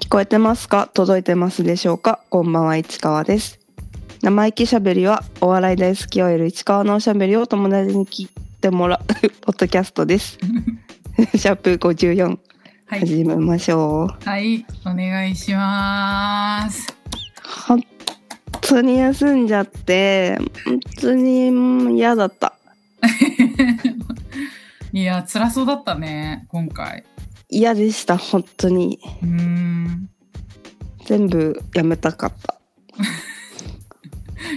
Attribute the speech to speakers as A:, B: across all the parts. A: 聞こえてますか届いてますでしょうかこんばんは市川です生意気しゃべりはお笑い大好き OL 市川のおしゃべりを友達に聞いてもらう ポッドキャストです シャープ54
B: はい、
A: 始めましょう、
B: はい、お願いします。
A: 本当に休んじゃって本当にうん嫌だった
B: いや、辛そうだったね、今回。
A: 嫌でした本当に
B: うーん、
A: 全部やめたかった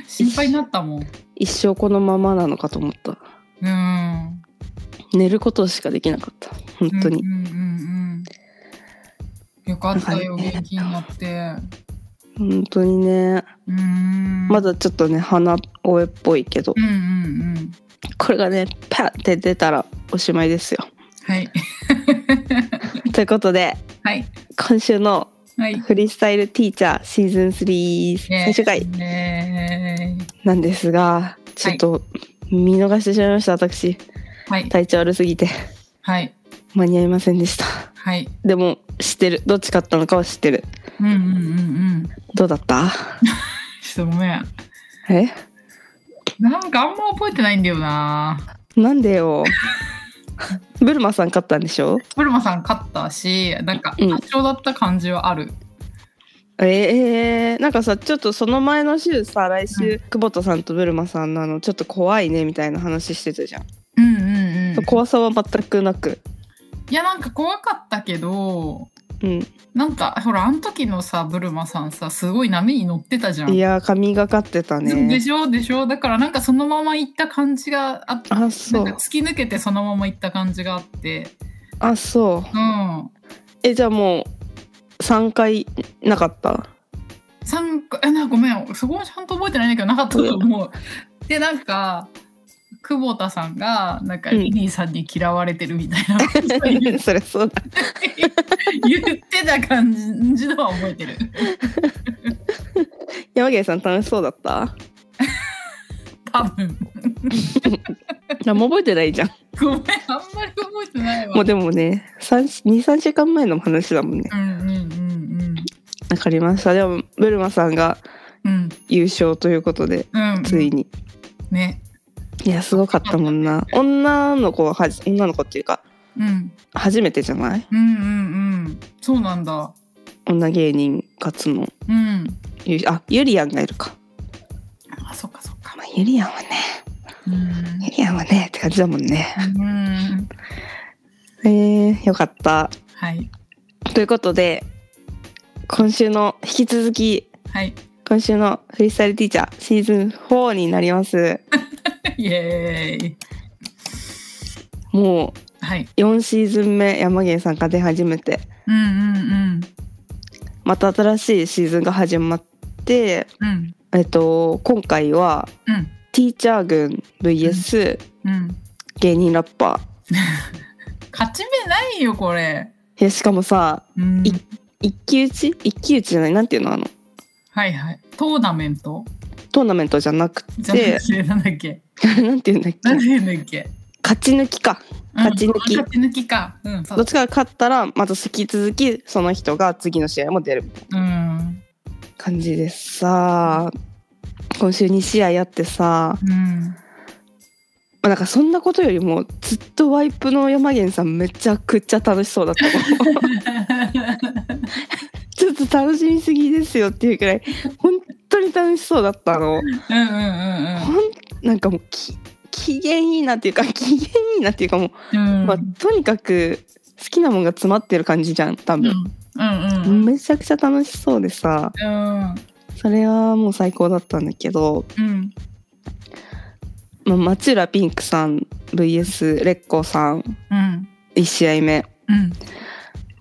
B: 心配になったもん。う
A: 一生このままなのかと思った
B: ーん、
A: 寝ることしかできなかった本当に、
B: うんうんうんうん。よかったよ、
A: なんかね
B: 元気になって。
A: 本当にね
B: うーん。
A: ま。だちょっとね鼻声っぽいけど
B: うんうんうん。
A: これがねパッて出たらおしまいです よ
B: はい。
A: ということで
B: はい。
A: 今週の
B: はい。
A: フリースタイルティーチャーシーズン3最終回
B: ね
A: なんですがちょっと見逃してしまいました私
B: はい。
A: 体調悪すぎて
B: はい。
A: 間に合いませんでした
B: はい。
A: でも知ってるどっち勝ったのかは知ってる
B: うんうんうんうん。
A: どうだった
B: ちょっとごめん。
A: え
B: なんかあんま覚えてないんだよな。
A: なんで よブルマさん勝ったんでしょ
B: ブルマさん勝ったし、なんか
A: うん
B: 多少だった感じはある。
A: ええなんかさちょっとその前の週さ来週、久保田さんとブルマさんのあのちょっと怖いねみたいな話してたじゃん、
B: うんうんうん。
A: 怖さは全くなく
B: いやなんか怖かったけど、
A: うん
B: なんかほらあの時のさブルマさんさすごい波に乗ってたじゃん。
A: いやー神がかってた
B: で
A: ね
B: しょでしょだからなんかそのまま行った感じがあって。
A: あ
B: な
A: そ
B: んか
A: う
B: 突き抜けてそのまま行った感じがあって
A: あそう
B: うん
A: えじゃあもう3回なかった
B: 三回えなごめんそこもちゃんと覚えてないんだけどなかった と思う。でなんか久保田さんがなんか
A: うん
B: リリーさんに嫌われてるみたいなことを言 っ
A: それそうだ
B: 言ってた感じのは覚えてる。
A: 山毛さん楽しそうだった
B: 多分
A: 何も覚えてないじゃん
B: ごめんあんまり覚えてないわ。
A: もうでもね23時間前の話だもんね
B: うんうんうん
A: わかりましたでもブルマさんが
B: うんうん
A: 優勝ということで
B: うんうん
A: ついに
B: ね
A: いやすごかったもんな女の子ははじ女の子っていうか
B: うん
A: 初めてじゃない
B: うんうんうんそうなんだ
A: 女芸人勝つの
B: うん
A: ゆあゆりやんがいるか、
B: あそっかそっか
A: まあ、ゆりやんはね
B: うん
A: ゆりやんはねって感じだもんね
B: うん
A: えー、よかった
B: はい
A: ということで今週の引き続き
B: はい
A: 今週のフリースタイルティーチャーシーズン4になります
B: イエーイ
A: も
B: はい。
A: う4シーズン目山源さんが出始めて
B: うんうんうん。
A: また新しいシーズンが始まって
B: うん
A: えっと今回は
B: うん
A: ティーチャー軍 VS
B: うん。
A: 芸人ラッパー
B: 勝ち目ないよ、これ。
A: いやしかもさ
B: うん
A: い一騎打ち一騎打ちじゃないなんていうのあの
B: はいはい。トーナメント
A: トーナメントじゃなく
B: じゃな
A: て
B: くて、なんだっけ
A: なんていうんだっけ
B: なんて言うんだっけ
A: 勝ち抜きか勝ち抜き
B: うん勝ち抜きか。うん、そう
A: どっちかが勝ったらまた引き続きその人が次の試合も出る
B: うん。
A: 感じでさ今週2試合やってさ
B: うん。
A: まあなんかそんなことよりもずっとワイプの山源さんめちゃくちゃ楽しそうだった ちょっと楽しみすぎですよっていうくらい本当に楽しそうだったの
B: うんうんうん
A: ほんなんかもうき機嫌いいなっていうか機嫌いいなっていうかも
B: うん。
A: う、まあ、とにかく好きなもんが詰まってる感じじゃん多
B: うん
A: 分、
B: うんうん。
A: めちゃくちゃ楽しそうでさ
B: うん
A: それはもう最高だったんだけど、
B: うん
A: まあ、町浦ピンクさん VS レッコさん
B: うん
A: 1試合目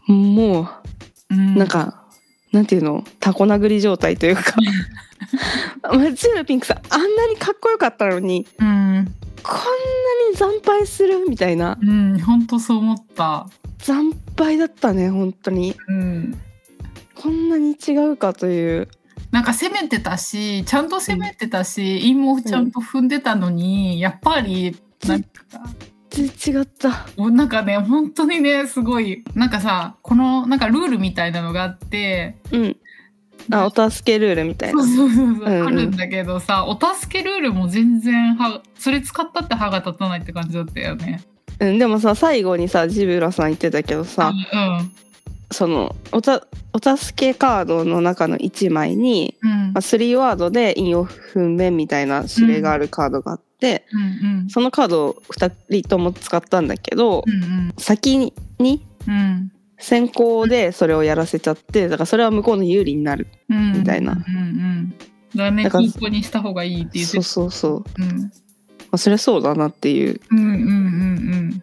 B: うん
A: も
B: うん
A: うなんか、なんていうのタコ殴り状態という か町浦ピンクさんあんなにかっこよかったのに
B: うん
A: こんなに惨敗するみたいな
B: うん本当そう思った
A: 惨敗だったね本当に
B: うん
A: こんなに違うかという
B: なんか攻めてたしちゃんと攻めてたし、陰謀ちゃんと踏んでたのに、やっぱりなんか
A: 然違った。
B: おなんかね本当にねすごいなんかさこのなんかルールみたいなのがあって
A: うん。あ、お助けルールみたい
B: そう
A: な。
B: そうそうそう、
A: うんうん
B: あるんだけどさお助けルールも全然はそれ使ったって歯が立たないって感じだったよね。
A: うん、でもさ、最後にさ、ジブラさん言ってたけどさ、
B: うん
A: その、おた、お助けカードの中の1枚に、
B: うん
A: まあ、3ワードで韻を踏めみたいな指令があるカードがあって、
B: うんうん
A: そのカードを2人とも使ったんだけど、
B: うん
A: 先に
B: うん
A: 先行でそれをやらせちゃって、だからそれは向こうの有利になる。
B: うん
A: みたいな
B: うんうんだね
A: だから
B: 均等にした方がいいって言っ
A: そ
B: て
A: うそうそう。
B: うん
A: まあ、それそうだなっていう。
B: うんうんうんうん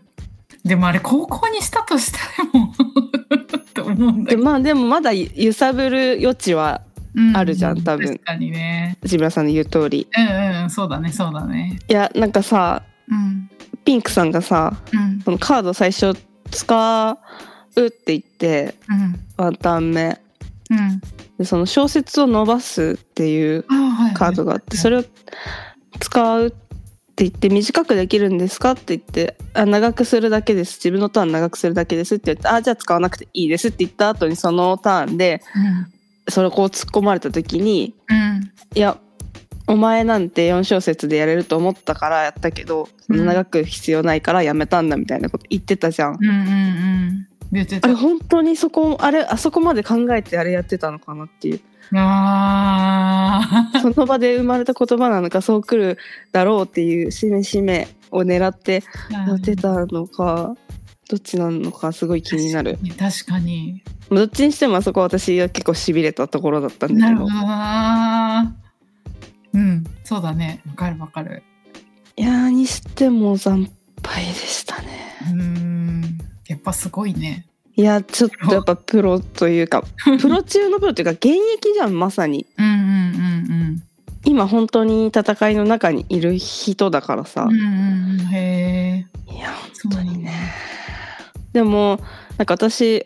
B: でもあれ高校にしたとしても って思うん
A: で、
B: だけど、
A: まあでもまだ揺さぶる余地は、
B: う
A: あるじゃん多分
B: 確かにね
A: ジブラさんの言う通り。
B: うんうんうんそうだねそうだね
A: いや、なんかさ、
B: うん
A: ピンクさんがさ、
B: うん
A: そのカード最初使うって言って
B: うん
A: ワンタン目
B: うん
A: でその小説を伸ばすっていう
B: あはいはい
A: カードがあってそれを使うって言って短くできるんですかって言ってあ長くするだけです自分のターン長くするだけですって言ってあじゃあ使わなくていいですって言った後にそのターンで
B: うん
A: それをこう突っ込まれた時に
B: うん
A: いやお前なんて4小節でやれると思ったからやったけど、
B: うん
A: 長く必要ないからやめたんだみたいなこと言ってたじゃん。
B: うんうんうん言って
A: あ
B: た
A: れ本当にそこあれあそこまで考えてあれやってたのかなっていう
B: あー
A: その場で生まれた言葉なのかそうくるだろうっていうしめしめを狙ってやってたのかどっちなのかすごい気になる
B: 確かに
A: まあどっちにしてもあそこは私は結構しびれたところだったんだ
B: な
A: け
B: る
A: ど
B: ほどなうんそうだねわかるわかる
A: いやーにしても惨敗でしたね
B: うーんやっぱすごいね
A: いやちょっとやっぱプロという かプロ中のプロというか現役じゃんまさに
B: うんうんうん
A: 今本当に戦いの中にいる人だからさ
B: うんうんうんへえ
A: いや
B: そう
A: 本当にねでもなんか私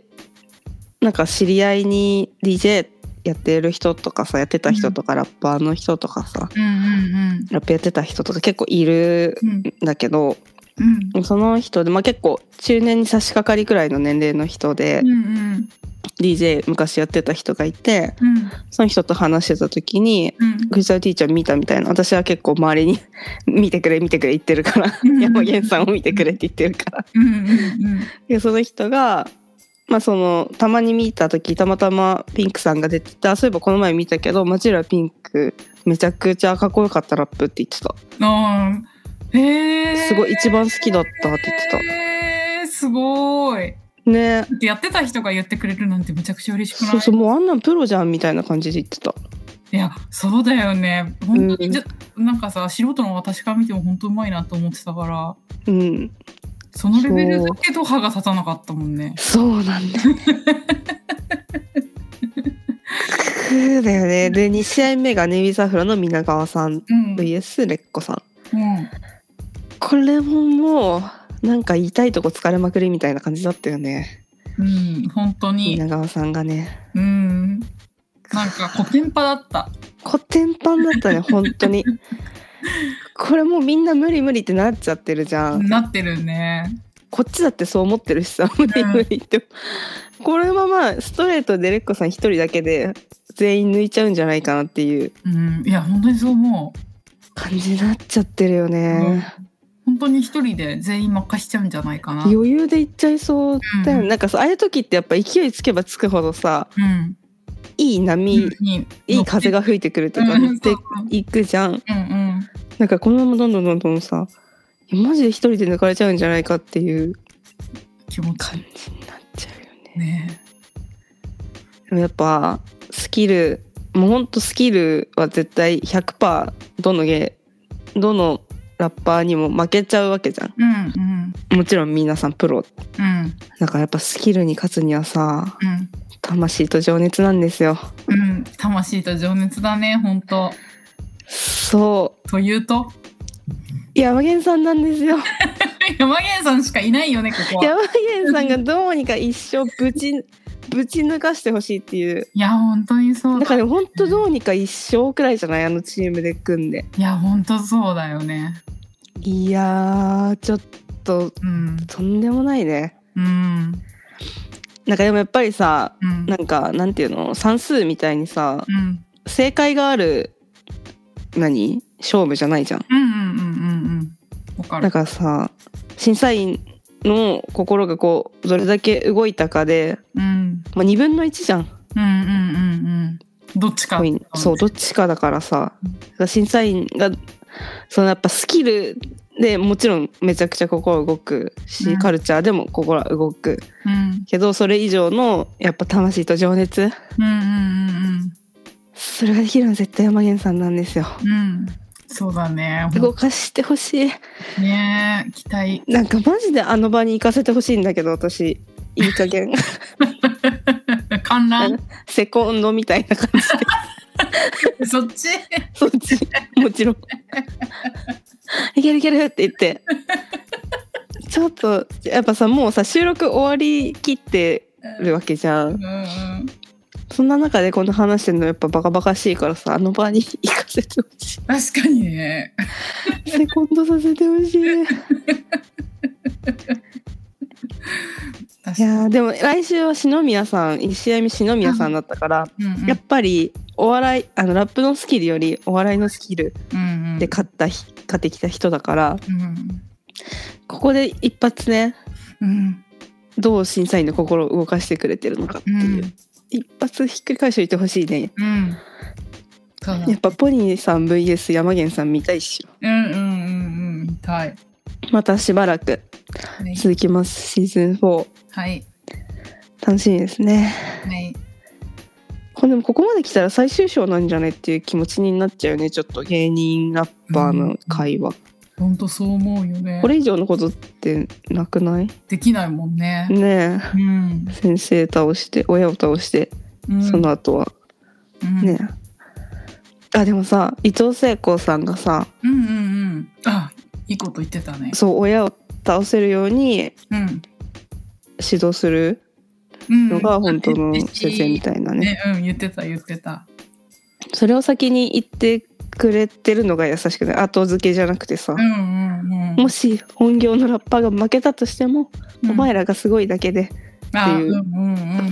A: なんか知り合いに DJ やってる人とかさやってた人とか、ラッパーの人とかさ
B: うんうん
A: ラップやってた人とか結構いる
B: うんうん
A: んだけど
B: うん
A: その人で、まあ、結構中年に差し掛かりくらいの年齢の人で、
B: うんうん
A: DJ 昔やってた人がいて
B: うん
A: その人と話してた時に
B: うん
A: 「藤沢ティーチャー見た」みたいな私は結構周りに 「見てくれ見てくれ」言ってるから
B: うん
A: 山源さんを見てくれって言ってるから
B: うんうん
A: でその人が、まあ、そのたまに見た時たまたまピンクさんが出ててあそういえばこの前見たけどマチュラピンクめちゃくちゃかっこよかったラップって言ってた
B: うんあーへえ
A: すごい一番好きだったって言ってた
B: へえすごい
A: ね
B: だってやってた人が言ってくれるなんてめちゃくちゃ嬉しくない
A: そうそうもうあんなんプロじゃんみたいな感じで言ってた
B: いやそうだよね本当
A: うん
B: にじゃ、なんかさ素人の私から見ても本当うまいなと思ってたから
A: うん
B: そのレベルだけど歯が立たなかったもんね
A: そうなんだよねくーだよねで2試合目がネビサフラの皆川さん
B: うん、うん、
A: VS レッコさんこれももうなんか痛いとこ疲れまくりみたいな感じだったよね
B: うん、本当に
A: 皆川さんがね
B: うんなんかコテンパだった
A: 古典版だったね 本当にこれもうみんな無理無理ってなっちゃってるじゃん、
B: なってるね
A: こっちだってそう思ってるしさ無理無理って、これはまあストレートでレッコさん一人だけで全員抜いちゃうんじゃないかなっていう
B: うんいや本当にそう思
A: 感じになっちゃってるよ
B: う、うん
A: ね、、
B: 本当に一人で全員任しちゃうんじゃないかな
A: 余裕でいっちゃいそうだよね、なんかさああいう時ってやっぱ勢いつけばつくほどさ
B: うん、
A: いい波、
B: うんに
A: いい風が吹いてくるっていうか
B: うん
A: 乗っていくじゃん
B: うんうん
A: なんかこのままどんどんどんどんさいやマジで一人で抜かれちゃうんじゃないかっていう
B: 気持ちい
A: 感じになっちゃうよ
B: い
A: ね。
B: ね
A: でもやっぱスキルもうほんとスキルは絶対100%どのゲーどのラッパーにも負けちゃうわけじゃん。
B: うんうん
A: もちろん皆さんプロ。
B: うん
A: だからやっぱスキルに勝つにはさ
B: うん
A: 魂と情熱なんですよ。
B: うん、魂と情熱だね、本当。
A: そ
B: というと、
A: う山源さんなんですよ。
B: 山源さんしかいないよね、ここは。い
A: 山源さんがどうにか一生ぶちぶち抜かしてほしいっていう。
B: や、本当にそう
A: だか
B: だ。
A: らほんとどうにか一生くらいじゃないあのチームで組んで。
B: いや、本当そうだよね。
A: いやーちょっと
B: うん
A: とんでもないね
B: うん
A: なんかでもやっぱりさ
B: うん
A: なんかなんていうの算数みたいにさ
B: うんうん
A: 正解がある何勝負じゃないじゃん
B: うんうんうんうんわか
A: だ
B: る
A: からさ審査員の心がこうどれだけ動いたかで、
B: うん
A: まあ、2分の1じゃん
B: うんうんうんうんどっちか
A: コインそうどっちかだからさだから審査員がそのやっぱスキルでもちろんめちゃくちゃ心動くし、
B: うん
A: カルチャーでも心は動く
B: うん
A: けどそれ以上のやっぱ魂と情熱
B: うんうん
A: それができるのは絶対山源さんなんですよ。
B: うんうんうんそうだね
A: 動かしてほしい
B: ねえ期待
A: なんかマジであの場に行かせてほしいんだけど私いい加 減
B: 観覧
A: セコンドみたいな感じで
B: そっち
A: そっちもちろん「いけるいける」って言ってちょっとやっぱさもうさ収録終わりきってるわけじゃ
B: うんんうん
A: そんな中でこの話してるのやっぱバカバカしいからさあの場に行かせてほし
B: 確かにね
A: いセコンドさせてほ しいい
B: 確かに
A: やーでも来週は篠宮さん1試合目篠宮さんだったから
B: うんうん
A: やっぱりお笑いあのラップのスキルよりお笑いのスキル
B: うんうん
A: で勝ったひ勝ってきた人だから
B: うん
A: ここで一発ね
B: うん
A: どう審査員の心を動かしてくれてるのかって
B: う
A: いう、
B: ん
A: 一発ひっくり返しておいてほしいね
B: うんそうだ
A: やっぱポニーさん VS 山源さん見たいっしょ
B: うんうんうんうん見たい
A: またしばらく
B: ね
A: 続きますシーズン4
B: はい
A: 楽しみですね
B: はい
A: これでもここまで来たら最終章なんじゃねっていう気持ちになっちゃうよねちょっと芸人ラッパーの会話、
B: 本当そう思うよね
A: これ以上のことってなくない
B: できないもんね
A: ね
B: うん
A: え先生倒して親を倒して
B: うん
A: その後は
B: うん
A: ね、あでもさ伊藤聖子さんがさ
B: うんうんうんあいいこと言ってたね
A: そう親を倒せるように
B: うん
A: 指導する
B: うん
A: のが本当の先生みたいなね
B: ねうん言ってた言ってた
A: それを先に言ってくれてるのが優しくない後付けじゃなくてさ
B: うんうんうん
A: もし本業のラッパーが負けたとしても、お前
B: ら
A: らがすごいだけで
B: って
A: いうフ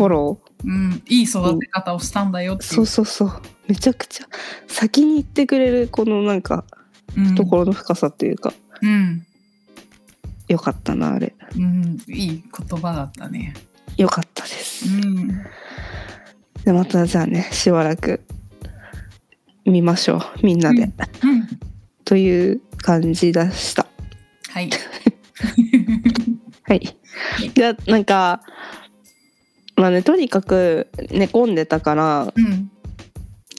A: ォロー、
B: うん、いい育て方をしたんだよってい
A: そううそうそうめちゃくちゃ先に言ってくれるこのなんか
B: うん
A: 懐の深さというか、
B: うん、
A: 良かったなあれ
B: うん、いい言葉だったね。
A: 良かったです、
B: うん、
A: でまたじゃあねしばらく見ましょうみんなで、
B: ううん、
A: という感じでした
B: はい。
A: はいじゃあなんかまあねとにかく寝込んでたから
B: うん、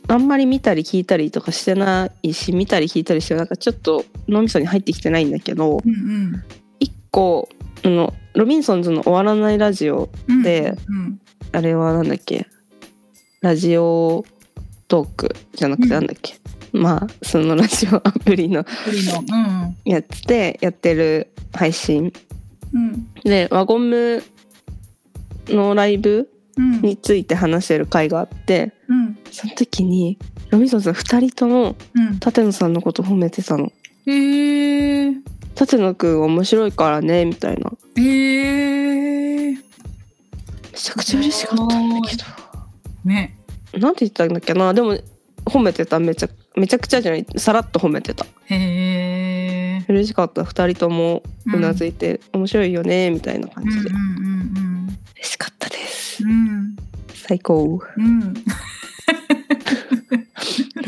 A: あんまり見たり聞いたりとかしてないし見たり聞いたりしてなんかちょっと脳みそに入ってきてないんだけど
B: うん、うん
A: 一個あのロビンソンズの「終わらないラジオ
B: うん、
A: で
B: うん、
A: あれはなんだっけラジオトークじゃなくてなんだっけ、まあそのラジオアプリの
B: プリの、うん、
A: やつでやってる配信
B: うん、
A: で輪ゴムのライブ
B: うん、
A: について話してる回があって
B: うん、
A: その時にロビンソンさん2人とも
B: うん、
A: 舘野さんのこと褒めてたの
B: えー、
A: 「舘野くん面白いからね」みたいな
B: えー、
A: めちゃくちゃ嬉しかったんだけ
B: ね、
A: どなんて言ったんだっけなでも褒めてためちゃめちゃくちゃじゃないさらっと褒めてた
B: へー、
A: 嬉しかった2人ともうなずいて、面白いよねみたいな感
B: うん、う
A: じ
B: ん
A: で、、
B: うん、
A: 嬉しかったです
B: うん、
A: 最高
B: うん、うん。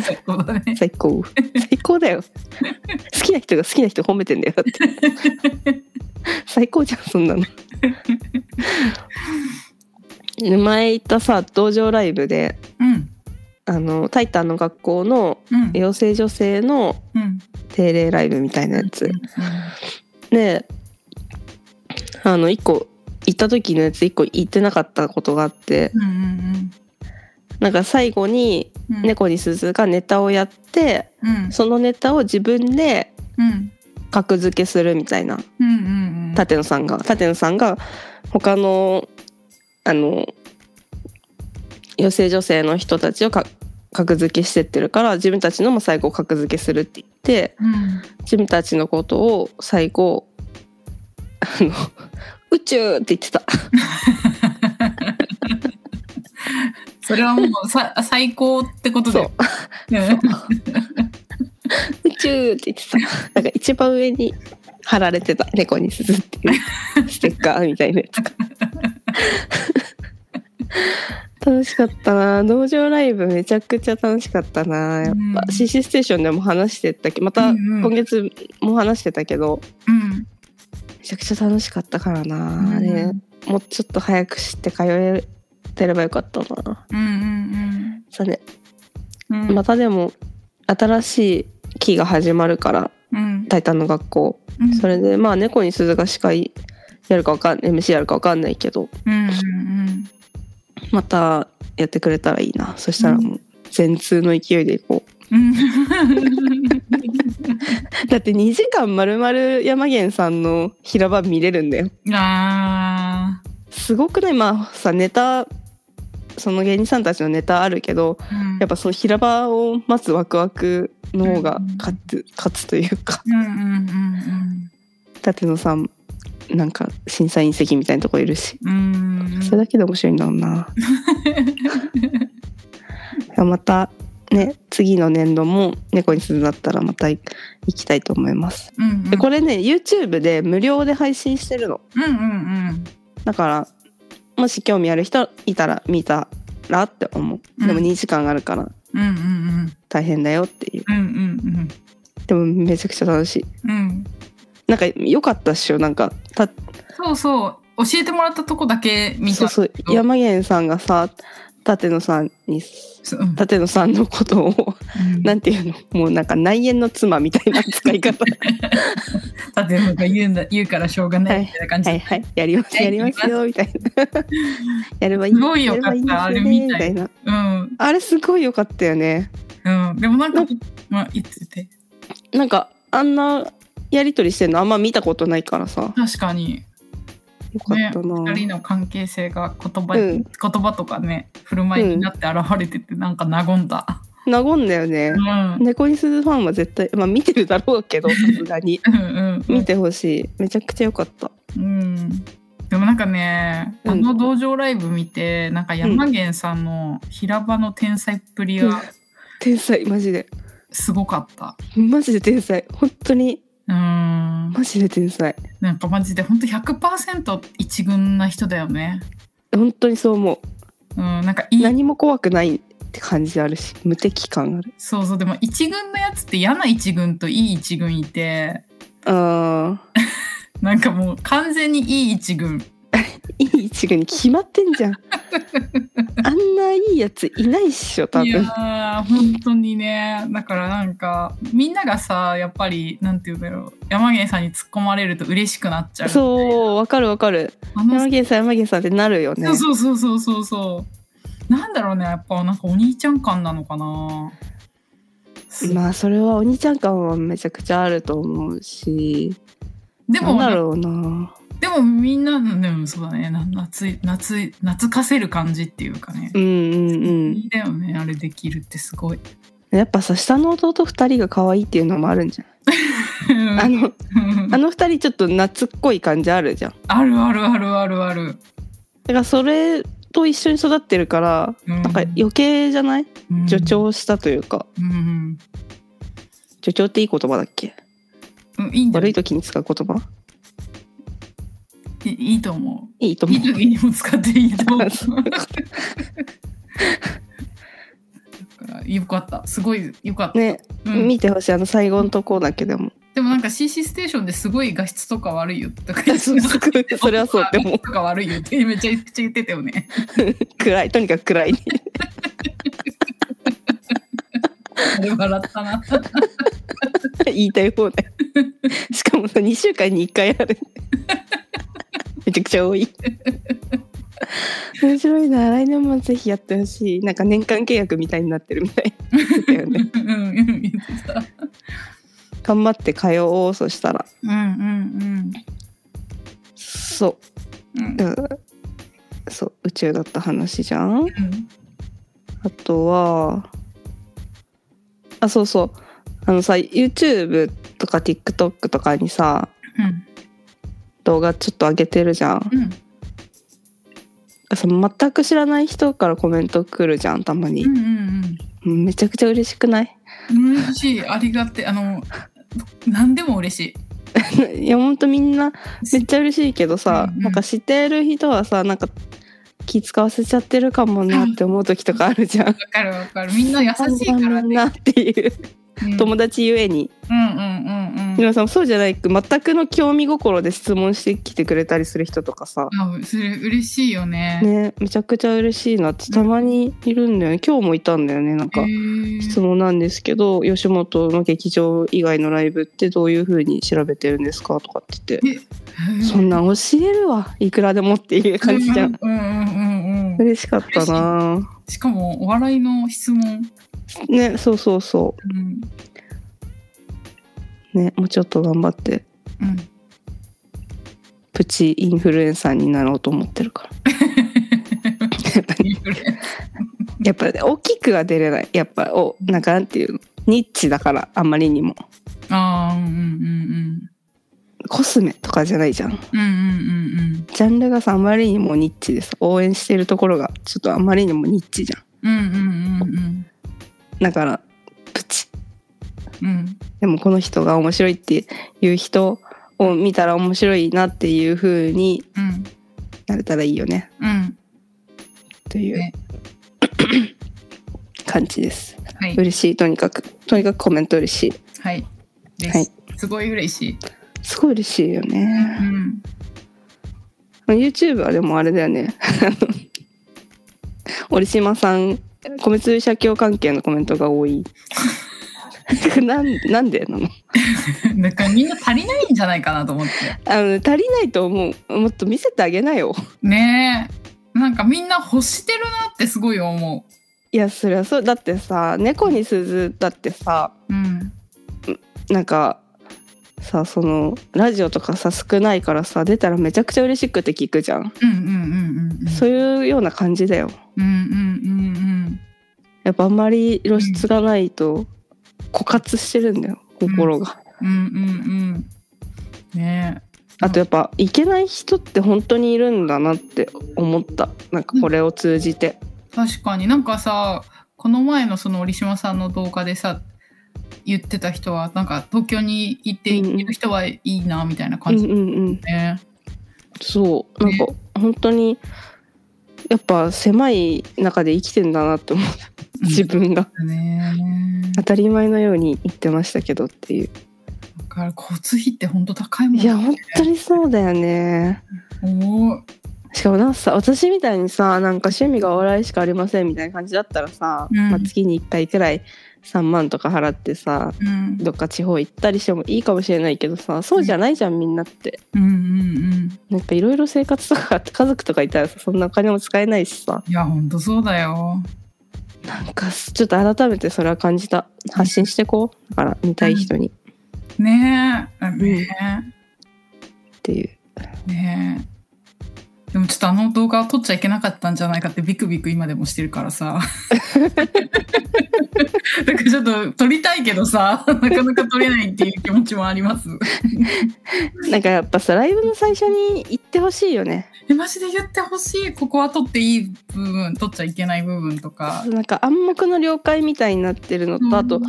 B: 最高だね。
A: 最高最高だよ好きな人が好きな人褒めてんだよだって最高じゃんそんなの前行ったさ道場ライブで
B: うん、
A: あのタイタンの学校の
B: うん、
A: 養成女性の
B: うん。
A: 定例ライブみたいなやつ
B: う
A: であの1個行った時のやつ1個行ってなかったことがあって
B: んうん
A: なんか最後に
B: うんうん。
A: 猫に鈴がネタをやって
B: うん
A: そのネタを自分で
B: うん
A: 格付けするみたいな
B: うんうんうん。
A: 舘野さんが舘野さんが他のあの女性女性の人たちをか格付けしてってるから自分たちのも最後格付けするって言って
B: うん
A: 自分たちのことを最後あの 宇宙って言ってた。
B: それはもうさ最高ってことだよ。うん
A: 宇宙って言ってた。なんか一番上に貼られてた猫に鈴って いうステッカーみたいなやつが。楽しかったな道場ライブめちゃくちゃ楽しかったなやっぱ、
B: うん
A: CC ステーションでも話してたけどまた
B: うんうん
A: 今月も話してたけど、
B: うん
A: めちゃくちゃ楽しかったからな、
B: うん
A: ねもうちょっと早く知って通えてればよかったな
B: うんうん
A: さあね、
B: うんうん
A: またでも新しい期が始まるから
B: うん
A: タイタンの学校
B: うん
A: それでまあ猫に鈴が司会やるかわかん MC やるかわかんないけど
B: うんうん
A: またやってくれたらいいなそしたらもう全通の勢いでいこう
B: うんうん
A: だって2時間まるまる山源さんの平場見れるんだよ
B: うんあ
A: すごくないまあさネタその芸人さんたちのネタあるけど
B: ーうん
A: やっぱその平場を待つワクワクの方が勝つ勝つというか
B: うんうんうん
A: 舘野さんなんか審査員席みたいなとこいるし
B: うんうん
A: それだけで面白いんだろう なまたね次の年度も猫に鈴だったらまた行きたいと思います
B: うんうん
A: でこれね YouTube で無料で配信してるの
B: うんうん
A: だからもし興味ある人いたら見たらって思うでも
B: うん
A: 2時間あるから
B: うんうんうん
A: 大変だよっていう
B: うんうん
A: でもめちゃくちゃ楽しい
B: うんうん
A: なんか良かったっしょなんかた
B: そうそう教えてもらったとこだけ見
A: そ
B: た
A: うそう
B: ど
A: 山源さんがさ舘野さんに
B: そううん
A: 舘野さんのことを
B: うん
A: なんていうのもうなんか内縁の妻みたいな使い方
B: だってなんか言うんだ言うからしょうがないみたいな感じ
A: はいはいやりますやりますよみたいなやればいい
B: すごいよかった
A: やればんですよね
B: あれみたい
A: な
B: うん
A: あれすごい良かったよね
B: うんでもなんかまあ言ってて
A: なんかあんなやり取りしてんのあんま見たことないからさ
B: 確かに
A: よかったな、
B: 二人の関係性が言葉に、
A: うん
B: 言葉とかね振る舞いになって現れててなんか和んだ
A: 和んだよね
B: う、んうん
A: 猫に鈴ファンは絶対まあ見てるだろうけどさすがに
B: うん
A: 見てほしいめちゃくちゃ良かった
B: うんでもなんかね、
A: うん
B: あの道場ライブ見てなんか山源さんの平場の天才っぷりが
A: 天才マジです
B: ごかった
A: マジで天才本当に
B: うん
A: マジで天才
B: なんかマジでほんと100%一軍な人だよね
A: 本当にそう思
B: うんなんか
A: う
B: いい
A: 何も怖くないって感じあるし無敵感ある
B: そうそうでも一軍のやつって嫌な一軍といい一軍いて
A: あ
B: なんかもう完全にいい一軍
A: ーいい一軍に決まってんじゃ んあんないいやついないっしょ多
B: いや
A: 分
B: ー本当にねだからなんかみんながさやっぱりなんて言うんだろう山源さんに突っ込まれると嬉しくなっちゃ う
A: そうわかるわかる
B: あの
A: 山源さん山源さんってなるよね
B: そうそうそうそうそうなんだろうねやっぱなんかお兄ちゃん感なのかなす
A: まあそれはお兄ちゃん感はめちゃくちゃあると思うし
B: で
A: なんだ
B: も
A: ろうな
B: でもみんなでもそうだねな夏い夏い懐かせる感じっていうかね、
A: うんうんうん
B: いいだよねあれできるってすごい
A: やっぱさ下の弟2人が可愛いっていうのもあるんじゃん あのあの2人ちょっと夏っこい感じあるじゃん
B: あるあるあるあるある、
A: だからそれと一緒に育ってるから
B: うん、
A: なんか余計じゃない
B: うん
A: 助、長したというか
B: うんうん
A: 助長っていい言葉だっけ
B: うん、いいんだよ
A: 悪い時に使う言葉
B: いいいと思
A: いいと
B: う。い
A: 思
B: い時にも使っていいと思う。だからよかった。すごいよかっ
A: う
B: た。
A: ね、
B: うん
A: 見てほしいあの最後のとこだけでも
B: でもなんか CC ステーションですごい画質とか悪いよとか言って
A: そうすごいそれはそうで も
B: とか悪いよってめちゃくちゃ言ってたよね。
A: 暗いとにかく暗い
B: あれ笑ったな。
A: 言いたい放 題しかもさ2週間に1回あるめちゃくちゃ多い面白いな来年もぜひやってほしいなんか年間契約みたいになってるみたいだよ
B: うんう
A: ね
B: んうん言ってた。
A: 頑張って通おうそしたら
B: うんうん
A: そう
B: うんうん
A: うんそう宇宙だった話じゃん
B: うん
A: あとはあそうそうあのさ YouTube とか TikTok とかにさ動画ちょっと上げてるじゃん
B: うん
A: その全く知らない人からコメント来るじゃんたまに
B: う、んうん
A: めちゃくちゃ嬉しくない
B: うん嬉しいありがてあの何でも嬉し
A: いやほんとみんなめっ
B: い
A: ちゃ嬉しいけどさ、
B: うんうん
A: なんか知ってる人はさなんか気使わせちゃってるかもなって思う時とかあるじゃん。
B: わかるわかるみんな優しいからね
A: なっていう
B: うん
A: 友達ゆえに
B: うんうんうんうん
A: 皆さんそうじゃないく全くの興味心で質問してきてくれたりする人とかさ、
B: あそれ嬉しいよね
A: ねめちゃくちゃ嬉しいなってたまにいるんだよね今日もいたんだよねなんか
B: へー
A: 質問なんですけど吉本の劇場以外のライブってどういう風に調べてるんですかとかって言って。
B: へー
A: そんなん教えるわいくらでもっていう感じじゃん。
B: うんうんうんうんうん。
A: 嬉しかったな
B: しかもお笑いの質問。
A: ねそうそうそ
B: うん。
A: うねもうちょっと頑張って
B: うん。
A: プチインフルエンサーになろうと思ってる からやっぱね大きくは出れないやっぱおなんかなんていうのニッチだからあまりにも
B: ああ、うんうん
A: コスメとかじゃないじゃん
B: うん。うんうんうん
A: ジャンルがさあまりにもニッチでさ応援してるところがちょっとあまりにもニッチじゃん
B: うん。うんうんうん
A: だからプチ
B: うん。うん。
A: でもこの人が面白いっていう人を見たら面白いなっていう風に
B: うん。
A: なれたらいいよね
B: うん。
A: という、
B: ね
A: 感じです
B: はい。
A: 嬉しいとにかくとにかくコメント嬉しい
B: はい。です
A: はい
B: すごい嬉しい。
A: すごい嬉しいよ
B: う
A: ね
B: ん。
A: YouTube はでもあれだよね あの折島さん米通社協関係のコメントが多 いなんなんでなの
B: なんかみんな足りないんじゃないかなと思って。
A: あの足りないと思うもっと見せてあげなよ
B: ねえ。なんかみんな欲してるなってすごい思
A: いやそりゃそうだってさ猫に鈴だってさ
B: う。うん。
A: なんかさそのラジオとかさ少ないからさ出たらめちゃくちゃ嬉しくて聞くじゃん、
B: うんうんうんうんうん。
A: そういうような感じだよ
B: うんうんうんうん。
A: やっぱあんまり露出がないと枯渇してるんだよ心が、
B: うんうんうん。ね
A: あとやっぱいけない人って本当にいるんだなって思ったなんかこれを通じて、
B: え確かになんかさこの前のその折島さんの動画でさ言ってた人はなんか東京に行って
A: うんうん
B: いる人はいいなみたい
A: う
B: な
A: ん、
B: 感
A: う
B: じ
A: ん
B: だ
A: うん
B: ね。
A: そうなんか本当にやっぱ狭い中で生きてんだなって思った
B: うん
A: 自分が
B: ね
A: 当たり前のように言ってましたけどっていう
B: だから交通費って本当高いもん
A: いや本当にそうだよね
B: おー
A: しかもなんかさ私みたいにさなんか趣味がお笑いしかありませんみたいな感じだったらさ、
B: うん
A: まあ、月に1回くらい3万とか払ってさ
B: うん
A: どっか地方行ったりしてもいいかもしれないけどさそうじゃないじゃんみんなって
B: うんうん
A: なんかいろいろ生活とかあって家族とかいたらさそんなお金も使えないしさ
B: うんいや本当そうだよ。
A: なんかちょっと改めてそれは感じた発信してこうだから見たい人に
B: ねえ。ね
A: っていう
B: え。ねえ。でもちょっとあの動画は撮っちゃいけなかったんじゃないかってビクビク今でもしてるか らさ。なんかちょっと撮りたいけどさ、なかなか撮れないっていう気持ちもあります。
A: なんかやっぱさライブの最初に行ってほしいよね
B: え、マジで言ってほしい。ここは撮っていい部分、撮っちゃいけない部分とか。
A: なんか暗黙の了解みたいになってるのと、あと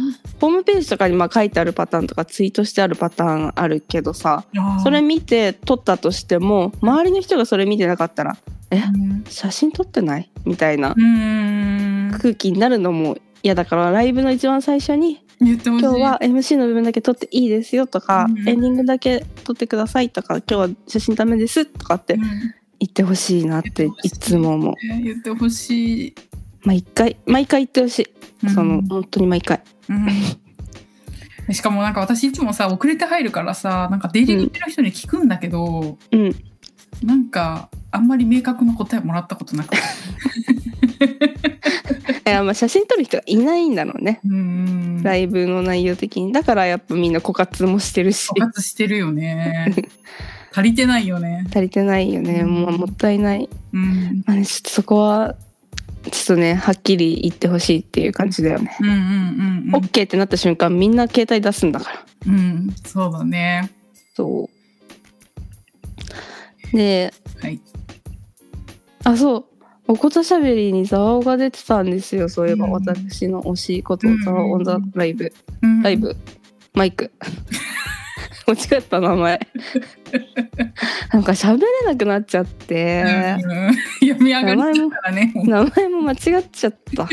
A: ホームページとかにまあ書いてあるパターンとかツイートしてあるパターンあるけどさそれ
B: ね、
A: 見て撮ったとしても周りの人がそれ見てなかったら「写真撮ってない?」みたいな
B: うーん。
A: 空気になるのも嫌だからライブの一番最初に
B: 言っ
A: 「
B: てほしい。
A: 今日は MC の部分だけ撮っていいですよ」とか
B: う
A: 「
B: ん
A: エンディングだけ撮ってください」とか「今日は写真ダメです」とかって
B: うん、
A: 言ってほしいなっていつも思う。
B: え言ってほしい。
A: 毎回毎回言ってほしい、
B: うん
A: その本当に毎回
B: うんしかもなんか私いつもさ遅れて入るからさなんか出入り口の人に聞くんだけど、
A: うん
B: なんかあんまり明確な答えもらったことなくて
A: えまあ写真撮る人がいないんだろうね、
B: う ん
A: ライブの内容的にだからやっぱみんな枯渇もしてるし
B: 枯渇してる よね足りてないよね
A: 足りてないよね、
B: うん
A: もうもったいない、
B: うん
A: まあね、ちょっとそこはちょっとねはっきり言ってほしいっていう感じだよね、
B: うんうんうん
A: OK ってなった瞬間みんな携帯出すんだから
B: うんうんそうだね
A: そうで
B: はい。
A: あそうおことしゃべりにザワオが出てたんですよそういえば、
B: うん
A: 私の推しこと
B: うん
A: ザワオオンザライブ
B: うん
A: ライ。ブマイク 間違った名 前なんか喋れなくなっちゃって
B: うんうん読み上がりだからね。
A: 名前も間違っちゃった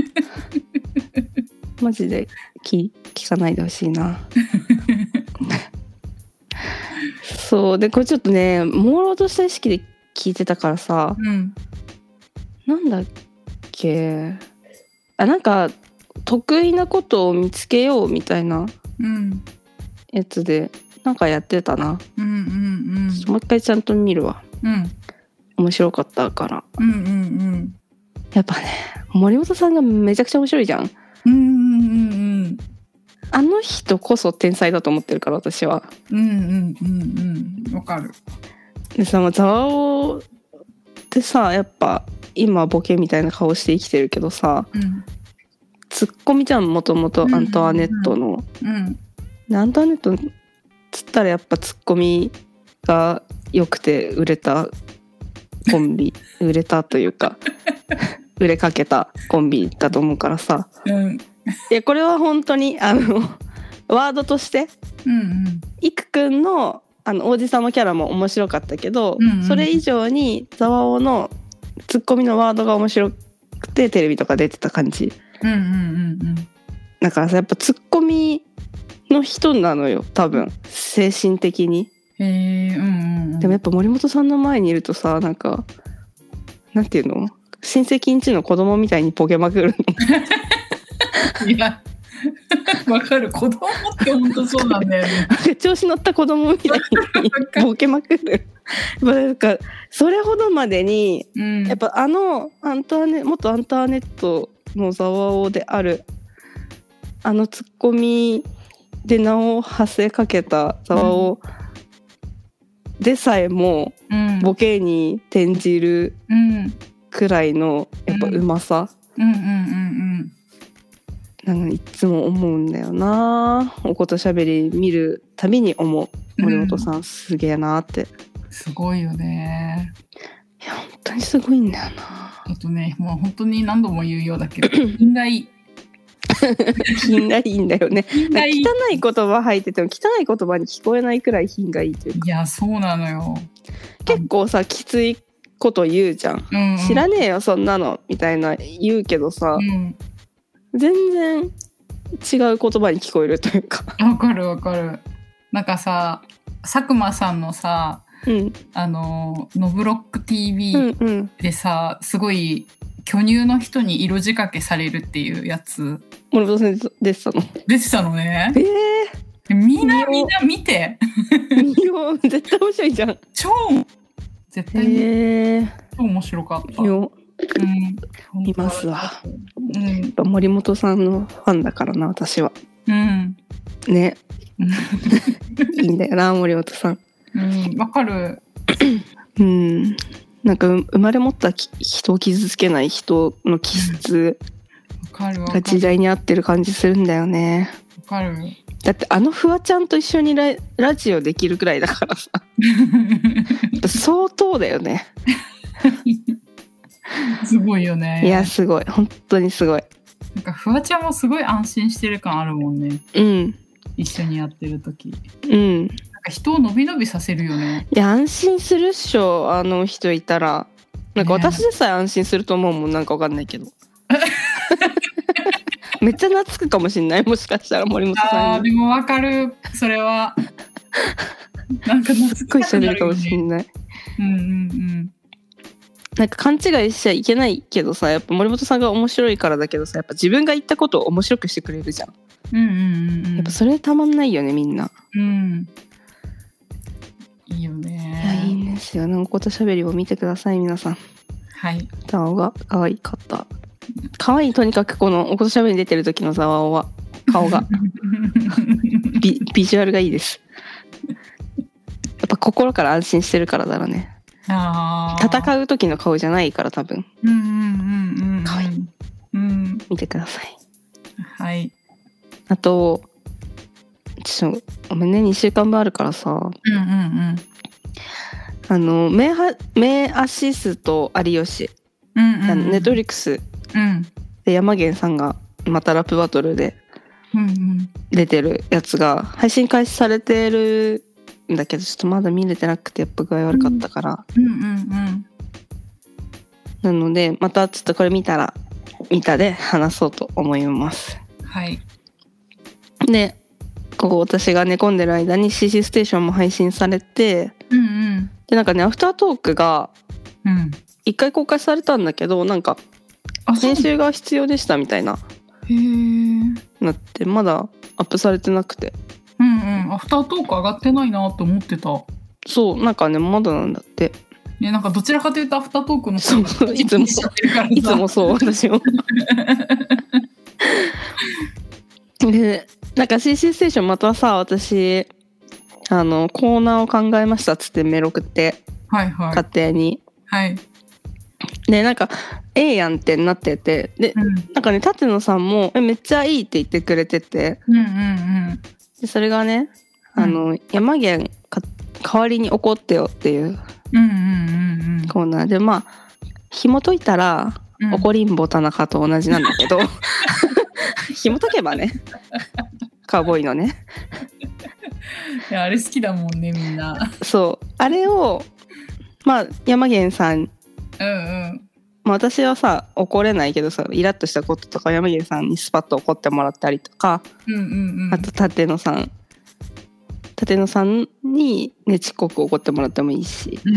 A: マジで聞聞かないでほしいなそうでこれちょっとね朦朧とした意識で聞いてたからさ
B: うん。
A: なんだっけあなんか得意なことを見つけようみたいな
B: うん。
A: やつでなんかやってたな、
B: うんうん
A: ちょっともう一回ちゃんと見るわ
B: うん。うん。
A: 面白かったから
B: うんうん
A: やっぱね森本さんがめちゃくちゃ面白いじゃん
B: うん。うんうんうん
A: あの人こそ天才だと思ってるから私は
B: うん。うんうんうんうん。わかる。
A: でさまあざわおってさやっぱ今ボケみたいな顔して生きてるけどさ
B: うん。
A: ツッコミじゃんもともとアントワネットの、
B: うん。
A: でアントワネットつったらやっぱツッコミが良くて売れたコン ビ売れたというか 売れかけたコンビだと思うからさ
B: うん。
A: いやこれは本当にあのワードとして
B: うん
A: いくくんのあの王子様キャラも面白かったけど、
B: うんうん
A: それ以上にざわおのツッコミのワードが面白くてテレビとか出てた感じ
B: うん。うんうんうん
A: だからさやっぱツッコミの人なのよ多分精神的に
B: うん。へえ、うんうんうん。
A: でもやっぱ森本さんの前にいるとさなんかなんていうの親戚んちの子供みたいにポケま くる
B: いや、わかる。子供って本当そうなんだよね。
A: の調子乗った子供みたいにボケまくるやっぱなんかそれほどまでに
B: うん。
A: やっぱあのアンターネ元アンターネットのざわおであるあのツッコミで名を馳せかけたざわおでさえも
B: うん、
A: ボケに転じる
B: うん、うん
A: くらいのやっぱ
B: うん
A: うまさ、
B: うんうん
A: なんかいつも思うんだよなおことしゃべり見るたびに思う
B: うん。
A: 森本さんすげえなって
B: うん。すごいよね。
A: いや本当にすごいんだよ な
B: ちょっとね、もう本当に何度も言うようだけど、品がいい。
A: 品がいいんだよね
B: 品
A: 汚
B: がいい。い
A: い言葉入ってても汚い言葉に聞こえないくらい品がいいというか
B: や、そうなのよ。
A: 結構さきついこと言うじゃん
B: うん、うん。
A: 知らねえよそんなのみたいな言うけどさ
B: うん。
A: 全然違う言葉に聞こえるというか
B: わかるわかる。なんかさ、佐久間さんのさ、
A: うん
B: あの、ノブロック TV
A: うんうん
B: でさ、すごい巨乳の人に色仕掛けされるっていうやつ
A: 森本先生でしたの
B: 出てたのね。
A: え
B: みん
A: 見
B: な
A: よう
B: みんな見て。
A: えー、見よう絶対面白いじゃん
B: 超絶対に
A: へえ
B: 超面白かった。
A: ー、よ
B: うん
A: 見ますわ。
B: うん。
A: やっぱ森本さんのファンだからな私は
B: うん。
A: ねいいんだよな森本さん
B: うん。わかる。
A: うんなんかう生まれ持ったき人を傷つけない人の気質
B: わかるわか
A: が時
B: る。
A: 代に合ってる感じするんだよね
B: わかる。
A: だってあのフワちゃんと一緒にララジオできるくらいだからさやっぱ相当だよね
B: すごいよね。
A: いやすごい本当にすごい
B: なんかフワちゃんもすごい安心してる感あるもんね。
A: うん
B: 一緒にやってる時。
A: うんい
B: なんか人を伸び伸びさせるよね。
A: や安心するっしょあの人いたらなんか
B: ね
A: 私でさえ安心すると思うもんなんかわかんない けどめっちゃ懐くかもしんないもしかしたら森本
B: あ
A: さ
B: あ
A: ん
B: でもわかる。それは。なんか
A: にすっごい喋るかもし
B: ない。
A: んない
B: うんうん
A: なんか勘違いしちゃいけないけどさやっぱ森本さんが面白いからだけどさやっぱ自分が言ったことを面白くしてくれるじゃん
B: うん。うんうんうん。
A: やっぱそれたまんないよねみんな
B: うん。いいよ
A: いやいい
B: ね。
A: んですよね。おことしゃべりを見てください皆さん。
B: はい。
A: ザワオが可愛かった。可愛いとにかくこのおことしゃべりに出てる時のザワオは顔 がビビジュアルがいいです。やっぱ心から安心してるからだろうね。
B: ああ。う。
A: 戦う時の顔じゃないから多分
B: うんうんうんうん。
A: 可愛い。
B: うん。
A: 見てください。
B: はい。
A: あとちょっとごめんね2週間分あるからさ
B: うんうんうん。
A: あの名は名アシスト有吉、
B: うんうん
A: あのネットフ
B: リ
A: リックス
B: うん
A: で山源さんがまたラップバトルで
B: うんうん
A: 出てるやつが配信開始されてるんだけどちょっとまだ見れてなくてやっぱ具合悪かったから、
B: うんうん
A: なのでまたちょっとこれ見たら見たで話そうと思います
B: うんはい
A: でここ私が寝込んでる間に CC ステーションも配信されて
B: うんうん
A: でなんかねアフタートークが
B: うん
A: 一回公開されたんだけどなんか
B: あそ
A: 編
B: うへ
A: 集が必要でしたみたいな
B: えうん
A: なってまだアップされてなくて
B: うんアフタートーク上がってないなと思ってた
A: そうなんかねまだなんだって
B: ねなんかどちらかというとアフタートークの方
A: そうそういつも
B: しちゃってるからさ
A: いつもそう私もでなんか CC ステーションまたさ私あのコーナーを考えましたっつってメロ送って
B: はいはい
A: 勝手に
B: はい
A: でなんかええやんってなっててで
B: うん
A: なんかね舘野さんもえめっちゃいいって言ってくれてて
B: うんうん
A: でそれがねあの、山源か代わりに怒ってよっていう
B: うんうんうんうん
A: コーナーでまあ紐解いたら
B: うん
A: 怒りんぼ田中と同じなんだ けど紐解けばねカウボーイのね
B: いやあれ好きだもんねみんな
A: そうあれをまあ山源さん、
B: うんうん
A: まあ、私はさ怒れないけどさイラッとしたこととか山源さんにスパッと怒ってもらったりとか
B: うんうんうん
A: あと舘野さん舘野さんにねちっこく怒ってもらってもいいし
B: うん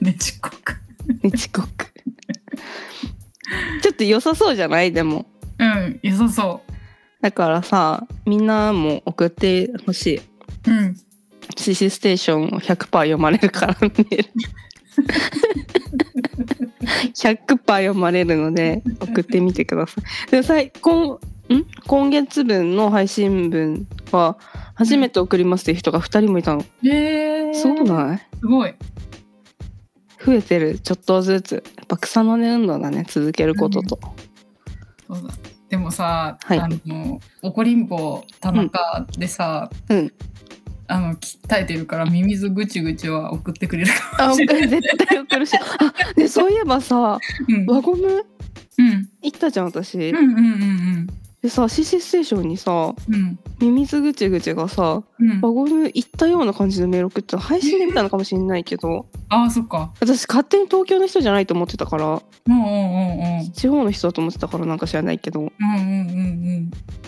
B: ねちっこく
A: ねちっこく ちょっと良さそうじゃないでも
B: うん良さそ
A: だからさみんなも送ってほしい。
B: ううん
A: CC ステーションを100%読まれるからね 100%読まれるので送ってみてください。で最今ん今月分の配信分は初めて送りますっていう人が2人もいたの。
B: えー、
A: そうない
B: すごい
A: 増えてるちょっとずつやっぱ草の根運動だね続けることと、
B: そうだでもさ、
A: はい
B: あの怒りんぼ田中でさ、
A: うん
B: あの鍛えてるからミミズぐちぐちは送ってくれるか
A: あ絶対送るしあでそういえばさ
B: うん
A: 輪ゴム
B: うん
A: 行ったじゃん私、
B: うんうんうん
A: でさ CC ステーションにさ
B: うんうん
A: ミミズグチグチがさ
B: う
A: 輪
B: ん
A: ゴム行ったような感じのメール送ってた配信で見たのかもしれないけど
B: ああそっか
A: 私勝手に東京の人じゃないと思ってたから
B: うんうんうんうん
A: 地方の人だと思ってたからなんか知らないけど
B: うんうんう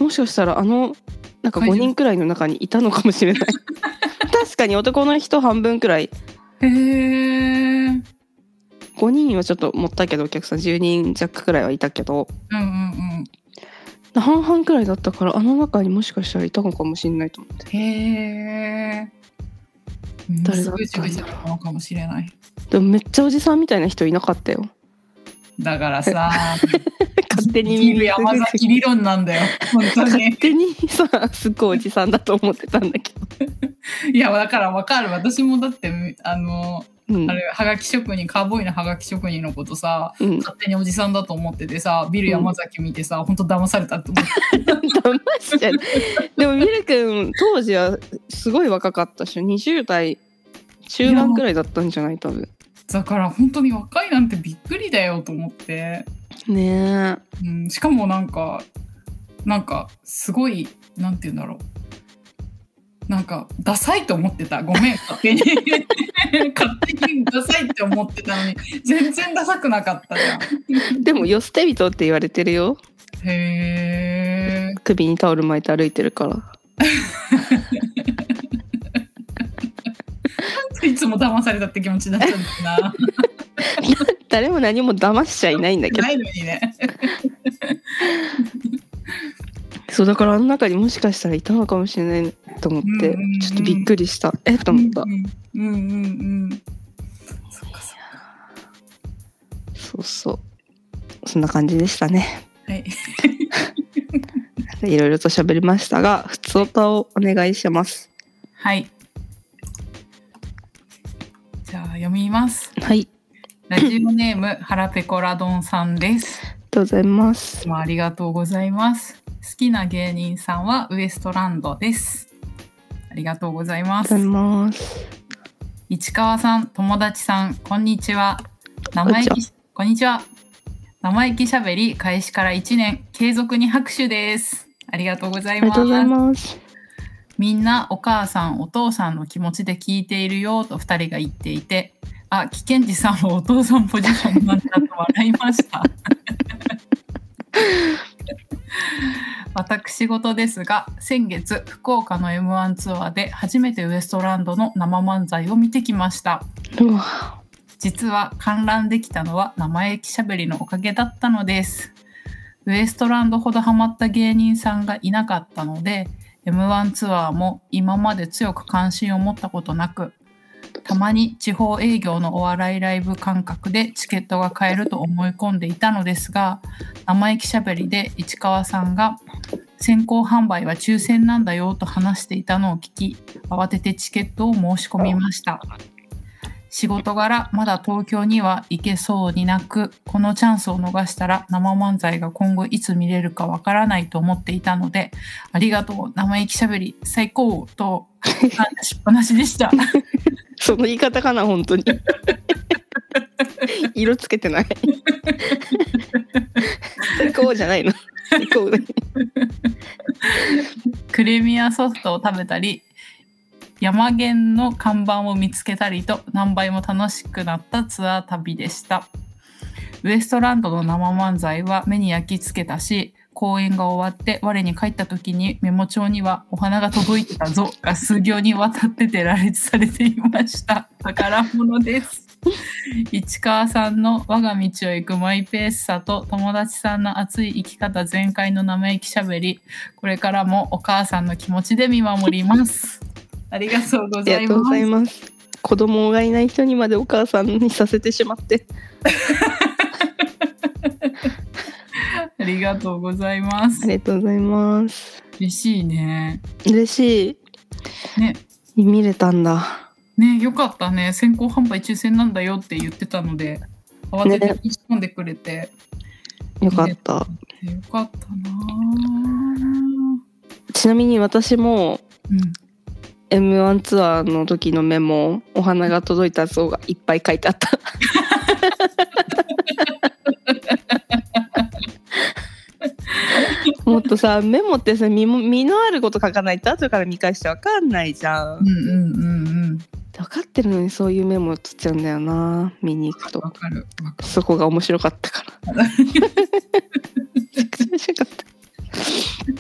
B: ん
A: もしかしたらあのなんか
B: はい
A: 5人くらいの中にいたのかもしれ ない確かに男の人半分くらい
B: うんへえうん
A: 5人はちょっと持ったけどお客さん10人弱くらいはいたけど
B: うんうん
A: 半々くらいだったからあの中にもしかしたらいたのかもしれないと思って
B: へえ
A: 誰だったんだろう
B: ぐちぐちだったのかもしれない
A: でもめっちゃおじさんみたいな人いなかったよ
B: だからさ
A: 勝手に
B: 生きる
A: ミミズグ
B: 山
A: チグチ
B: 崎理論なんだよ 本当
A: 勝
B: に
A: 手にさすっごいおじさんだと思ってたんだけど、
B: いやだからわかる私もだってあの
A: うん
B: あれはがき職人カーボーイのはがき職人のことさ
A: うん、
B: 勝手におじさんだと思っててさビル山崎見てさ、ほんと騙されたっ て思って
A: 騙し ちゃうでもミル君当時はすごい若かったっしょ20代中盤くらいだったんじゃない多分
B: だから本当に若いなんてびっくりだよと思って、
A: ねえ
B: うん、しかもなんかなんかすごいなんて言うんだろうなんかダサいと思ってたご めん勝手に勝手にダサいって思ってたのに全然ダサくなかったじゃん
A: でも「よ捨て人」って言われてるよ
B: へえ
A: 首にタオル巻いて歩いてるから
B: いつも騙されたって気持ちになっちゃうんだ よな
A: 誰も何も騙しちゃいないんだけど
B: ないのにね。
A: そうだからあの中にもしかしたらいたのかもしれないと思って、
B: うんうんうん
A: ちょっとびっくりしたえっと
B: うん
A: 思った、
B: うんうんうん。そっかそっ
A: そうそうそんな感じでしたね
B: か。はい。
A: いろいろと喋りましたが普通歌をお願いします
B: はい。じゃあ読みます。
A: はいあり
B: ラジオネーム腹ペコラドンさんです。
A: がとうございます
B: いつもありがとうございます。好きな芸人さんはウエストランドです。ありがとうござ
A: あ
B: い
A: りがとうご
B: ます
A: ざい。ます。
B: 市川さん、友達さん、こんにちは。生意気し、こんにちは。生意気しゃべり開始から1年、継続に拍手です。ありがとうござ
A: あ
B: い
A: り
B: ま
A: がとうござい。
B: す
A: ます。
B: みんなお母さんお父さんの気持ちで聞いているよと2人が言っていてあ危険児さんもお父さんポジションなんだと笑いました 私事ですが先月福岡の m 1ツアーで初めてウエストランドの生漫才を見てきました
A: うわ
B: 実は観覧できたのは生意気しゃべりのおかげだったのですウエストランドほどハマった芸人さんがいなかったので M1 ツアーも今まで強く関心を持ったことなくたまに地方営業のお笑いライブ感覚でチケットが買えると思い込んでいたのですが生意気しゃべりで市川さんが先行販売は抽選なんだよと話していたのを聞き慌ててチケットを申し込みました仕事柄まだ東京には行けそうになくこのチャンスを逃したら生漫才が今後いつ見れるかわからないと思っていたのでありがとう生意気しゃべり最高と感謝しっぱなしでした
A: その言い方かな本当 に。色つけてない。こうじゃないの。こうで
B: クレミアソフトを食べたり山源の看板を見つけたりと何倍も楽しくなったツアー旅でしたウエストランドの生漫才は目に焼き付けたし公演が終わって我に帰った時にメモ帳には「お花が届いてたぞ」が数行にわたってて羅列されていました宝物です市川さんの我が道を行くマイペースさと友達さんの熱い生き方全開の生意気しゃべりこれからもお母さんの気持ちで見守ります。ありがとうご
A: あ
B: ざ
A: り
B: い
A: がとうご
B: ま
A: ざい
B: す。
A: ます。子供がいない人にまでお母さんにさせてしまって。
B: ありがとうございます
A: あ。りがとうございます。
B: 嬉しいね。
A: 嬉し
B: ね、
A: い。見れたんだ。
B: ね、よかったね。先行販売抽選なんだよって言ってたので、慌てて打ち込んでくれて、
A: よかった。
B: よかったなぁ。
A: ちなみに私も
B: うん、
A: M1 ツアーの時のメモお花が届いた像がいっぱい書いてあった もっとさメモってさ身も身のあること書かないと後から見返して分かんないじゃん
B: うんうんうんうん。
A: 分かってるのにそういうメモ取っちゃうんだよな見に行くと
B: わかる。わか
A: そこが面白かったからめちゃくちゃ面白かっ
B: る。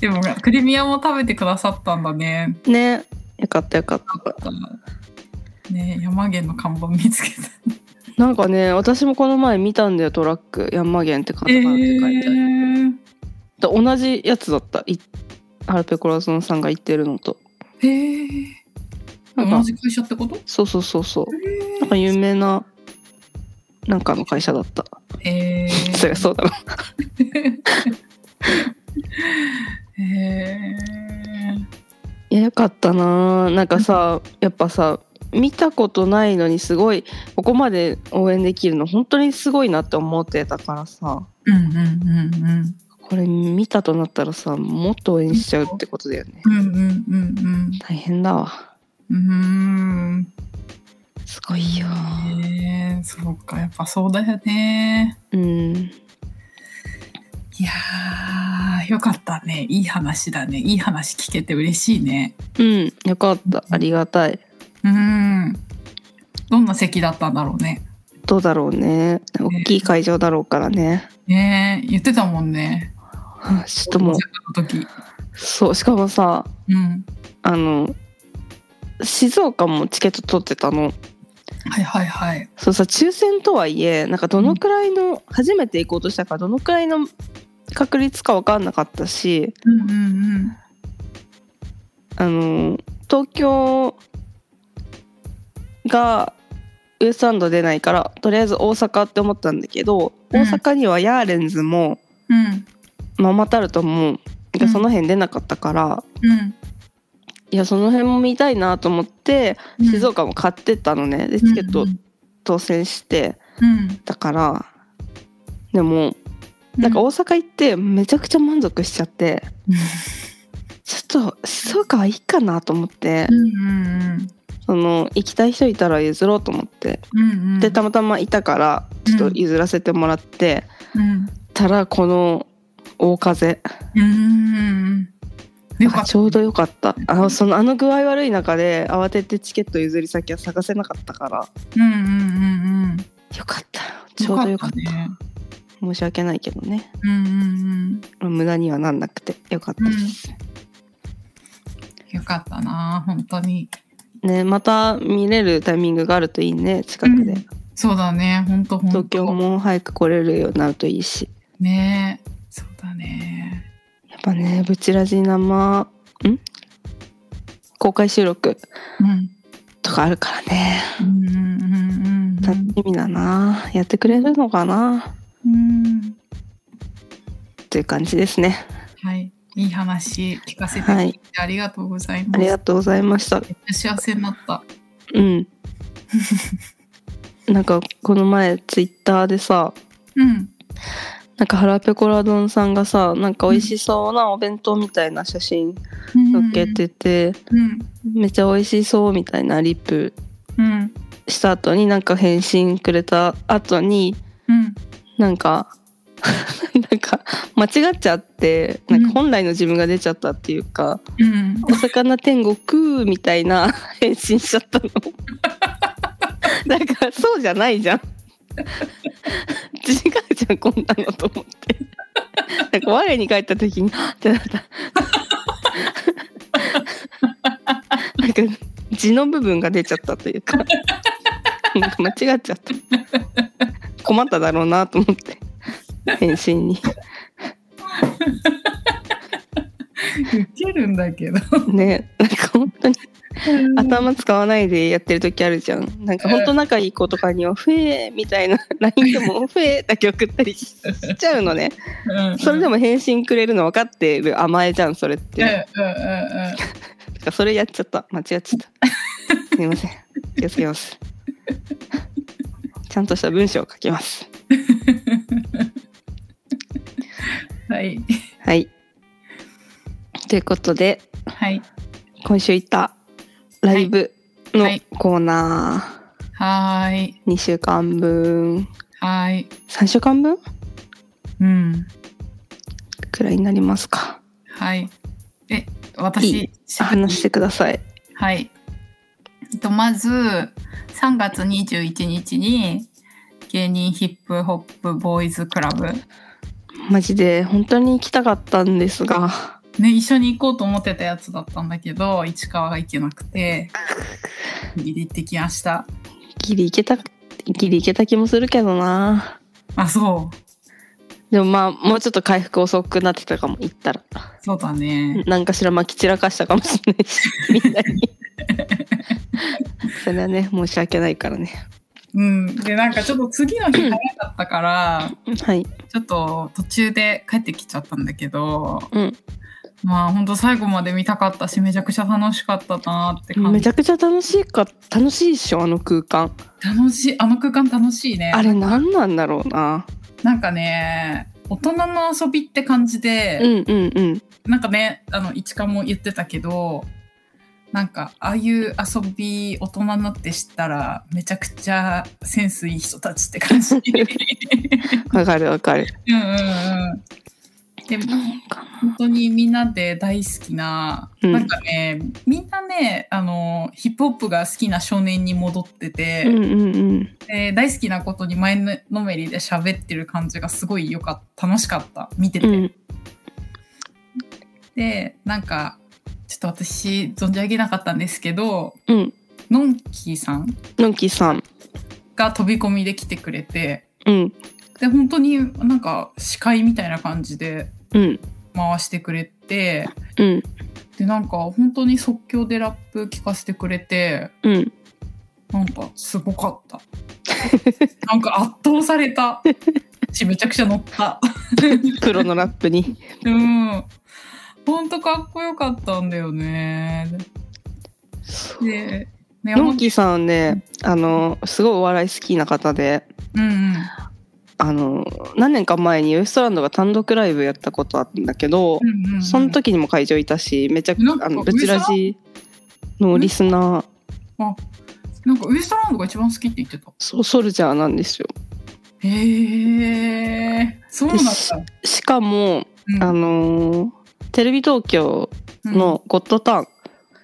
B: でもほら、クリミアも食べてくださったんだね。
A: た ねよかったよかっ
B: よ
A: た
B: かったね、山源の看板見つけた。
A: なんかね私もこの前見たんだよトラック山源ってカタカナで書いてある、
B: ー
A: だ同じやつだったいハルペコラソンさんが言ってるのと
B: へー
A: なん
B: 同
A: か
B: じ会社ってこと
A: そうそうそうそうなん
B: へ
A: か有名ななんかの会社だった、
B: えー。
A: そりゃそうだろ
B: へえ。
A: いやよかったななんかさやっぱさ見たことないのにすごいここまで応援できるの本当にすごいなって思ってたからさ
B: うんうんうん
A: これ見たとなったらさもっと応援しちゃうってことだよね
B: うん。うんうんうん
A: 大変だわ
B: うん。う
A: すごいよ
B: ーん。へえそうか、やっぱそうだよね。
A: うん
B: いやー、よかったね。いい話だね。いい話聞けて嬉しいね。
A: うんよかったありがたい
B: うん。どんな席だったんだろうね。
A: どうだろうね大きい会場だろうからね
B: ねえ、言ってたもんね。
A: はあちょっともう
B: 大阪の時。
A: そうしかもさ
B: うん。
A: あの静岡もチケット取ってたの
B: はいはいはい。
A: そうさ抽選とはいえなんかどのくらいの、初めて行こうとしたからどのくらいの確率か分かんなかったし
B: うんうんうん。
A: あの東京がウエストランド出ないからとりあえず大阪って思ったんだけど、
B: うん
A: 大阪にはヤーレンズも
B: うん
A: ママタルトもなんかその辺出なかったから、
B: うん。
A: いやその辺も見たいなと思って
B: うん
A: 静岡も買ってったのね、でチケット当選して
B: うん。
A: だからでも
B: う
A: なんか大阪行ってめちゃくちゃ満足しちゃって、ちょっと静岡はいいかなと思って
B: う、んうんうん
A: その行きたい人いたら譲ろうと思って、
B: うんうん、
A: でたまたまいたからちょっと譲らせてもらって、
B: うん
A: たらこの大風
B: うーん。よか
A: あ
B: っ
A: ちょうどよかったあのそのあの具合悪い中で慌ててチケット譲り先は探せなかったから
B: た。うんうんうんうん。
A: よかったちょうどよかった
B: ね。
A: 申し訳ないけどね
B: うんうん
A: 無駄にはなんなくてよかったです、
B: うん。よかったな、本当に。
A: ねまた見れるタイミングがあるといいね近くで、
B: うんそうだね、本当本当。
A: 東京も早く来れるようになるといいし
B: ねえ。そうだね。
A: やっぱねブチラジ生ん公開収録
B: うん。
A: とかあるからね
B: うんうんうん
A: 楽しみだなやってくれるのかな
B: うん。うん。
A: という感じですね
B: はい。いい話聞かせて
A: はい
B: ありがとうござい
A: あ
B: ます。
A: りがとうございました
B: めっちゃ幸せになった。
A: うん。なんかこの前ツイッターでさ
B: うん。
A: なんか腹ペコラ丼さんがさなんか美味しそうなお弁当みたいな写真載っけてて、
B: うん。
A: めっちゃ美味しそうみたいなリプ
B: うん。
A: した後になんか返信くれた後に
B: うん。
A: なんか なんか間違っちゃってなんか本来の自分が出ちゃったっていうか、
B: うん。
A: お魚天国みたいな 返信しちゃったの。 なんかそうじゃないじゃん。 違うじゃんこんなのと思って。 なんか我に帰った時にってなった。 なんか字の部分が出ちゃったというか。 なんか間違っちゃった。困っただろうなと思って返信に。
B: 受けるんだけど。
A: ねなんか本当に頭使わないでやってる時あるじゃんなんかほんと仲いい子とかには「フェー」みたいな LINE でも「フェー」だけ送ったりしちゃうのね
B: うん。
A: それで
B: も。
A: も返信くれるの分かってる甘えじゃんそれっ
B: うんうん
A: て
B: うんうん。
A: だからそれやっちゃった間違っちゃったすみません気をつけますちゃんとした文章を書きます
B: はい。
A: はいということで
B: はい。
A: 今週行ったライブの
B: はい
A: コーナ
B: はーい。
A: ー2週間分
B: はーい。
A: 3週間分
B: うん。
A: くらいになりますか
B: はい。え、
A: い
B: 私、
A: 話してください
B: はい。えっと、まず、3月21日に、芸人ヒップホップボーイズクラブ。
A: マジで本当に行きたかったんですが
B: ね、一緒に行こうと思ってたやつだったんだけど、市川が行けなくて、ギリ行ってきました。
A: ギリ行けたギリ行けた気もするけどな
B: あ、そう。
A: でもまあもうちょっと回復遅くなってたかも行ったら
B: そうだね。
A: なんかしらまき散らかしたかもしれないしみんなにそれはね申し訳ないからね
B: うん。で、なんかちょっと次の日早かったから、
A: はい
B: ちょっと途中で帰ってきちゃったんだけど、
A: うん
B: まあ本当最後まで見たかったしめちゃくちゃ楽しかったなって感
A: めち
B: じ
A: ゃくちゃ楽しいか楽しいっしょあの空間
B: 楽しいあの空間楽しいね
A: あれ何なんだろうな
B: なんかね大人の遊びって感じ
A: う
B: で、
A: んうんうん
B: なんかねあの一華も言ってたけどなんかああいう遊び大人になって知ったらめちゃくちゃセンスいい人たちって感じうん
A: わかるわかる
B: うんうんで本当にみんなで大好きな、
A: うん
B: なんかねみんなねあのヒップホップが好きな少年に戻ってて、
A: うんうんうん
B: で大好きなことに前のめりで喋ってる感じがすごいよかった楽しかった見てて、
A: うんで
B: でなんかちょっと私存じ上げなかったんですけど
A: うん
B: のんきさん
A: のんきさん
B: が飛び込みで来てくれて
A: うん
B: で本当になんか司会みたいな感じで
A: うん
B: 回してくれて
A: うん
B: でなんか本当に即興でラップ聞かせてくれて
A: うん
B: なんかすご かった。なんか圧倒された。し、めちゃくちゃ乗った。
A: プロのラップに
B: うん。ほんとかっこよかったんだよね。で、ね
A: のんきさんはねあのすごいお笑い好きな方で
B: うんうん。
A: あの何年か前にウエストランドが単独ライブやったことあったんだけど、
B: うんうんうん
A: その時にも会場いたしめちゃく
B: なんか
A: あのブチラジのリスナー
B: なんかウエストランドが一番好きって言ってた。
A: そうソルジャーなんですよ
B: へえ、そうなんだ。
A: しかも、
B: うん
A: あのーテレビ東京の「ゴッドタウン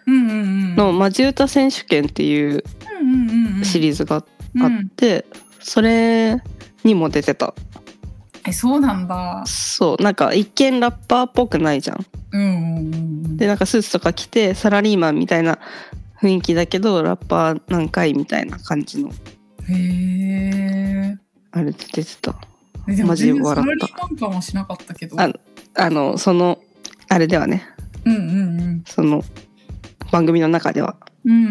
B: うんうんうん」
A: の「マジ歌選手権」っていう
B: うんうんうんうん
A: シリーズがあっ
B: うん
A: て、それにも出てた
B: えそうなんだ。
A: そうなんか一見ラッパーっぽくないじゃん
B: うんうんうんうん。
A: でなんかスーツとか着てサラリーマンみたいな雰囲気だけどラッパー何回みたいな感じの
B: へ
A: あれで出てた
B: え。でも
A: マジ
B: 全然
A: 笑
B: サラ
A: った
B: リーマン感はしなかったけど。
A: ああのそのあれではね
B: うんうんうん。
A: その番組の中では
B: うんうん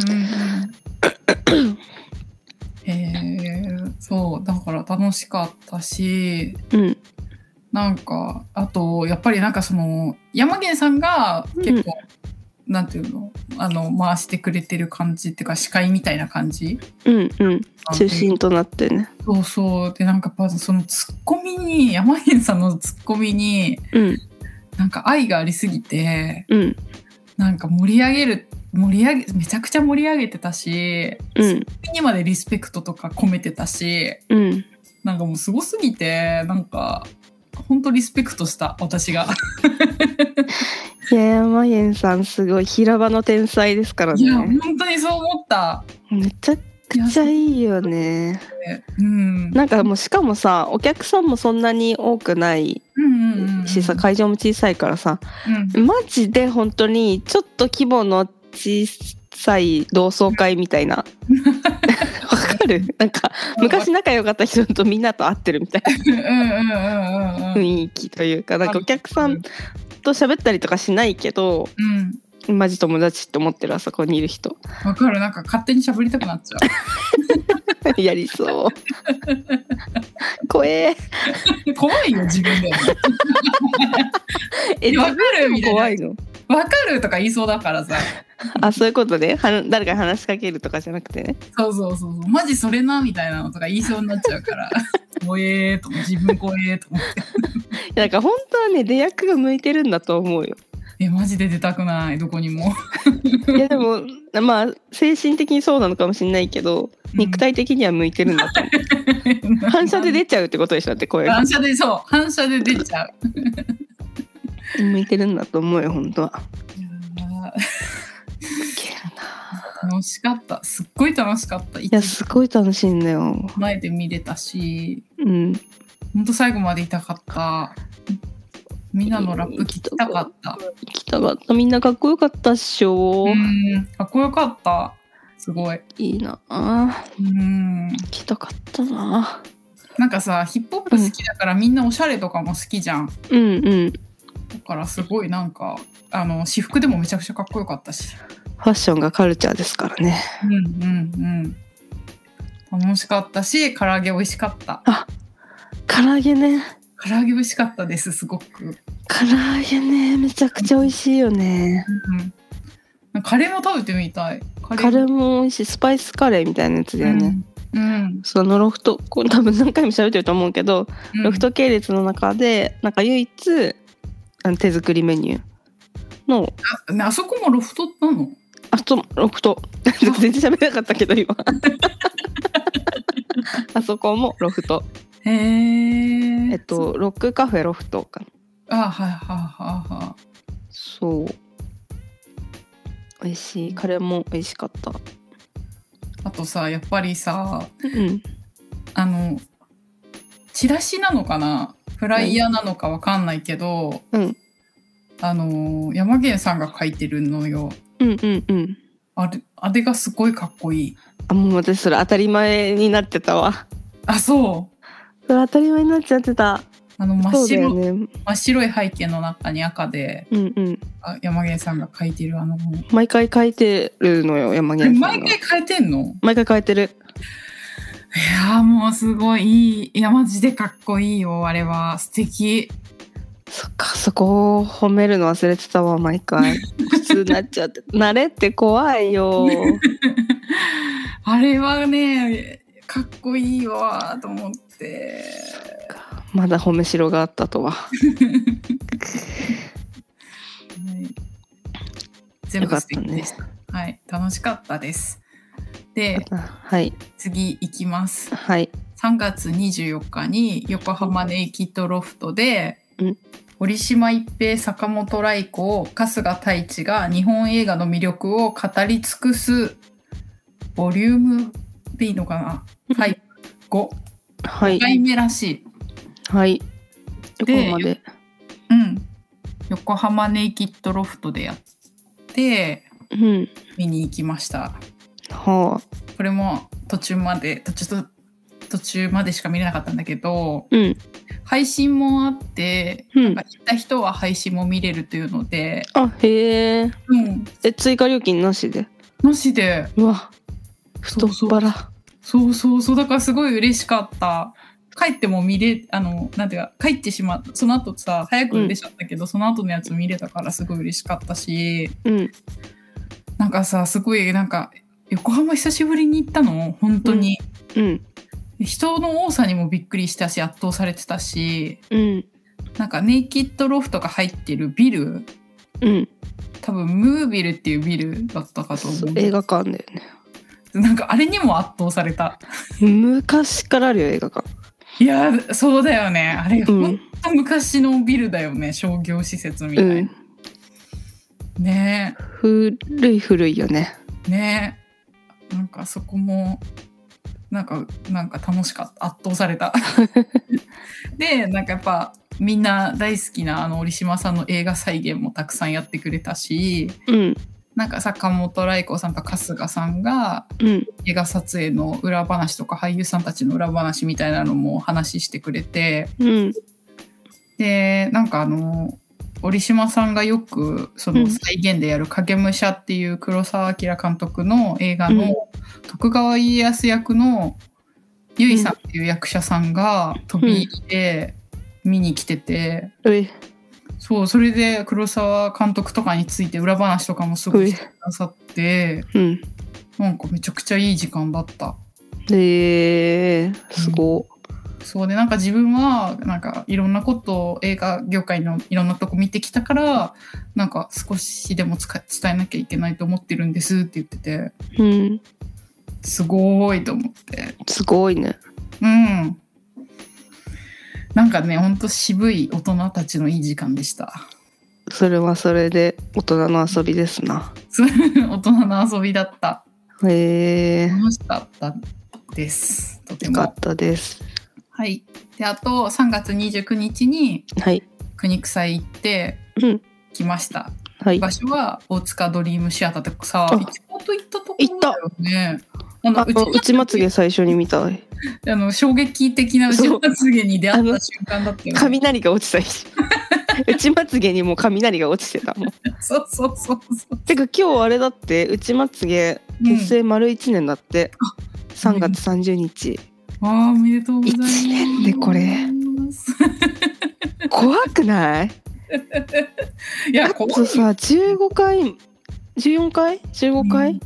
B: うん。へえ、そう、だから楽しかったし、
A: うん
B: なんか、あと、やっぱりなんかその、山源さんが結構、なんていうの、あの、回してくれてる感じっていうか、司会みたいな感じ
A: うんうん中心となってね
B: そうそう。で、なんか、まずそのツッコミに、山源さんのツッコミに、
A: うん
B: なんか愛がありすぎて、
A: うん
B: なんか盛り上げる、盛り上げ、めちゃくちゃ盛り上げてたし、
A: うん
B: にまでリスペクトとか込めてたし、
A: うん
B: なんかもうすごすぎて、なんか、ほんとリスペクトした、私が。
A: いや山源さんすごい平場の天才ですから
B: いや、
A: ね
B: 本当にそう思った。
A: めちゃくちゃいいよね
B: うん。
A: なんかもうしかもさお客さんもそんなに多くない
B: うんうんうん。
A: しさ会場も小さいからさ
B: うん。
A: マジで本当にちょっと規模の小さい同窓会み たいなわかるなんか昔仲良かった人とみんなと会ってるみたい
B: うんうんうんうん
A: な
B: うん。
A: 雰囲気というかなんかお客さ
B: うん
A: んと喋ったりとかしないけど
B: うん。
A: マジ友達って思ってるあそこにいる 人
B: わかる。なんか勝手に喋りたくなっちゃ
A: やりそう怖え
B: う。怖いよ、自分で。
A: え
B: わかるみたいな
A: 怖いの
B: わかるとか言いそうだからさ。
A: あそういうことねは誰かに話しかけるとかじゃなくてね
B: そうそうそうそう。マジそれな、みたいなのとか言いそうになっちゃう から。怖えーと思って、自分怖えーと思って。
A: いやなんか本当はね出役が向いてるんだと思うよ
B: え、マジで出たくない、どこにも。
A: いやでもまあ精神的にそうなのかもしれないけど肉体的には向いてるんだと 思う、反射で出ちゃうってことでしょだって声が
B: 反射でそう反射で出ちゃう
A: 向いてるんだと思うよ本当はい
B: や
A: すげえな
B: ー楽しかったすっごい楽しかったい
A: いやすごい楽しいんだよ
B: 前で見れたし
A: うん
B: ほんと最後までいたかったみんなのラップ聞きたかった
A: 行きたかったみんなかっこよかったっしょ、
B: うんかっこよかったすごい
A: いいなあ
B: うん
A: 行きたかったな
B: なんかさヒップホップ好きだからみんなおしゃれとかも好きじゃんだ
A: うんうんフ
B: からすごいなんかあの私服でもめちゃくちゃかっこよかったし
A: ァッションがカルチャーですからね
B: うんうんうん楽しかったし唐揚げ美味しかった
A: 唐揚げね
B: 唐揚げ美味しかったですすごく
A: 唐揚げねめちゃくちゃ美味しいよね
B: うん、カレーも食べてみたい。カ
A: カレーも美味しいスパイスカレーみたいなやつだよね、
B: うん。うん。
A: そのロフトこう多分何回も喋ってると思うけど、
B: うん
A: ロフト系列の中でなんか唯一あの手作りメニューの
B: あねあそこもロフトなの
A: あとロフ ト全然喋れなかったけど今 あそこもロフト
B: へえ。
A: えっ。とロックカフェロフトかな
B: あはいはいはいは
A: そう美味しいカレーも美味しかった
B: い。あとさ、やっぱりさ、
A: うん
B: あの、チラシなのかなフライヤーなのかわかんないけど、
A: うん
B: あの、山源さんが書いてるのよ。
A: うんうんうん
B: あれ、あれがすごいかっこいい。
A: あもう私それ当たり前になってたわ
B: あ、そう。
A: それ当たり前になっちゃってた
B: あの真
A: そう
B: っ
A: だ
B: 白、
A: よね
B: 真っ白い背景の中に赤で、
A: うんうん
B: あ山源さんが書いてるあの、
A: 毎回書いてるのよ山
B: え
A: 源さん
B: 毎
A: が
B: 回変えてんの
A: 毎回書いてる
B: いやーもうすごいいい。いや、マジでかっこいいよ、あれは。素敵。
A: そっかそこを褒めるの忘れてたわ毎回普通になっちゃって慣れって怖いよ
B: あれはね、かっこいいわ、と思って。
A: まだ褒めしろがあったとは
B: はい、全部素敵でした。はい、楽しかったです。で
A: はい
B: 次行きます
A: はい
B: 3月24日に横浜ネイキッドロフトで、
A: うん
B: 堀島一平坂本来子春日太一が日本映画の魅力を語り尽くすボリュームでいいのかなはい5
A: はい
B: 回目らしい。
A: はい横
B: で
A: 浜で
B: うん、横浜ネイキッドロフトでやって
A: うん
B: 見に行きました。
A: はあ
B: これも途中まで途中と途中までしか見れなかったんだけど
A: うん
B: 配信もあって
A: うん
B: 行った人は配信も見れるというので、
A: あへえ
B: うん、
A: え追加料金なしで
B: なしで
A: うわ太っ
B: そうそう
A: 腹
B: そうそうそうだからすごい嬉しかった帰っても見れあのなんていうか帰ってしまったその後さ早く出ちゃったけど、その後のやつ見れたからすごい嬉しかったし
A: うん
B: なんかさすごいなんか横浜久しぶりに行ったの本当に、
A: うん
B: 人の多さにもびっくりしたし圧倒されてたし
A: うん
B: なんかネイキッドロフトが入ってるビル
A: うん
B: 多分ムービルっていうビルだったかと思
A: そうう映画館だよね
B: なんかあれにも圧倒された
A: 昔からあるよ映画館
B: いやーそうだよねあれ、
A: うん
B: ほんと昔のビルだよね商業施設みた
A: う
B: いな、
A: ん
B: ね
A: 古い古いよね
B: えねえなんかそこもなんかなんか楽しかった圧倒さ れたでなんかやっぱみんな大好きなあの折島さんの映画再現もたくさんやってくれたし
A: うん
B: なんか坂本来子さんと春日さんが
A: うん
B: 映画撮影の裏話とか俳優さんたちの裏話みたいなのもお話ししてくれて
A: うん
B: でなんかあの折島さんがよくそうの
A: ん
B: 再現でやる「影武者」っていう黒澤明監督の映画の、
A: うん
B: 徳川家康役のゆいさんっていう役者さんが飛び入りで見に来てて、
A: うい
B: そうそれで黒澤監督とかについて裏話とかもすごいしてくださって
A: うん
B: なんかめちゃくちゃいい時間だった。
A: えー、すご
B: そうでなんか自分はなんかいろんなことを映画業界のいろんなとこ見てきたからなんか少しでもつか伝えなきゃいけないと思ってるんですって言ってて
A: うん
B: すごーいと思って
A: すごいね
B: うんなんかねほんと渋い大人たちのいい時間でした
A: それはそれで大人の遊びですな
B: そう大人の遊びだった
A: へえー、
B: 楽しかったですとて
A: よか
B: も
A: ったです
B: はいであと3月29日に
A: はい
B: 国草へ行って
A: うん
B: きました、
A: はい
B: 場所は大塚ドリームシアターってさ
A: あ
B: 一番と行ったところだよね。あの
A: あ
B: う
A: のう
B: ち
A: ちまつげ最初に見た
B: あの衝撃的なうちまつげに出会った瞬間だったよね。
A: 雷が落 ちた日うちまつげにもう雷が落ちてたもん
B: そうそうそうそう。
A: てか今日あれだってうちまつげ
B: うん
A: 結成丸1年だって、3月30日、
B: ああおめでとうございます。
A: 一年でこれ。怖くない
B: いや
A: あ
B: こ
A: とさ15回14回15回、
B: うん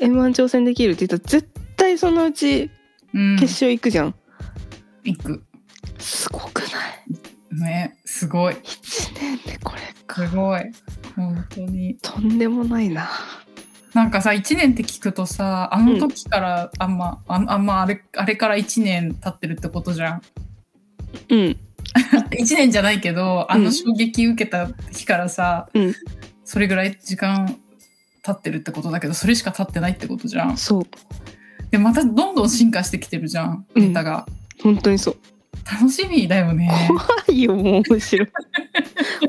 A: M1 挑戦できるって言ったら絶対そのうち
B: うん
A: 決勝行くじゃん、
B: 行く
A: すごくない
B: ねすごい
A: ?1 年でこれ
B: す
A: か
B: ごい本当に
A: とんでもないな
B: なんかさ1年って聞くとさあの時からあんま、あんあんまあれあれから1年経ってるってことじゃん。
A: うん
B: 1年じゃないけどあ
A: う
B: の
A: ん
B: 衝撃受けた日からさ、
A: うん
B: それぐらい時間経ってるってことだけどそれしか経ってないってことじゃん
A: そう
B: でまたどんどん進化してきてるじゃん
A: うん
B: ネタが、
A: 本当にそう
B: 楽しみだよね
A: 怖いよもう面白い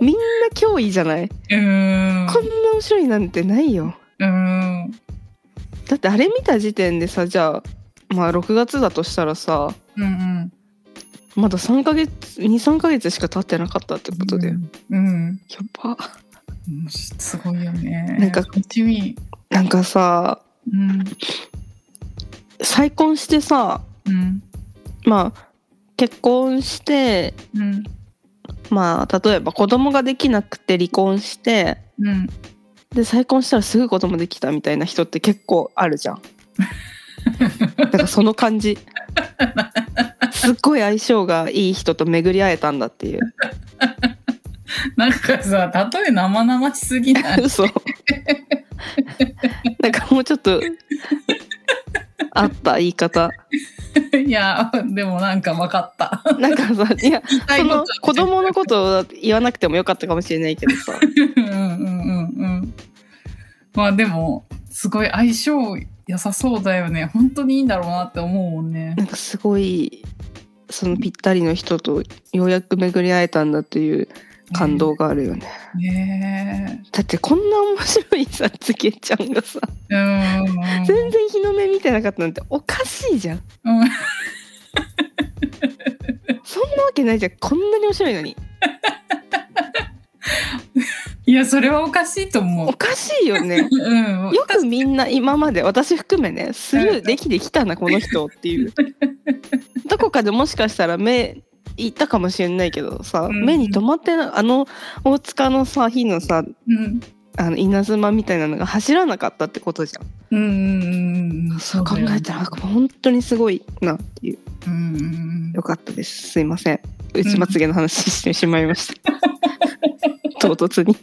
A: みんな脅威じゃない、
B: うーん
A: こんな面白いなんてないよ
B: うーん
A: だってあれ見た時点でさじゃあまあ6月だとしたらさ
B: うんうん
A: まだ3ヶ月23ヶ月しか経ってなかったってことで、
B: うん、うん
A: やば
B: うんすごいよね
A: なんか
B: 楽しみ
A: なんかさ
B: うん
A: 再婚してさ
B: うん
A: まあ結婚して
B: うん
A: まあ例えば子供ができなくて離婚して
B: うん
A: で再婚したらすぐ子供できたみたいな人って結構あるじゃんだからその感じすっごい相性がいい人と巡り会えたんだっていう
B: なんかさ例え 生々しすぎない
A: 嘘なんかもうちょっとあった言い方
B: いやでもなんか分かった
A: なんかさいや
B: 言いた
A: そ
B: いこ
A: の
B: と
A: 子供のことを言わなくてもよかったかもしれないけどさ
B: うんうんうんうんまあでもすごい相性良さそうだよね本当にいいんだろうなって思うもんね
A: なんかすごいそのぴったりの人とようやく巡り会えたんだという感動があるよね
B: ね
A: だってこんな面白いさつけちゃんがさ
B: えうんうん
A: 全然日の目見てなかったなんておかしいじゃん
B: うん
A: そんなわけないじゃんこんなに面白いのに
B: いやそれはおかしいと思う
A: おかしいよね
B: うん
A: よくみんな今まで私含めねスルーできてきたなこの人って いうどこかでもしかしたら目いったかもしれないけどさ、
B: うん
A: 目に留まってなあの大塚のさ日のさ
B: うん
A: あの稲妻みたいなのが走らなかったってことじゃん
B: うんうんうんうん
A: そう考
B: だよね
A: えたら本当にすごいなっていう
B: うんうん
A: よかったですすいませんうちまつげの話してしまいました、 唐突に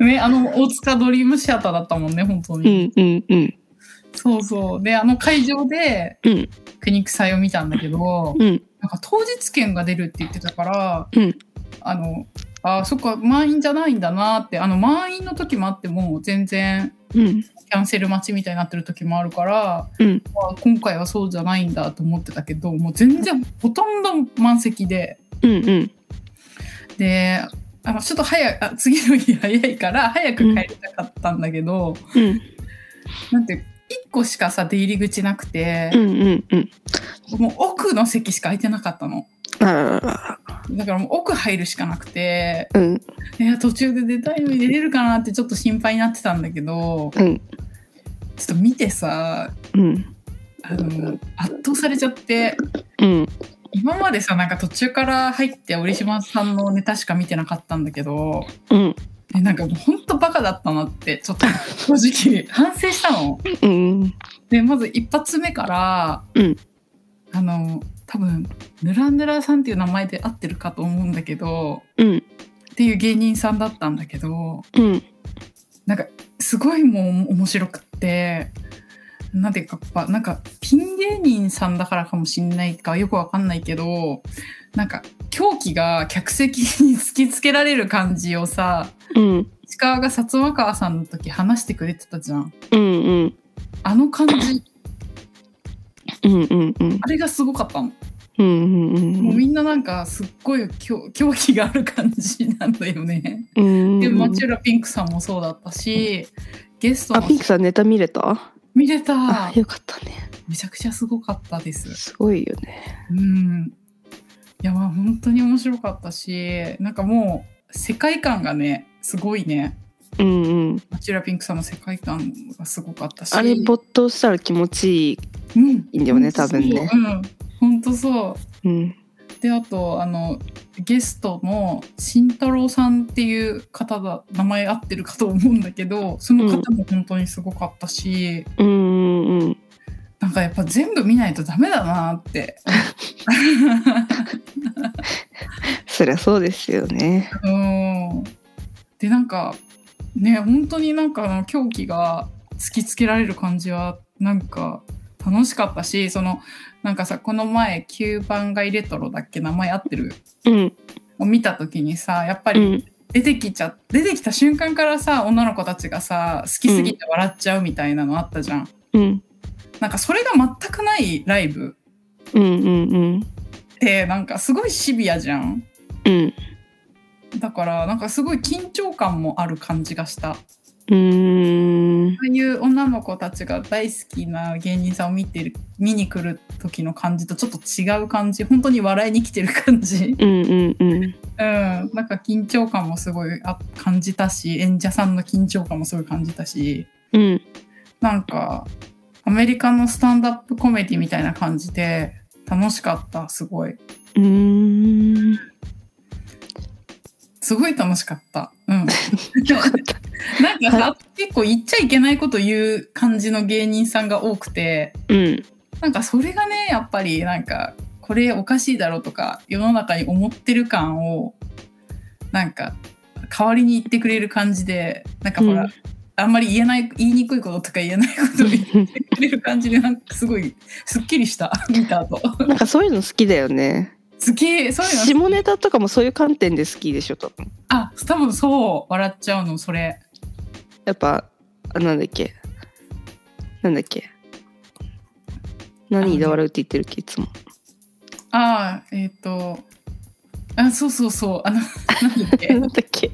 B: うんねあの大塚ドリームシアターだったもんね本当
A: う
B: に、
A: んうんうん
B: そうそうであの会場で
A: うん
B: 国臭いを見たんだけど、
A: うん
B: なんか当日券が出るって言ってたから、
A: うん
B: あのあそっか満員じゃないんだなってあの満員の時もあっても全然
A: うん
B: キャンセル待ちみたいになってる時もあるから、
A: うん
B: あ今回はそうじゃないんだと思ってたけどもう全然ほとんど満席で
A: うんうん
B: であのちょっと早あ次の日早いから早く帰りたかったんだけど、
A: うん
B: なんて1個しかさ出入り口なくて
A: う、んうんうん
B: もう奥の席しか空いてなかったの
A: あららら
B: だからもう奥入るしかなくて
A: うん
B: いや途中で出たいのに出れるかなってちょっと心配になってたんだけど
A: うん
B: ちょっと見てさ
A: うん
B: あの圧倒されちゃって
A: うん
B: 今までさなんか途中から入って折島さんのネタしか見てなかったんだけど
A: うん
B: えなんかもうほんとバカだったなってちょっと正直反省したの。
A: うん
B: でまず一発目から、
A: うん
B: あの多分ぬらぬらさんっていう名前で合ってるかと思うんだけど
A: うん
B: っていう芸人さんだったんだけど。
A: うん
B: なんかすごいもう面白くってなんていうかやっぱなんかピン芸人さんだからかもしんないかよくわかんないけどなんか狂気が客席に突きつけられる感じをさ
A: うん
B: 石川が薩摩川さんの時話してくれてたじゃん
A: うんうん
B: あの感じ
A: うんうんうん
B: あれがすごかったの、
A: うんう
B: もうんみんななんかすっごい狂狂気がある感じなんだよね、
A: うん
B: で町浦ピンクさんもそうだったしゲスト
A: あ
B: の
A: ピンクさんネタ見れた
B: 見れた
A: あよかったね
B: めちゃくちゃすごかったです
A: すごいよね
B: うん。いや、まあ、本当に面白かったし、なんかもう、世界観がね、すごいね。
A: うんうん
B: マチュラピンクさんの世界観がすごかったし。
A: あれ没頭したら気持ちいい
B: うん、
A: いいんだよね多分ね
B: うん。本当そ
A: うん
B: う。で、あと、あの、ゲストの慎太郎さんっていう方だ、名前合ってるかと思うんだけど、その方も本当にすごかったし、
A: うんうんうん
B: なんかやっぱ全部見ないとダメだな って。
A: そりゃそうですよね
B: うんでなんかね本当になんかあの狂気が突きつけられる感じはなんか楽しかったしそのなんかさこの前9番街レトロだっけ名前合ってる
A: うん
B: を見た時にさやっぱ
A: う
B: り
A: ん
B: 出てきちゃ、出てきた瞬間からさ女の子たちがさ好きすぎて笑っちゃうみたいなのあったじゃん、
A: うん
B: なんかそれが全くないライブ
A: うんうんうん
B: ってなんかすごいシビアじゃん
A: うん
B: だからなんかすごい緊張感もある感じがした
A: うーん
B: そういう女の子たちが大好きな芸人さんを見てる見に来る時の感じとちょっと違う感じ本当に笑いに来てる感じ、 うん、
A: うんうんうん
B: なんか緊張感もすごいあ感じたし演者さんの緊張感もすごい感じたし
A: うん
B: なんかアメリカのスタンダップコメディみたいな感じで楽しかったすごいう
A: ーんよ
B: すごい楽しかったうん
A: かった
B: なんかさ結構言っちゃいけないこと言う感じの芸人さんが多くて
A: うん
B: なんかそれがねやっぱりなんかこれおかしいだろうとか世の中に思ってる感をなんか代わりに言ってくれる感じでなんかほら、
A: うん
B: あんまり言えない言いにくいこととか言えないことを言ってくれる感じでなんかすごいすっきりした見た後
A: なんかそういうの好きだよね
B: 好きそういうの
A: 下ネタとかもそういう観点で好きでしょ多分
B: あ多分そう笑っちゃうのそれ
A: やっぱあなんだっけなんだっけ何で笑うって言ってるっけいつも
B: ああえっ、とあそうそうそうあのなんだっ
A: な
B: け
A: んだっけ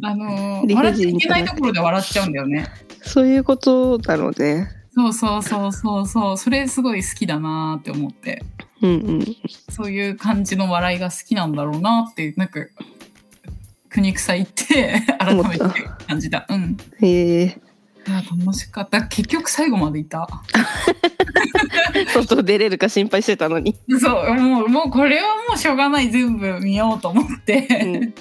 B: あの
A: 理不
B: 笑っちゃ
A: 尽
B: い
A: じゃ
B: け
A: な
B: ないいところで笑っちゃうんだよね
A: そういうことだろうね
B: そうそうそうそうそうそれすごい好きだなーって思って
A: うんうん
B: そういう感じの笑いが好きなんだろうなってなんか国臭いって 改
A: 思っ
B: めて
A: た
B: 感じたうん
A: へえ
B: いや楽しかった結局最後までいた
A: 外出れるか心配してたのに、
B: そうもうもうこれはもうしょうがない全部見ようと思って、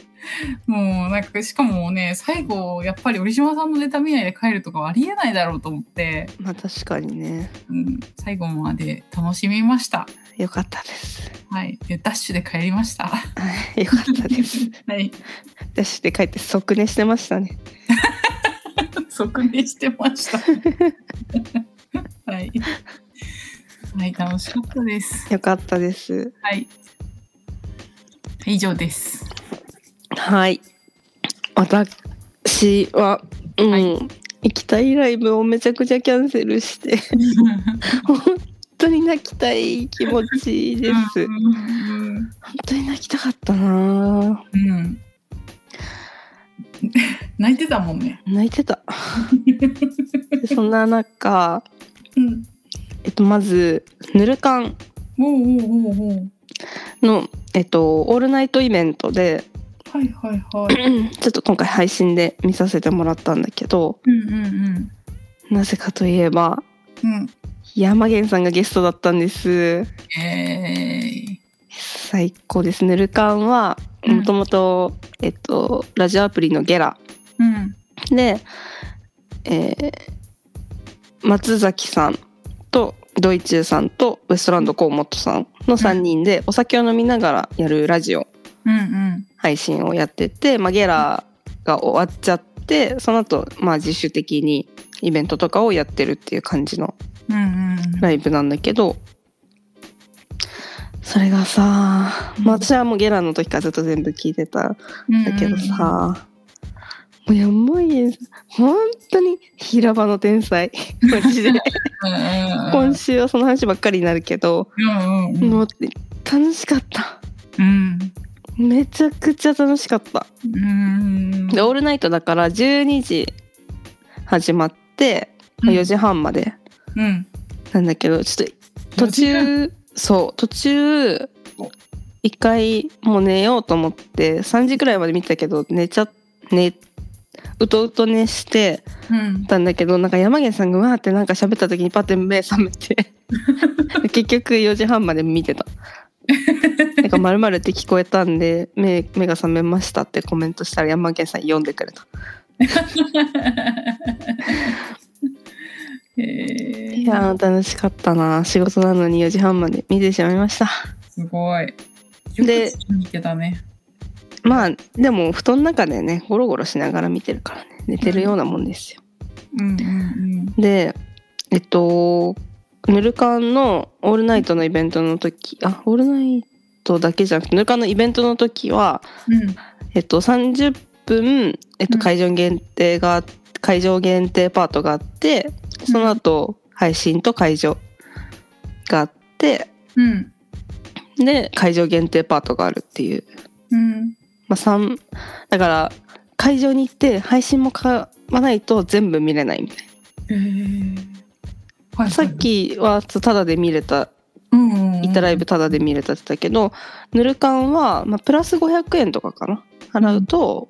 A: うん、
B: もうなんかしかもね最後やっぱり折島さんのネタ見ないで帰るとかはありえないだろうと思って、
A: まあ確かにね
B: うん、最後まで楽しみました
A: よかったです
B: はいでダッシュで帰りました
A: はいよかった です
B: はい
A: 出して帰って即寝してましたね
B: 即寝してま した。はい。はい、楽しかったです。
A: よかったです
B: はい。以上です。
A: はい私はうん、
B: はい
A: 行きたいライブをめちゃくちゃキャンセルして本当に泣きたい気持ちです
B: う
A: 本
B: ん
A: 当に泣きたかったな
B: うん。泣いてたもんね。
A: 泣いてたでそんな中
B: うん。
A: えっとまずぬるかん
B: おうおうおうおう。
A: の、えっと、オールナイトイベントで
B: はいはいはい。
A: ちょっと今回配信で見させてもらったんだけど
B: うんうんうん。
A: なぜかといえば
B: うん。
A: 山源さんがゲストだったんです
B: えーい。
A: 最高ですぬるかんは
B: うん
A: もともとえっとラジオアプリのゲラ
B: うん。
A: で、えー松崎さんとドイチューさんとウエストランド河本さんの3人でお酒を飲みながらやるラジオ
B: うんうん。
A: 配信をやってて、まあ、ゲラが終わっちゃってその後、まあ自主的にイベントとかをやってるっていう感じの
B: うんうん
A: ライブなんだけどそれがさ、まあ、私はもうゲラの時からずっと全部聞いてたん
B: うん。
A: だけどさ、もうやばい本当に平場の天 才マジで
B: うんうんうん。
A: 今週はその話ばっかりになるけど、
B: うんうんうん。
A: もう楽しかった
B: うん。
A: めちゃくちゃ楽しかった。
B: うん。
A: でオールナイトだから12時始まって、まあ4時半まで
B: うん。
A: なんだけどちょっと途中そう途中
B: お
A: 一回もう寝ようと思って3時くらいまで見てたけど寝ちゃ寝うとうと寝して
B: うん。
A: たんだけどなんか山源さんがうわーってなんか喋った時にパッて目覚め て結局4時半まで見てた。なんか「まるって聞こえたんで目目が覚めましたってコメントしたら山源さん読んでくれた。
B: えー
A: いやー楽しかったな仕事なのに4時半まで見てしまいました
B: すごい。
A: で
B: よく見てたね。
A: まあでも布団の中でねゴロゴロしながら見てるからね寝てるようなもんですよ
B: うんうん
A: でえっとぬるかんのオールナイトのイベントの時あオールナイトだけじゃなくてぬるかんのイベントの時は
B: うん。うん
A: えっと30分、えっ
B: う
A: と、
B: ん
A: 会場限定が、会場限定パートがあってその後配信と会場があって
B: うん
A: で会場限定パートがあるっていう
B: うん。
A: まあ、三だから会場に行って配信も買わないと全部見れないみたい
B: えーはいは
A: ないさっきはちょっとタダで見れた
B: うんうんうん
A: 行ったライブタダで見れたって言ったけどぬるかんは、まあ、プラス500円とかかな払うと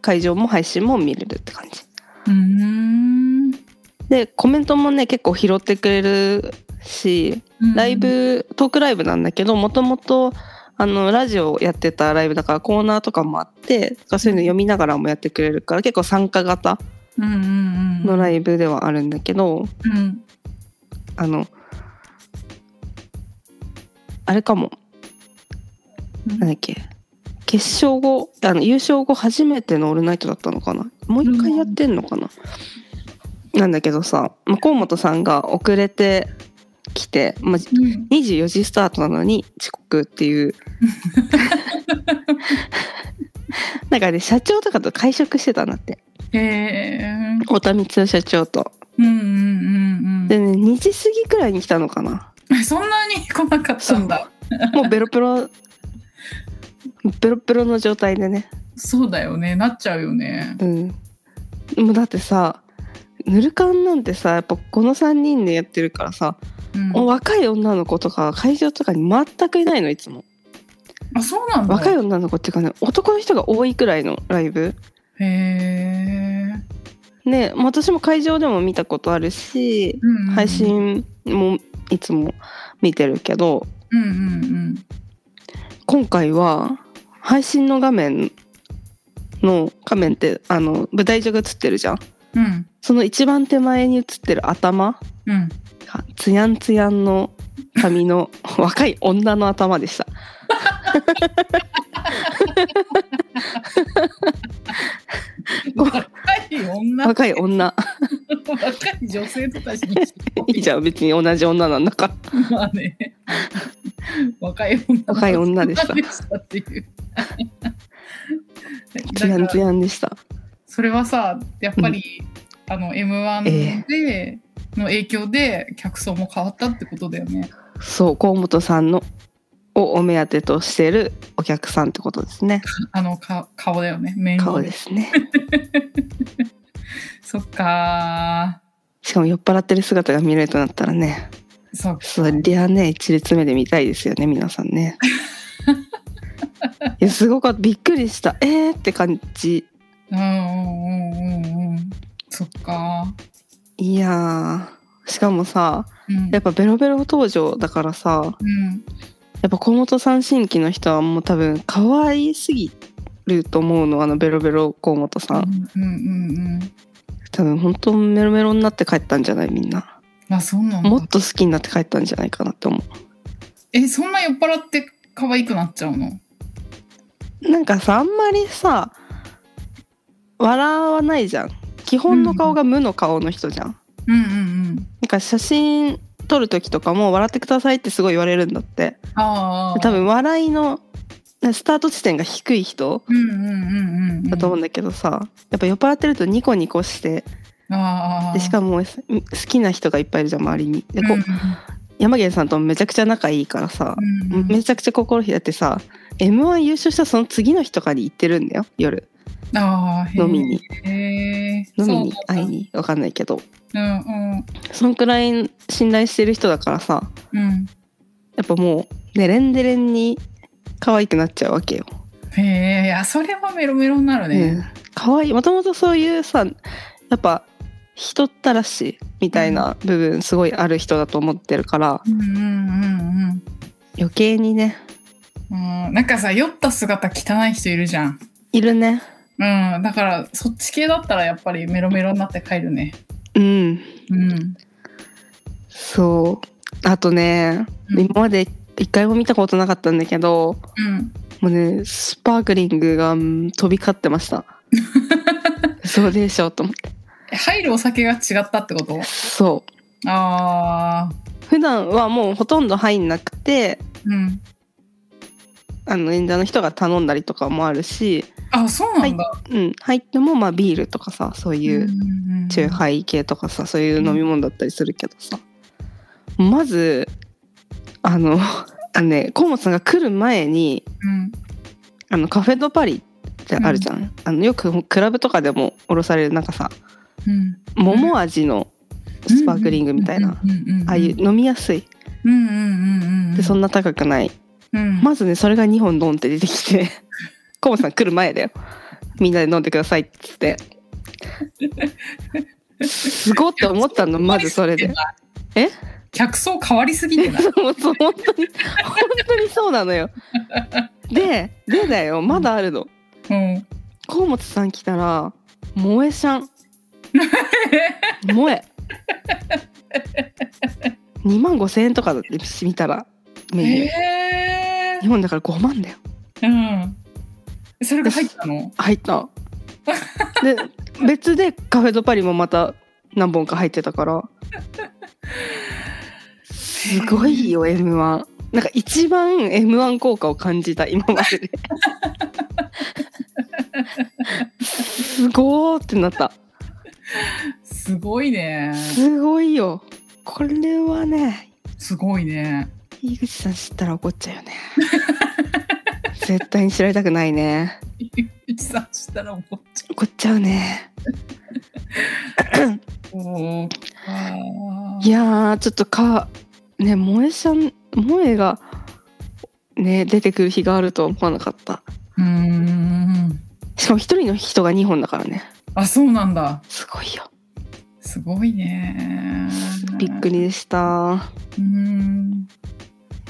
A: 会場も配信も見れるって感じ
B: うーん
A: でコメントもね結構拾ってくれるしライブトークライブなんだけどもともとあのラジオやってたライブだからコーナーとかもあってだからそういうの読みながらもやってくれるから結構参加型
B: うんうんうん
A: のラ
B: イ
A: イブではあるんだけど
B: ブ。うん
A: あのあれかもなんだっけ決勝後あの優勝後初めての「オールナイト」だったのかなもう一回やってんのかな、なんだけどさ、まあ、河本さんが遅れてきて、まあ、
B: うん
A: 24時スタートなのに遅刻っていう なんかね社長とかと会食してたんだって
B: へー
A: 太田光代社長と
B: うんうんうん
A: でね2時過ぎくらいに来たのかな
B: うん。そんなに来なかったんだ。
A: もうベロベロベロベロの状態でね
B: そうだよね。なっちゃうよね。
A: うんもうだってさぬるかんなんてさやっぱこの3人でやってるからさ、
B: うん、
A: もう若い女の子とか会場とかに全くいないのいつも
B: あ、そうなんだ。
A: 若い女の子っていうかね男の人が多いくらいのライブ
B: へえ。
A: ね、まあ私も会場でも見たことあるし、
B: うんうんうん
A: 配。信もいつも見てるけど
B: うんうん
A: 今回は配信の画面の画面ってあの舞台上が映ってるじゃん
B: うん。うん
A: その一番手前に映ってる頭
B: うん。
A: がツヤンツヤンの髪の 若い女の頭でした。ご
B: 若い女。
A: 若い 女
B: 若い女性とかしにしても
A: いいじゃん別に同じ女なんだから
B: まあね。若い女。
A: 若い女でした
B: っ ていう。
A: ツヤンツヤンでした。
B: それはさやっぱり、あの m 1での影響で客層も変わったってことだよね。
A: そう河本さんのをお目当てとしてるお客さんってことですね
B: あのか顔だよね。メイン
A: 顔ですね
B: そっか
A: しかも酔っ払ってる姿が見れるとなったらね
B: ーそっか
A: そりゃね一列目で見たいですよね皆さん ねいやすごかったびっくりしたえーって感じ
B: うんうんうんうんうんそっか
A: いやーしかもさ
B: ーうん
A: やっぱベロベロ登場だからさ
B: うん
A: やっぱ河本さん新規の人はもう多分可愛すぎると思うのあのベロベロ河本さん
B: うんうんうん
A: 多分本当メロメロになって帰ったんじゃないみんな
B: あそうなんだ
A: もっと好きになって帰ったんじゃないかなって思
B: えそんな酔っ払って可愛くなっちゃうの
A: うなんかさあんまりさ笑わないじゃん基本の顔が無の顔の人じゃん、
B: うんうんうん
A: なんか写真撮る時とかも「笑ってください」ってすごい言われるんだって
B: ああ
A: 多分笑いのスタート地点が低い人
B: うんうんうんうん
A: だと思うんだけどさ、やっぱ酔っ払ってるとニコニコして
B: ああ
A: でしかもす好きな人がいっぱいいるじゃん周りにでこう、
B: うん
A: 山源さんともめちゃくちゃ仲いいからさ、
B: うんうん
A: めちゃくちゃ心開いてさ m 1優勝したその次の日とかに行ってるんだよ夜
B: あーへー
A: 飲みに
B: へえ
A: 飲みに会いに分かんないけど
B: うんうん
A: そんくらい信頼してる人だからさ
B: うん
A: やっぱもうデレンデレンに可愛くなっちゃうわけよ。
B: へえいやそれはメロメロになる
A: う
B: ね
A: ん、可愛いもともとそういうさやっぱ人ったらしみたいな部分すごいある人だと思ってるから
B: うんうんうん
A: 余計にね
B: うんうんなんかさ酔った姿汚い人いるじゃん
A: いるね
B: うんだからそっち系だったらやっぱりメロメロになって帰るね
A: うん
B: うん
A: そうあとね
B: うん
A: 今まで一回も見たことなかったんだけど
B: うん
A: もうねスパークリングがうん飛び交ってました そうでしょうと思って
B: え入るお酒が違ったってこと
A: そう
B: ああ
A: 普段はもうほとんど入んなくて
B: うん
A: あの演者の人が頼んだりとかもあるし、
B: あそうなんだ、
A: うん、入ってもまあビールとかさそう
B: い
A: いうチューハイ系とかさそういう飲み物だったりするけどさまずあのあのね河本さんが来る前に
B: うん
A: あのカフェ・ド・パリってあるじゃん、あのよくクラブとかでもおろされるなんかさ
B: うん
A: 桃味のスパークリングみたいな、
B: うんうんうんうん
A: ああいう飲みやすい
B: うんうんうんうん
A: でそんな高くない
B: うん
A: まずねそれが2本ドンって出てき てコモさん来る前だよみんなで飲んでくださいっつってすごって思ったのまずそれ でえ
B: 客層変わりすぎてない
A: そうそう本当に本当にそうなのよででだよまだあるの
B: うん
A: 河本さん来たら萌えシャン萌え2万5千円とかだって見たらメニュー
B: へえ
A: 日本だから5万だよ
B: うんそれが入ったの
A: 入ったで別でカフェドパリもまた何本か入ってたからすごいよ m 1なんか一番 m 1効果を感じた今までですごーってなった
B: すごいね。
A: すごいよこれはね
B: すごいね。
A: 井口さん知ったら怒っちゃうよね絶対に知られたくないね
B: うちさんしたら怒っちゃ
A: 怒っちゃうね
B: う。おー
A: いやーちょっとかね萌えさん萌えがね出てくる日があるとは思わなかった
B: うーん。
A: しかも一人の人が2本だからね
B: あ、そうなんだ。
A: すごいよ
B: すごいね。
A: びっくりでした
B: うーん。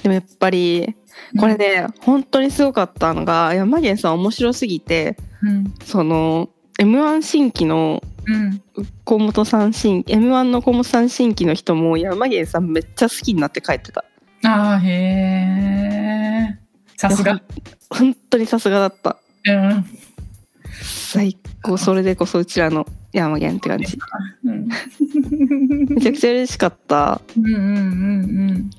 A: でもやっぱりこれね本当にすごかったのが山源さん面白すぎて
B: うん。
A: その m 1新規の
B: うん。
A: 河本さん新 m 1の河本さん新規の人も山源さんめっちゃ好きになって帰ってた
B: ああ、へえ。さすが。
A: 本当にさすがだった
B: うん。
A: 最高それでこそうちらの山源って感じ
B: うん。
A: めちゃくちゃ嬉しかった
B: うんうんうん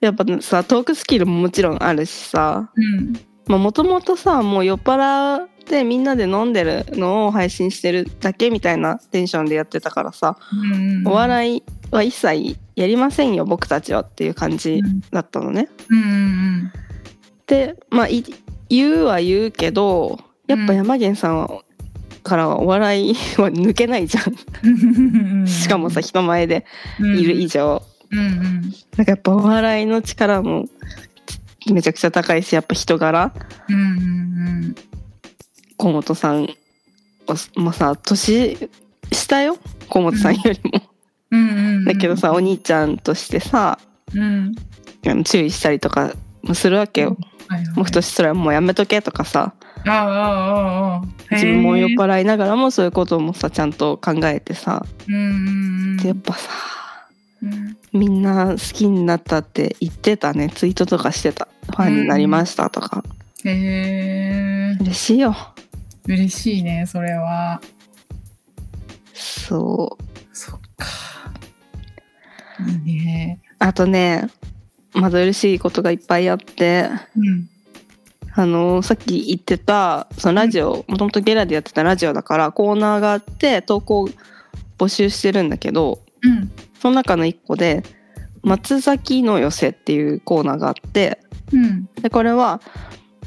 A: やっぱさトークスキルももちろんあるしさ
B: うん。うん。
A: まあもともとさもう酔っ払ってみんなで飲んでるのを配信してるだけみたいなテンションでやってたからさ、
B: うんうん、
A: お笑いは一切やりませんよ僕たちはっていう感じ
B: うん
A: だったのね。
B: うんうん
A: でまあい言うは言うけどやっぱ山源さんはからはお笑い は抜けないじゃ
B: うん
A: んしかもさ人前でいる以上、
B: うんうん
A: なんかやっぱお笑いの力もめちゃくちゃ高いしやっぱ人柄
B: うんうん
A: 河本さんはまあさ年下よ河本さんよりも、
B: うんうん
A: だけどさお兄ちゃんとしてさ
B: うん
A: あの注意したりとかもするわけよ、
B: はいはい
A: もう一つそれはもうやめとけとかさ
B: ああああああ
A: 自分も酔っ
B: っ
A: 払いながらもそういうこともさちゃんと考えてさ、
B: うんうん
A: でやっぱさみんな好きになったって言ってたねツイートとかしてたファンになりましたとか、
B: へえ
A: 嬉しいよ
B: 嬉しいねそれは
A: そう
B: そっかいいね
A: あとねまだ嬉しいことがいっぱいあって
B: うん
A: あのさっき言ってたそのラジオもともとゲラでやってたラジオだからコーナーがあって投稿募集してるんだけど
B: うん
A: その中の1個で「松崎の寄せ」っていうコーナーがあって
B: うん
A: でこれは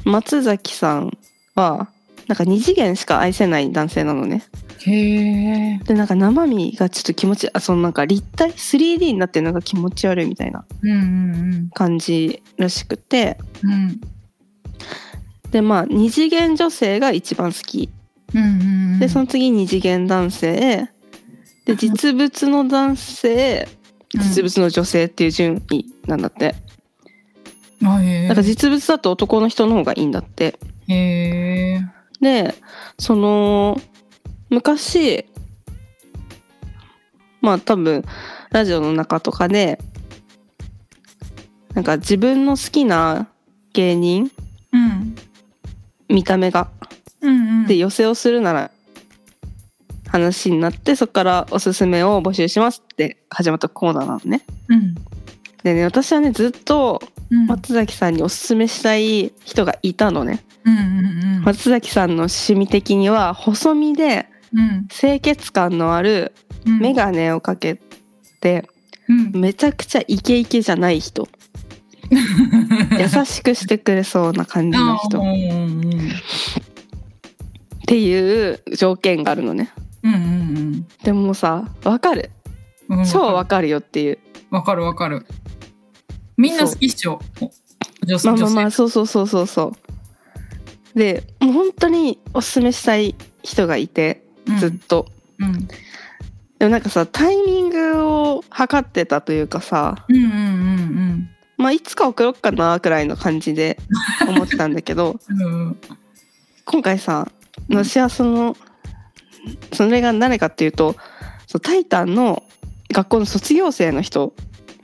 A: 松崎さんはなんか2次元しか愛せない男性なのね。
B: へえ
A: でなんか生身がちょっと気持ちあそのなんか立体 3D になってるのが気持ち悪いみたいな
B: うんうん
A: 感じらしくて
B: うんうん
A: でまあ2次元女性が一番好き
B: うんうん
A: でその次二次元男性で実物の男性
B: うん
A: 実物の女性っていう順位なんだって、
B: あへえ
A: なんか実物だと男の人の方がいいんだって
B: へえ
A: でその昔まあ多分ラジオの中とかでなんか自分の好きな芸人
B: うん
A: 見た目が
B: うんうん
A: で寄せをするなら話になってそこからおすすめを募集しますって始まったコーナーなのね。
B: うん
A: でね私はねずっと
B: うん
A: 松崎さんにおすすめしたい人がいたのね。
B: うんうんうん
A: 松崎さんの趣味的には細身で
B: うん
A: 清潔感のある
B: うん
A: メガネをかけて
B: うん
A: めちゃくちゃイケイケじゃない人優しくしてくれそうな感じの人
B: う
A: っ
B: んうんうん
A: ていう条件があるのね。
B: うんうん
A: でもさわかる
B: うんうん
A: 超わかるよっていう。
B: わかるわかるみんな好きっしょお女性
A: まあ
B: 女
A: まあまあ
B: 性
A: そうそうそうそうそうでもう本当におすすめしたい人がいて
B: うん
A: ずっと、
B: うん
A: でもなんかさタイミングを測ってたというかさ
B: うんうんうん
A: まあいつか送ろっかなくらいの感じで思ってたんだけど
B: うんうん
A: 今回さ
B: うん
A: のしはそのそれが誰かっていうとそうタイタンの学校の卒業生の人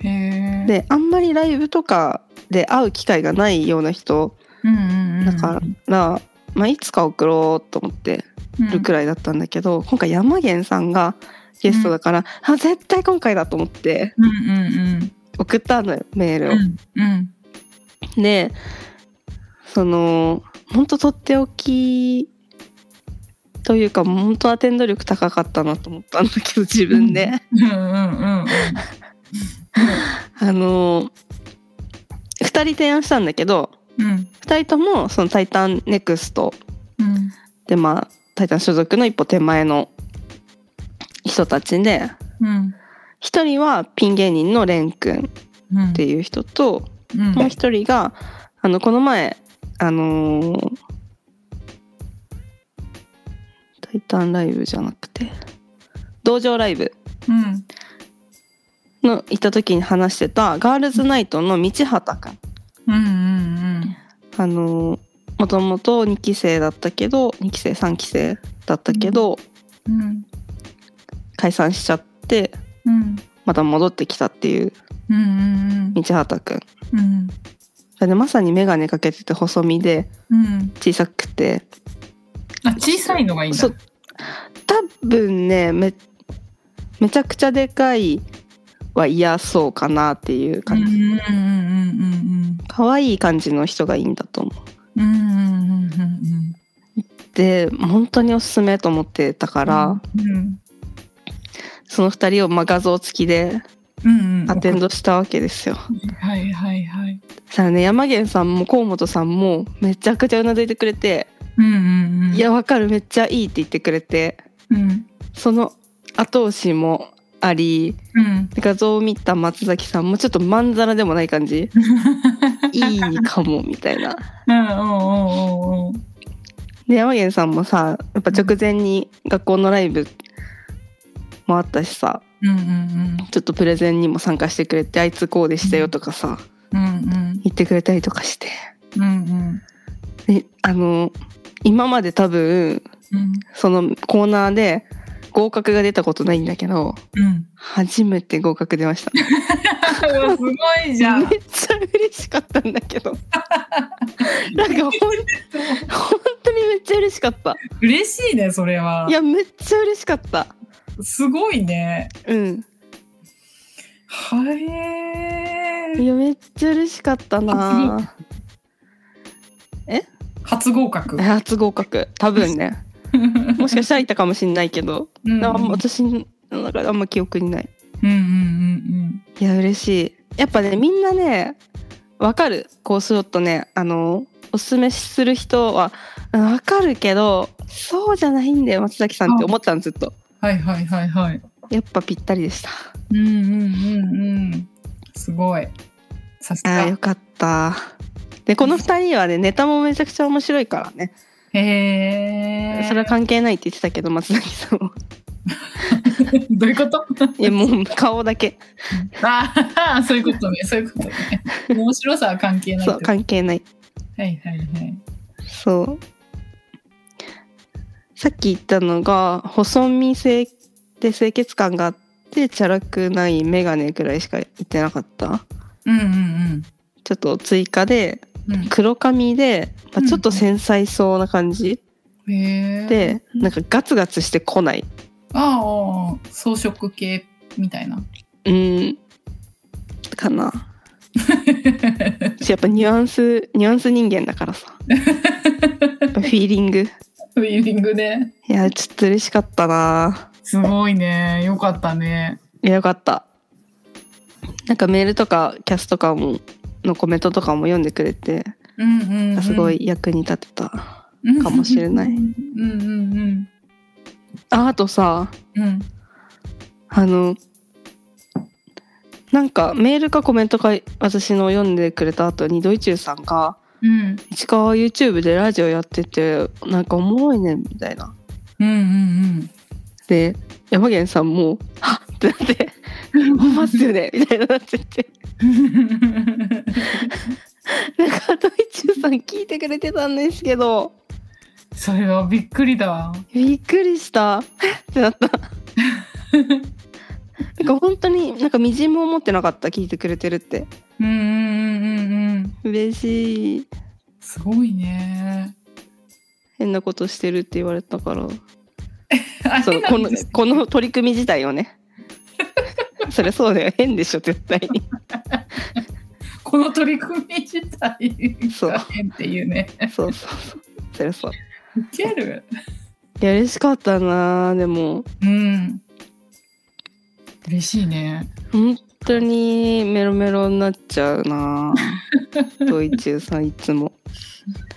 B: へえ
A: であんまりライブとかで会う機会がないような人
B: うんうんうん
A: だから、まあいつか送ろうと思ってるくらいだったんだけど、今回山源さんがゲストだから、あ絶対今回だと思って
B: うんうん
A: 送ったのよメー
B: う
A: ル
B: ん
A: を。
B: うんうん
A: でその本当とっておきというか本当アテンド力高かったなと思ったんだけど自分で、
B: うんうんうんうん
A: あの2人提案したんだけど
B: うん
A: 2人ともその「タイタンネクスト
B: うん
A: でまあ「タイタン」所属の一歩手前の人たちで
B: うん
A: 1人はピン芸人のレン君
B: うん
A: っていう人と、
B: うん
A: もう1人があのこの前あのータイタンライブじゃなくて道場ライブ
B: うん
A: の行った時に話してたガールズナイトの道畑君
B: うんうん
A: あのもともと2期生だったけど2期生3期生だったけど、
B: うん
A: 解散しちゃって
B: うん
A: また戻ってきたっていう
B: うんうん
A: 道畑くん
B: うん
A: でまさに眼鏡かけてて細身で
B: うん
A: 小さくて
B: あ小さいのがいいんだ
A: そう多分ねめめちゃくちゃでかいは嫌そうかなっていう
B: うん
A: 感じ、
B: うんうん
A: 可愛い感じの人がいいんだと思う
B: うんうんうんうんうん
A: で本当におすすめと思ってたから、
B: うん
A: その2人を、まあ、画像付きで
B: うんうん
A: アテンドしたわけですよ
B: はいはいはい
A: さあね山源さんも河本さんもめちゃくちゃうなずいてくれて
B: うんうんう
A: 「
B: ん
A: いやわかるめっちゃいい」って言ってくれて
B: うん
A: その後押しもあり
B: うん
A: 画像を見た松崎さんもちょっとまんざらでもない感じいいかもみたいな。
B: うんおうおうおうおう
A: で山源さんもさやっぱ直前に学校のライブもあったしさ
B: うんうん
A: ちょっとプレゼンにも参加してくれてあいつこうでしたよとかさ
B: うんうん
A: 言ってくれたりとかして
B: うんうん
A: であの今まで多分
B: うん
A: そのコーナーで合格が出たことないんだけど
B: うん
A: 初めて合格出ました
B: うわすごいじゃん
A: めっちゃ嬉しかったんだけ どなんかほん本当にめっちゃ嬉しかった
B: 嬉しいねそれはい
A: やめっちゃ嬉しかった
B: すごいね
A: うん
B: はえ
A: いやめっちゃ嬉しかったな
B: 初合格
A: え 初合格多分 ねもしかしたらいたかもしんないけど、
B: うんうん
A: あんま私の中であんま記憶にない
B: うんうん
A: いや嬉しいやっぱねみんなねわかるこうスロットねあのおすすめする人はうんわかるけどそうじゃないんだよ松崎さんって思ってたのずっと
B: はいはいはいはい
A: やっぱぴったりでした
B: うんうんうんうんすごいさす
A: あーよ
B: が
A: かったでこの2人はねネタもめちゃくちゃ面白いからね
B: へえ
A: それは関係ないって言ってたけど松崎さん は
B: どういうこと
A: いやもう顔だけ
B: ああ そういうことねそういうことね面白さは関係ない
A: そう
B: はい
A: 関係ない
B: はいはい
A: そうさっき言ったのが細身性で清潔感があってチャラくない眼鏡くらいしか言ってなかった
B: うんうん
A: ちょっと追加で
B: うんうん
A: 黒髪で、まあ、ちょっと繊細そうな感じ、
B: へえ
A: でなんかガツガツしてこない
B: ああ装飾系みたいな
A: うんかなやっぱニュアンスニュアンス人間だ からさやっぱフィーリング
B: ウィーリングで
A: いやちょっと嬉しかったな
B: すごいねよかったね
A: いやよかったなんかメールとかキャスとかものコメントとかも読んでくれて
B: うんうん、うん、
A: すごい役に立てた、
B: か
A: かもしれない
B: うんうんうん
A: ああとさ
B: うん
A: あのなんかメールかコメントか私の読んでくれた後にドイチューさんが
B: うん
A: 「市川 YouTube でラジオやっててなんかおもろいね」みたいな。
B: うんうん
A: で山源さんも 「あっ!」ってなって
B: うん
A: 「ほんまっすよね」 みたいになっててなんかドイチューさん聞いてくれてたんですけど
B: それはびっくりだわ
A: びっくりしたえっってなったなんか本当になんかみじんも思ってなかった聞いてくれてるって
B: うんうんうんうんうん
A: 嬉しい
B: すごいね
A: 変なことしてるって言われたから
B: あ
A: そ
B: れ
A: う
B: な
A: こ
B: ん
A: の
B: です
A: この取り組み自体をねそれそうだよ変でしょ絶対に
B: この取り組み自体
A: そう
B: が変っていうね。
A: そうそうそうそれそう
B: ウケる。
A: いや嬉しかったなでも
B: うん。嬉しいね。
A: 本当にメロメロになっちゃうなドイチューさんいつも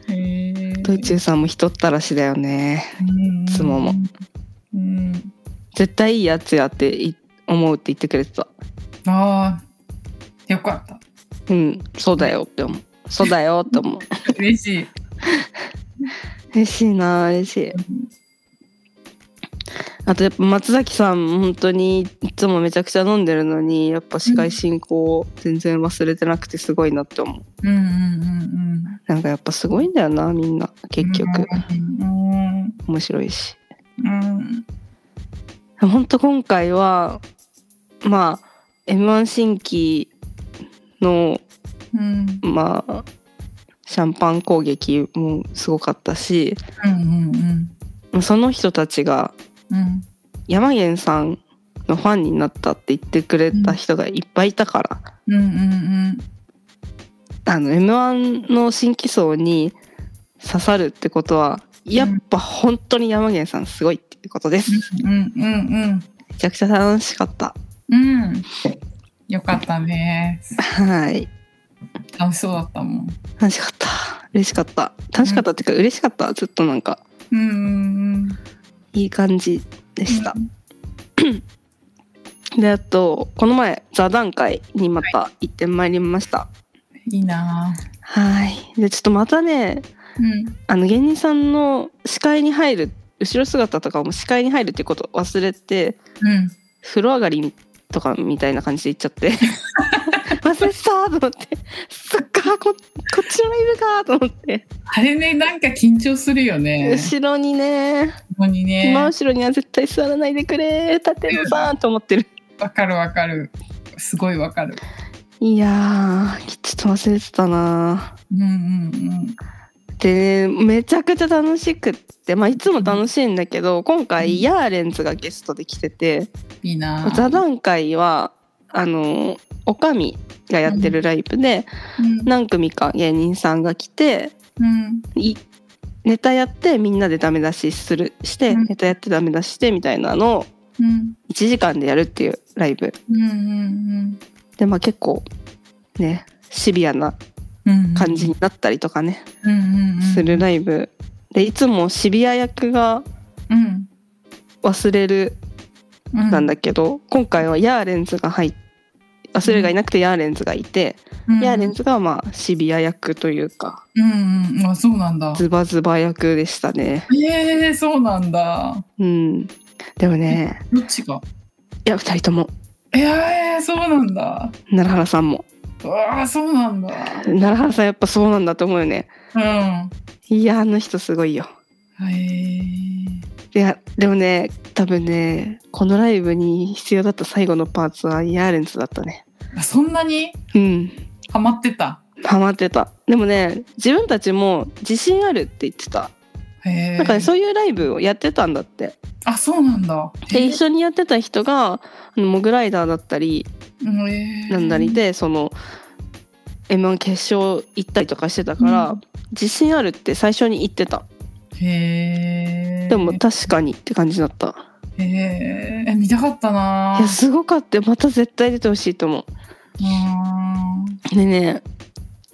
B: へえ。
A: ドイチューさんも人ったらしだよね
B: い
A: つもも。
B: うん。
A: 絶対いいやつやってい思うって言ってくれてた
B: ああ。よかった。
A: うんそうだよって思うそうだよって思う
B: 嬉しい。
A: 嬉しいな嬉しいあとやっぱ松崎さん本当にいつもめちゃくちゃ飲んでるのにやっぱ司会進行を全然忘れてなくてすごいなって思う
B: うんうんうんうん。
A: なんかやっぱすごいんだよなみんな結局
B: うん。
A: 面白いし
B: うん。
A: 本当今回はまあ m 1新規の
B: うん。
A: まあシャンパン攻撃もすごかったし
B: うんうん
A: まあその人たちが
B: うん。うん。
A: 山源さんのファンになったって言ってくれた人がいっぱいいたから、
B: うんうん
A: あの m 1の新規層に刺さるってことはやっぱ本当に山源さんすごいっていうことです、
B: うん。うんうん
A: めちゃくちゃ楽しかった
B: うん。うん。よかったね。
A: はい
B: 楽しそうだったもん。
A: 楽しかった嬉しかった楽しかったっていうか嬉しかったずっとなんか
B: うんうんうん。
A: いい感じでした、であとこの前座談会にまた行ってまいりました
B: いいな
A: はいでちょっとまたね
B: ぁ。うん。
A: あの芸人さんの視界に入る後ろ姿とかも視界に入るっていうことを忘れて
B: うん。
A: 風呂上がりとかみたいな感じで行っちゃって 忘れてたと思ってそっかここっちのライブかと思って、
B: あれね、なんか緊張するよね。
A: 後ろにね、
B: ここにね。
A: 真後ろには絶対座らないでくれ立てるさんと思ってる
B: わかるわかる。すごいわかる。
A: いやーちょっと忘れてたな
B: うんうん
A: でめちゃくちゃ楽しくってまあいつも楽しいんだけど今回ヤーレンズがゲストで来てて
B: うん。いいなぁ。
A: 座談会はあのおかみがやってるライブで
B: うん。
A: 何組か芸人さんが来て
B: うん。
A: いネタやってみんなでダメ出しするして、
B: うん
A: ネタやってダメ出ししてみたいなのを
B: うん。
A: 1時間でやるっていうライブ
B: うんうん
A: でまあ結構ねシビアな
B: うん。うん。
A: 感じになったりとかね、
B: うんうんうん。
A: するライブでいつもシビア役が
B: うん。
A: 忘れる
B: うん。
A: なんだけど、今回はヤーレンズが入って忘れがいなくてヤーレンズがいて、
B: うん
A: ヤーレンズがまあシビア役というか
B: うんうん。あ、そうなんだ。
A: ズバズバ役でしたね
B: ええそうなんだ。
A: うんでもね
B: どっちが
A: いや2人とも
B: ええそうなんだ。
A: 奈良原さんも
B: うわあ、そうなんだ。
A: 奈良原さんやっぱそうなんだと思うよね
B: うん。
A: いやあの人すごいよ
B: え
A: いやでもね多分ねこのライブに必要だった最後のパーツはヤーレンズだったね
B: えそんなに
A: うん
B: ハマってた。
A: ハマってたでもね自分たちも自信あるって言ってた
B: へえ
A: なんかねそういうライブをやってたんだって
B: あ、そうなんだ。
A: で一緒にやってた人があのモグライダーだったり
B: うんええ
A: なんだりでその m 1決勝行ったりとかしてたから、
B: うん
A: 自信あるって最初に言ってた
B: へえ
A: でも確かにって感じだった
B: へええ見たかったない
A: やすごかったよまた絶対出てほしいと思
B: うー
A: うでね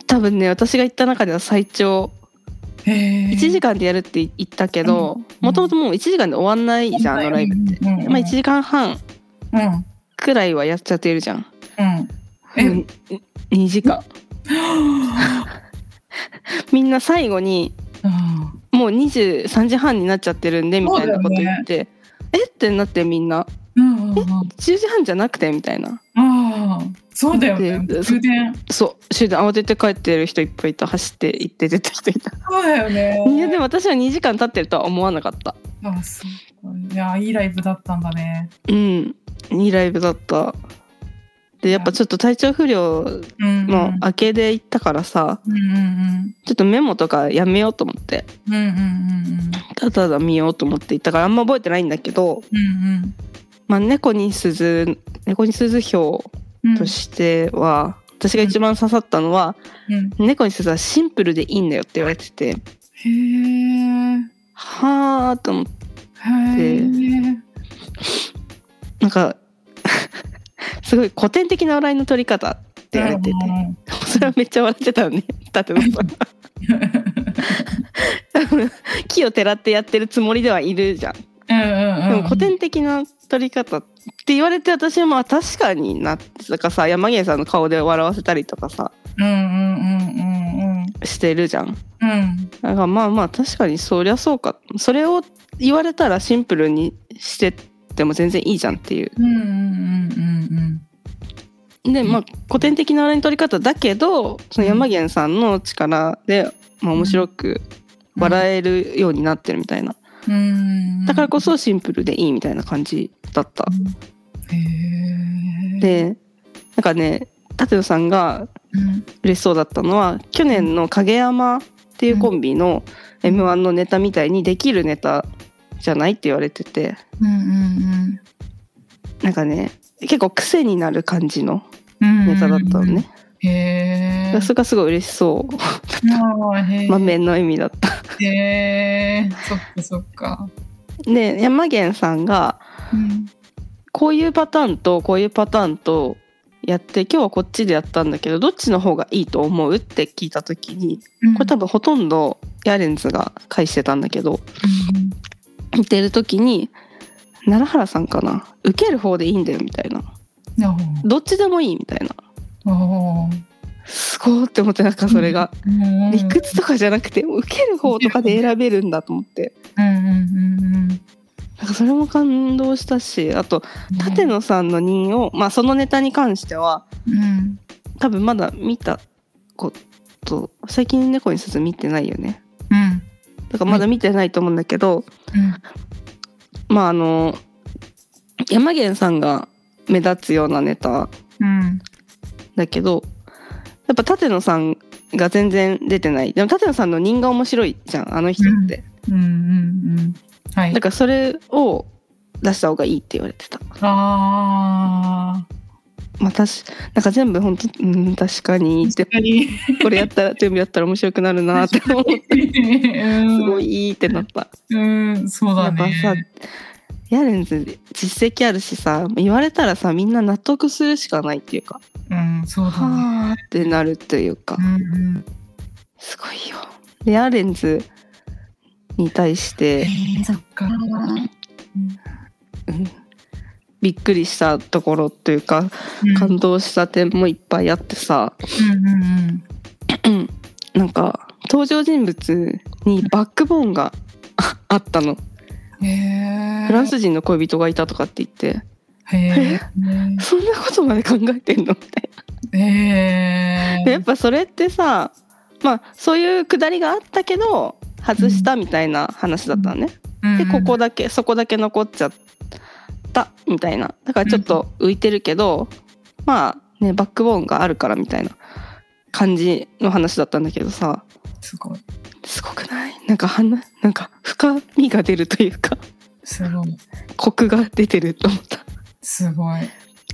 A: 多分ね私が行った中では最長
B: んへえ
A: 1時間でやるって言ったけどもともともう1時間で終わんないじゃんあのライブって、
B: うんうんうん
A: まあ、1時間半
B: うんうん
A: くらいはやっちゃってるじゃん
B: え
A: うん2時間みんな最後に
B: うん
A: もう23時半になっちゃってるんでみたいなこと
B: そうだよね
A: 言って、えってなってみんな
B: うんうんうん
A: 10時半じゃなくてみたいな
B: ああそうだよね
A: で
B: 終電
A: そう終電慌てて帰ってる人いっぱいいた走って行って出た人いた
B: そうだよね
A: いやでも私は2時間経ってるとは思わなかった
B: あそうかいやいいライブだったんだね
A: うんいいライブだったでやっぱちょっと体調不良
B: うん
A: の明けで行ったからさ
B: うんうん
A: ちょっとメモとかやめようと思って
B: うんうんうんうん
A: ただただ見ようと思って行ったからあんま覚えてないんだけど、
B: うん
A: まあ、猫に鈴猫に鈴表
B: うん
A: としては、私が一番刺さったのは、
B: うん
A: 猫に鈴はシンプルでいいんだよって言われてて
B: へえ
A: はあと思って
B: へえ
A: なんか すごい古典的な笑いの取り方って言われてて、それはめっちゃ笑ってたよ ね舘野さん多分木をてらってやってるつもりではいるじゃんでも古典的な取り方って言われて私はまあ確かになってだからさ山源さんの顔で笑わせたりとかさ
B: うんうんうんうん
A: してるじゃん
B: うん
A: だからまあまあ確かにそりゃそうかそれを言われたらシンプルにしてっても全然いいじゃんっていう
B: うんうんうん
A: でま
B: う
A: あ古典的な笑いの取り方だけどその山源さんの力で、まあ、面白く
B: うん
A: 笑えるようになってるみたいな
B: うん
A: だからこそシンプルでいいみたいな感じだった。
B: へえ
A: でなんかね舘野さんが
B: うん
A: 嬉しそうだったのは去年の影山っていうコンビの m 1のネタみたいにできるネタじゃないって言われてて
B: うんうん
A: なんかね結構癖になる感じの
B: うん
A: ネタだったのね、
B: へえ
A: それがすごい嬉しそう
B: へえ
A: 満面の意味だった
B: へえそっかそっか
A: で山源さんが
B: うん
A: こういうパターンとこういうパターンとやって今日はこっちでやったんだけどどっちの方がいいと思うって聞いた時にこれ多分ほとんどヤーレンズが返してたんだけど見てる時に奈良原さんかな受ける方でいいんだよみたいな
B: うんあ
A: どっちでもいいみたいな
B: あ
A: すごーって思ってなんかそれが
B: うん
A: 理屈とかじゃなくて受ける方とかで選べるんだと思って
B: うんうんうんうん
A: なんかそれも感動したしあと舘野さんの人を、まあ、そのネタに関しては
B: うん
A: 多分まだ見たこと最近猫に鈴見てないよね
B: うん
A: だからまだ見てないと思うんだけど、
B: うん
A: まああの山源さんが目立つようなネタ
B: うん
A: だけどやっぱ舘野さんが全然出てないでも舘野さんの人が面白いじゃんあの人って、
B: うんうんうんはい
A: だからそれを出した方がいいって言われてた
B: あ
A: まあ確なんか全部本当うん確かに
B: ー
A: って
B: 確かに
A: これやったら全部やったら面白くなるなって思って
B: うん
A: すごいいいってなった、
B: うんそう
A: や
B: だ
A: っぱ
B: ね
A: さヤレンズ実績あるしさ言われたらさみんな納得するしかないっていうか
B: うんそうだね
A: はあってなるというか、
B: うんうん
A: すごいよ。でアーレンズに対して、
B: そっか
A: うんびっくりしたところというか
B: うん
A: 感動した点もいっぱいあってさ、
B: うんうんうん
A: なんか登場人物にバックボーンがああったの
B: へー
A: フランス人の恋人がいたとかって言って
B: へ
A: そんなことまで考えてんのみたい
B: ーへ
A: な。でやっ
B: ー
A: ぱそれってさまあそういうくだりがあったけど外したみたいな話だったのね。でここだけそこだけ残っちゃったみたいなだからちょっと浮いてるけど、まあねバックボーンがあるからみたいな感じの話だったんだけどさ
B: すごい
A: すごくないなんかはななんか深みが出るというか
B: すごい
A: コクが出てると思った
B: すご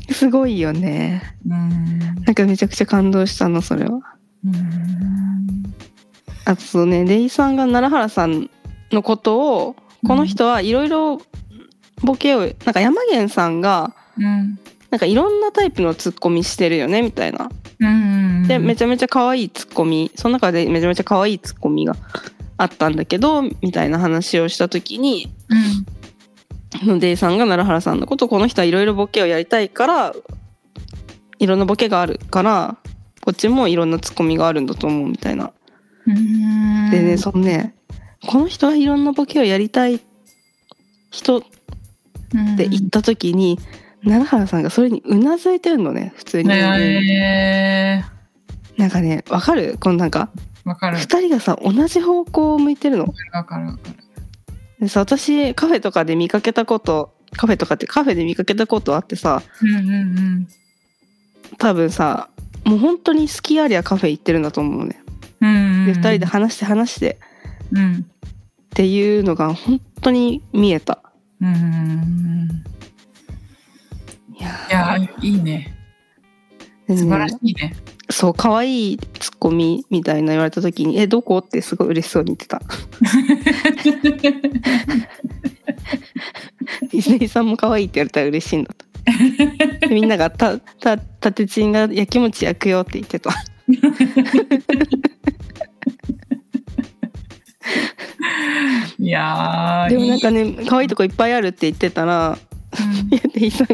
B: い
A: すごいよね
B: うん
A: なんかめちゃくちゃ感動したのそれは
B: うん
A: あとそうねレイさんが奈良原さんのことをこの人はいろいろボケをなんか山源さんが
B: うん
A: なんかいろんなタイプのツッコミしてるよねみたいな。
B: うん
A: でめ
B: ち
A: ちゃめちゃ可愛いツッコミその中でめちゃめちゃ可愛いツッコミがあったんだけどみたいな話をした時に
B: うん
A: のデイさんが奈良原さんのことこの人はいろいろボケをやりたいからいろんなボケがあるからこっちもいろんなツッコミがあるんだと思うみたいな。
B: うん
A: でねそのねこの人はいろんなボケをやりたい人って言った時に、奈良原さんがそれにうなずいてるのね普通に。
B: ね
A: なんかねわかるこのなんか
B: わかる
A: 2人がさ同じ方向を向いてるの
B: わかるわかる
A: でさ私カフェとかで見かけたことカフェとかってカフェで見かけたことあってさ
B: うんうん
A: 多分さもう本当に好きありゃカフェ行ってるんだと思うね。
B: うん
A: で2人で話して話して
B: うん
A: っていうのが本当に見えた。
B: うんうん
A: いや
B: いやーいいね
A: でね
B: 素晴らしいね
A: そう可愛いツッコミみたいな言われた時に「えどこ?」ってすごい嬉しそうに言ってた。伊勢井さんも可愛いって言われたら嬉しいんだと。でみんながた「たたてちんがやきもち焼くよ」って言ってた。
B: いやー
A: でも
B: いい
A: なんかね可愛いとこいっぱいあるって言ってたら
B: うん
A: 伊勢井さんが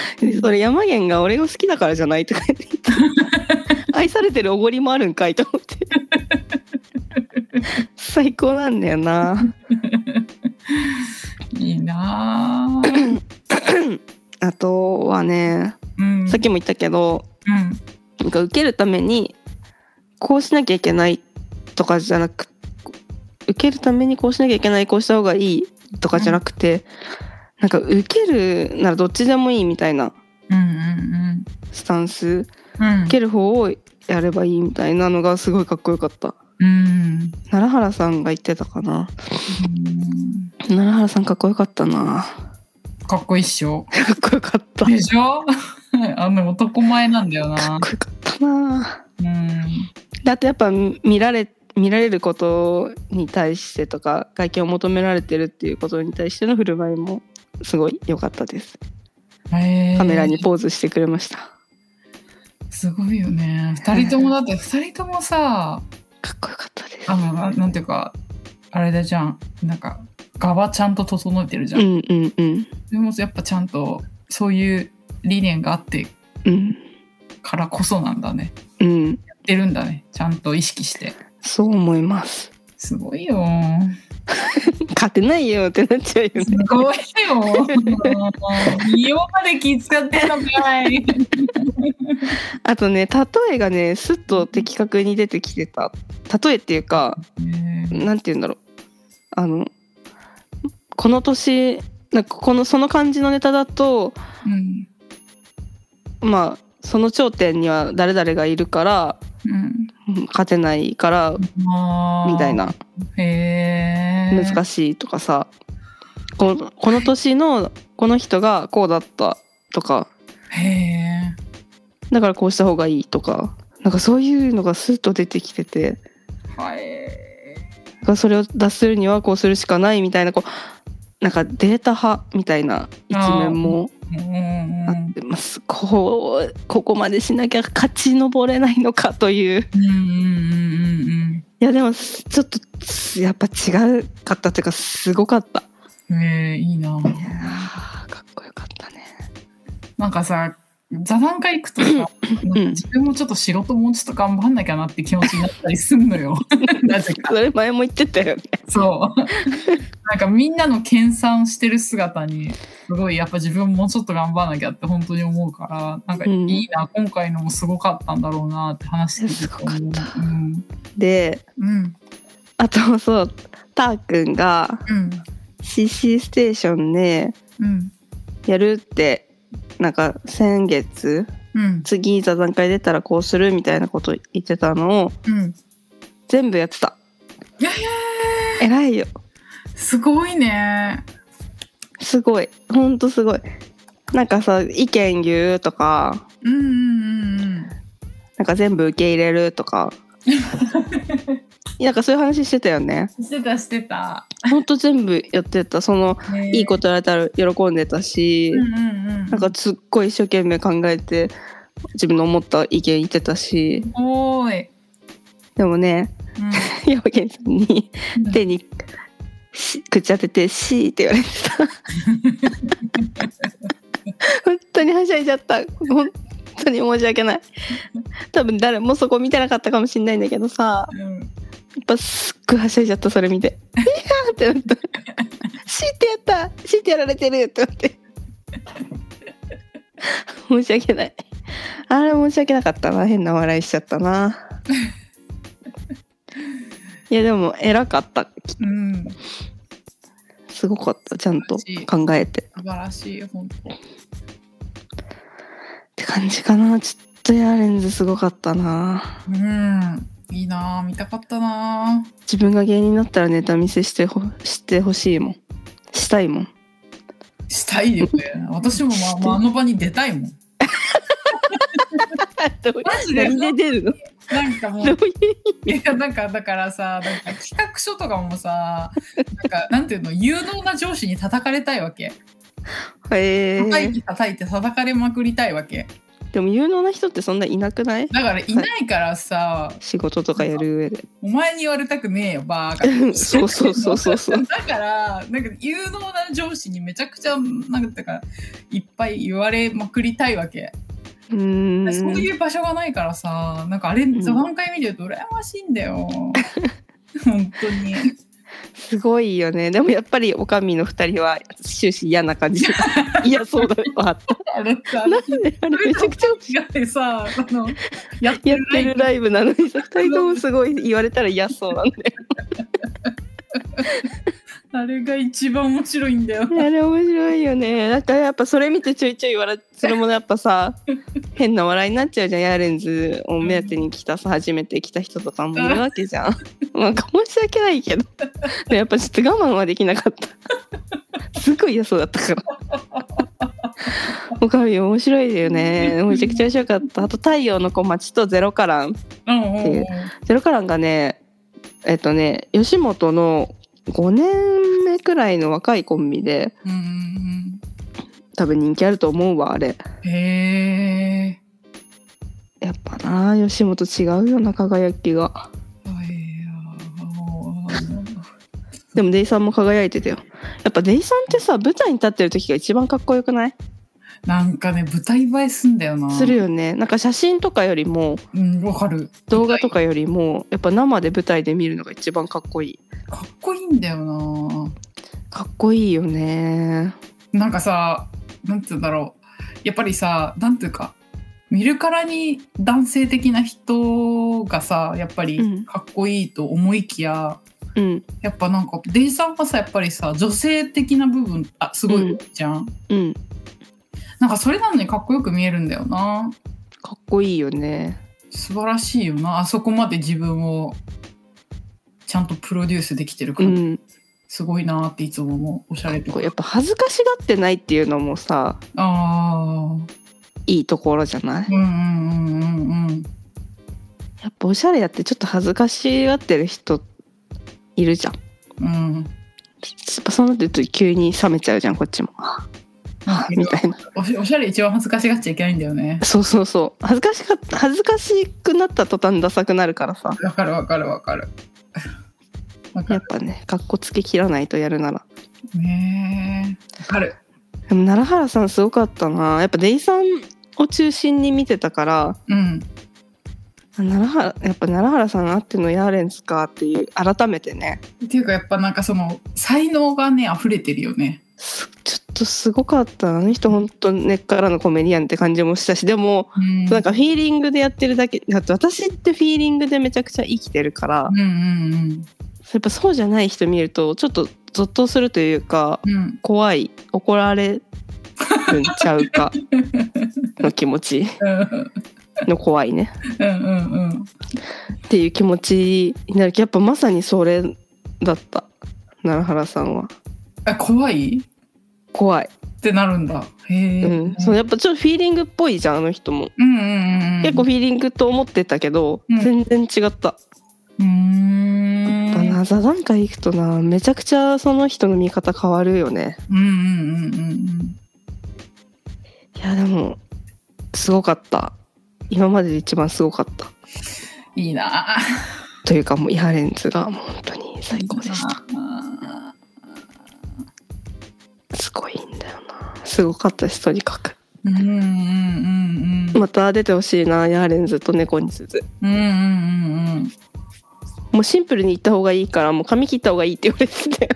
A: 「それ山源が俺を好きだからじゃない」とか言って言って愛されてるおごりもあるんかいと思って。最高なんだよな。
B: いいなー
A: あとはね
B: うん
A: さっきも言ったけど
B: うん
A: なんか受けるためにこうしなきゃいけないとかじゃなく受けるためにこうしなきゃいけないこうした方がいいとかじゃなくて、なんか受けるならどっちでもいいみたいな
B: うんうん
A: スタンス
B: うんうん
A: 受ける方をやればいいみたいなのがすごいかっこよかった
B: うん
A: 奈良原さんが言ってたかな
B: うん
A: 奈良原さんかっこよかったな
B: かっこいいっしょ
A: かっこよかったか
B: でしょ あの男前なんだよ
A: っ
B: な
A: こよかったな
B: うん
A: であとやっぱ見られ見られることに対してとか外見を求められてるっていうことに対しての振る舞いもすごい良かったです
B: へー
A: カメラにポーズしてくれました、
B: すごいよね二人ともだって二人ともさ
A: かっこよかったです
B: あのななんていうかあれだじゃんなんか側ちゃんと整えてるじゃ、
A: うんんうんうん
B: でもやっぱちゃんとそういう理念があって
A: うん
B: からこそなんだね
A: うん
B: やってるんだねちゃんと意識して
A: そう思います
B: すごいよ
A: 勝てないよってなっちゃうよ
B: す
A: ね
B: ごいよ 美容まで気使ってんのかい
A: あとね例えがねすっと的確に出てきてた例えっていうかなんて言うんだろうあのこの年なんかこのその感じのネタだと
B: うん
A: まあその頂点には誰々がいるから
B: うん
A: うん勝てないから
B: あー
A: みたいな
B: へえ
A: 難しいとかさこのこの年のこの人がこうだったとか
B: へえ
A: だからこうした方がいいとかなんかそういうのがスッと出てきてて
B: はい
A: だからそれを脱するにはこうするしかないみたいなこうなんかデータ派みたいな一面も
B: うんうん
A: あってますこうここまでしなきゃ勝ち上れないのかという
B: うんうんうんうんうん
A: いやでもすちょっとすやっぱ違うかったというかすごかった
B: えー、いいない
A: やーかっこよかったね
B: なんかさ座談会行くとさなんか自分もちょっと仕事もうちょっと頑張んなきゃなって気持ちになったりすん のよなぜか
A: それ前も言ってたよね
B: そうなんかみんなの研鑽してる姿にすごいやっぱ自分もうちょっと頑張らなきゃって本当に思うからなんかい
A: うん
B: いな、今回のもすごかったんだろうなって話してて思う
A: すごかった
B: うん
A: で
B: うん
A: あとそうたーくんが
B: うん
A: CC ステーションで
B: うん
A: やるってなんか先月
B: うん
A: 次座談会出たらこうするみたいなこと言ってたのを
B: うん
A: 全部やってた
B: いやい
A: 偉いよ
B: やすごいね
A: すごいほんとすごいなんかさ意見言うとか
B: うんうんうん
A: なんか全部受け入れると かなんかそういう話してたよね
B: うんしてたしてた
A: ほんと全部やってたその
B: ね
A: いいこと言われたら喜んでたし、
B: うんうんうん
A: なんかすっごい一生懸命考えて自分の思った意見言ってたし
B: すごい、
A: でもね
B: うん
A: 山源さんに手にし口当てて「し」って言われてた本当にはしゃいじゃった本当に申し訳ない多分誰もそこ見てなかったかもしれないんだけどさ
B: うん
A: やっぱすっごいはしゃいじゃったそれ見て「いやー」ってなった「し」ってやった「し」ってやられてるって思って申し訳ないあれ申し訳なかったな変な笑いしちゃったないやでも偉かった
B: うん、素
A: すごかったちゃんと考えてっ
B: 晴らしい本当
A: て感じかなちょっトヤーレンズすごかったな
B: うん。いいなあ見たかったなあ
A: 自分が芸人になったらネタ見せしてほしてほしいもんしたいも ん
B: したいよね。私も、まあまあ、あの場に出たいもん。マジで
A: 何で出るの
B: なんか もう
A: どういう
B: いやなんかだからさなんか企画書とかもさなんかなんていうの有能な上司に叩かれたいわけ
A: へえ
B: 叩いて叩いて叩かれまくりたいわけ
A: でも有能な人ってそんないなくない
B: だからいないからさ、
A: 仕事とかやる上で
B: お前に言われたくねえよバー カ
A: そうそうそうそうそう
B: だからなんか有能な上司にめちゃくちゃなんかだからいっぱい言われまくりたいわけ
A: うーん
B: そういう場所がないからさなんかあれ
A: ん
B: 座談会見てると羨ましいんだ よ本当に
A: すごいよねでもやっぱりおかみの二人は終始嫌な感 じ嫌そうだわった
B: あれさ
A: なんであれめちゃくちゃ
B: 違ってさ、あの、やって
A: やっ
B: るラ
A: て
B: イブ
A: るライブなのにさ二人ともすごい言われたら嫌そうなんで
B: あれが一番面白いんだよ。
A: あれ面白いよねだからやっぱそれ見てちょいちょい笑っそれもやっぱさ変な笑いになっちゃうじゃんヤーレンズを目当てに来たさ初めて来た人とかもいるわけじゃんなんか申し訳ないけどでやっぱちょっと我慢はできなかったすごい嫌そうだったからおかみ面白いよねめちゃくちゃ面白かったあと「太陽の小町」と「ゼロカラン」
B: うんうんうん。
A: ゼロカランがねえっとね吉本の5年目くらいの若いコンビで
B: うんうん
A: 多分人気あると思うわあれ
B: うん。へえ。
A: やっぱな吉本違うよな輝きが
B: あいや
A: でもデイさんも輝いてたよやっぱデイさんってさ舞台に立ってる時が一番かっこよくない
B: なんかね、舞台映えすんだよな。
A: するよねなんか写真とかよりも
B: うん、わかる。
A: 動画とかよりもやっぱ生で舞台で見るのが一番かっこいい
B: かっこいいんだよな。
A: かっこいいよね
B: なんかさ、なんて言うんだろう。やっぱりさ、なんていうか、見るからに男性的な人がさ、やっ
A: う
B: ぱ
A: ん
B: りかっこいいと思いきや、
A: うん
B: やっぱなんかデイさんはさやっぱりさ女性的な部分あすごいじゃん、
A: うん
B: なんかそれなのにかっこよく見えるんだよな
A: かっこいいよね
B: 素晴らしいよなあそこまで自分をちゃんとプロデュースできてる
A: う
B: 感じ、
A: ん
B: すごいなっていつも思うおしゃれと
A: こ
B: か
A: うやっぱ恥ずかしがってないっていうのもさ
B: あ
A: いいところじゃない
B: ーうんうんうんうんうん
A: やっぱおしゃれやってちょっと恥ずかしがってる人いるじゃん
B: うん
A: やっぱそうなってると急に冷めちゃうじゃんこっちも。
B: なん
A: あ
B: か
A: みたいな。
B: おしおしゃれ一番恥ずかしがっちゃいけないんだよね
A: そうそうそう。恥ずかしかった恥ずかしくなった途端ダサくなるからさ。
B: わかるわかるわかる わか
A: やっ
B: る
A: ぱね、かっこつけ切らないとやるなら。
B: ねえわかる
A: でも奈良原さんすごかったな。やっぱデイさんを中心に見てたから、
B: うん
A: 奈良原やっぱ奈良原さんあってのヤーレンズかっていう改めてね。
B: っていうかやっぱなんかその才能がね溢れてるよね。
A: すちょっとすごかったなあの人本当根っからのコメディアンって感じもしたしでも
B: うん
A: なんかフィーリングでやってるだけだって私ってフィーリングでめちゃくちゃ生きてるから
B: うんうん
A: やっぱそうじゃない人見るとちょっとゾッとするというか
B: うんうん。
A: 怖い怒られるんちゃう かの気持ち
B: うん
A: の怖いね
B: うんうん。
A: っていう気持ちになるやっぱまさにそれだった奈良原さんは
B: あ怖いっ
A: 怖い、
B: てなるんだ。へえ。
A: うん、そうやっぱちょっとフィーリングっぽいじゃんあの人も、
B: うんうんうん。
A: 結構フ。ィーリングと思ってたけど、
B: うん
A: 全然違った、
B: うーん。
A: やっぱな座談会行くとなめちゃくちゃその人の見方変わるよね
B: うんうんうんうん
A: いやでもすごかった今までで一番すごかった
B: うん。いいな。
A: というかもうイヤーレンズがもう本当に最高でした
B: あ
A: すごいんだよなすごかったしとにかく
B: ーうんうんうんうん。
A: また出てほしいなイヤーレンズと猫に鈴
B: うんうんうんうん。
A: もうシンプルに行った方がいいからもう髪切った方がいいって言われてて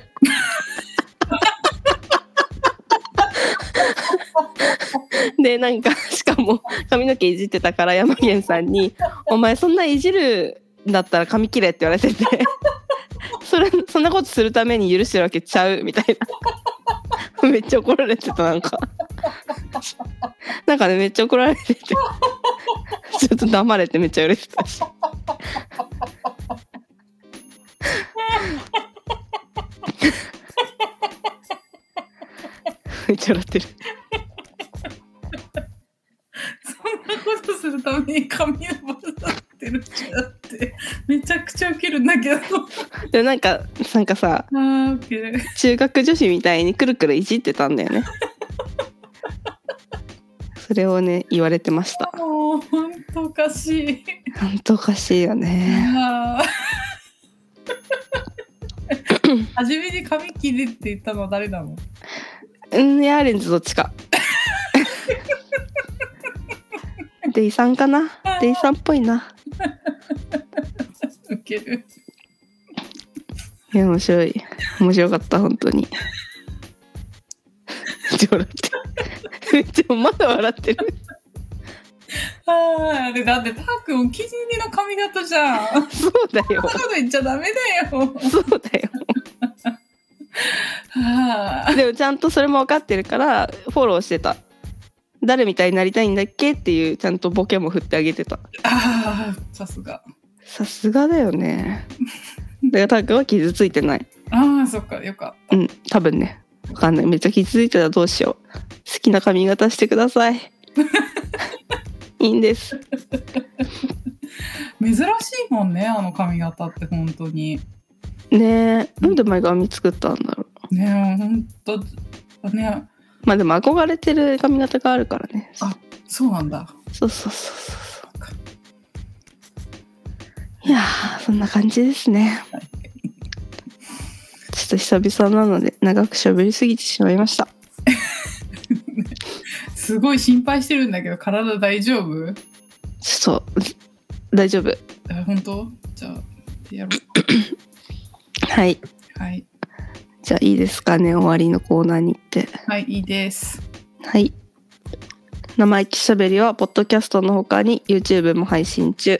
A: でなんかしかも髪の毛いじってたから山源さんに「お前そんないじるんだったら髪切れ」って言われててそれそんなことするために許してるわけちゃうみたいなめっちゃ怒られてたなんかなんかねめっちゃ怒られててちょっと黙れてめっちゃ嬉しかったし。めっちゃ笑ってる。
B: そんなことするために髪をバサってるじゃんってめちゃくちゃウケるんだけど
A: でもなんか、なんかさ、
B: ああウケる
A: 中学女子みたいにくるくるいじってたんだよね。それをね、言われてました。
B: もうほんとおかしい
A: なんとおかしいよね。
B: あー初めに髪切れって言ったのは誰なの
A: うん、ヤーレンズどっちか。デイさんかなデイさんっぽいな。
B: ウケる
A: いや、面白い。面白かった、本当に。 めっちゃ笑ってる。めっちゃまだ笑ってる。
B: あーあれだってたーくんお気に入りの髪型じゃん
A: そうだよ
B: そん。なこと言っちゃダメだよ
A: そうだよ。
B: あ
A: でもちゃんとそれも分かってるから、フォローしてた。誰みたいになりたいんだっけっていう、ちゃんとボケも振ってあげてた。
B: ーあーさすが
A: さすがだよね。だから、タクは傷ついてない。
B: ああそっかよかった
A: うん、多分ね。わかんない。めっちゃ傷ついてたらどうしよう。好きな髪型してください。いいんです。
B: 珍しいもんねあの髪型って本当に
A: ねえ。なんで前髪作ったんだろう。
B: ねえ本当ね
A: まあでも憧れてる髪型があるからね。
B: あそうなんだ
A: そうそうそうそうそう。いやー、そんな感じですね。ちょっと久々なので長く喋りすぎてしまいました。
B: すごい心配してるんだけど体大丈夫
A: ちょっと大丈夫。
B: あ本当じゃあやろ
A: はい。
B: うはい
A: じゃあいいですかね。終わりのコーナーに行って。
B: はいいいです
A: はい。生意気しゃべりは、ポッドキャストの他に YouTube も配信中。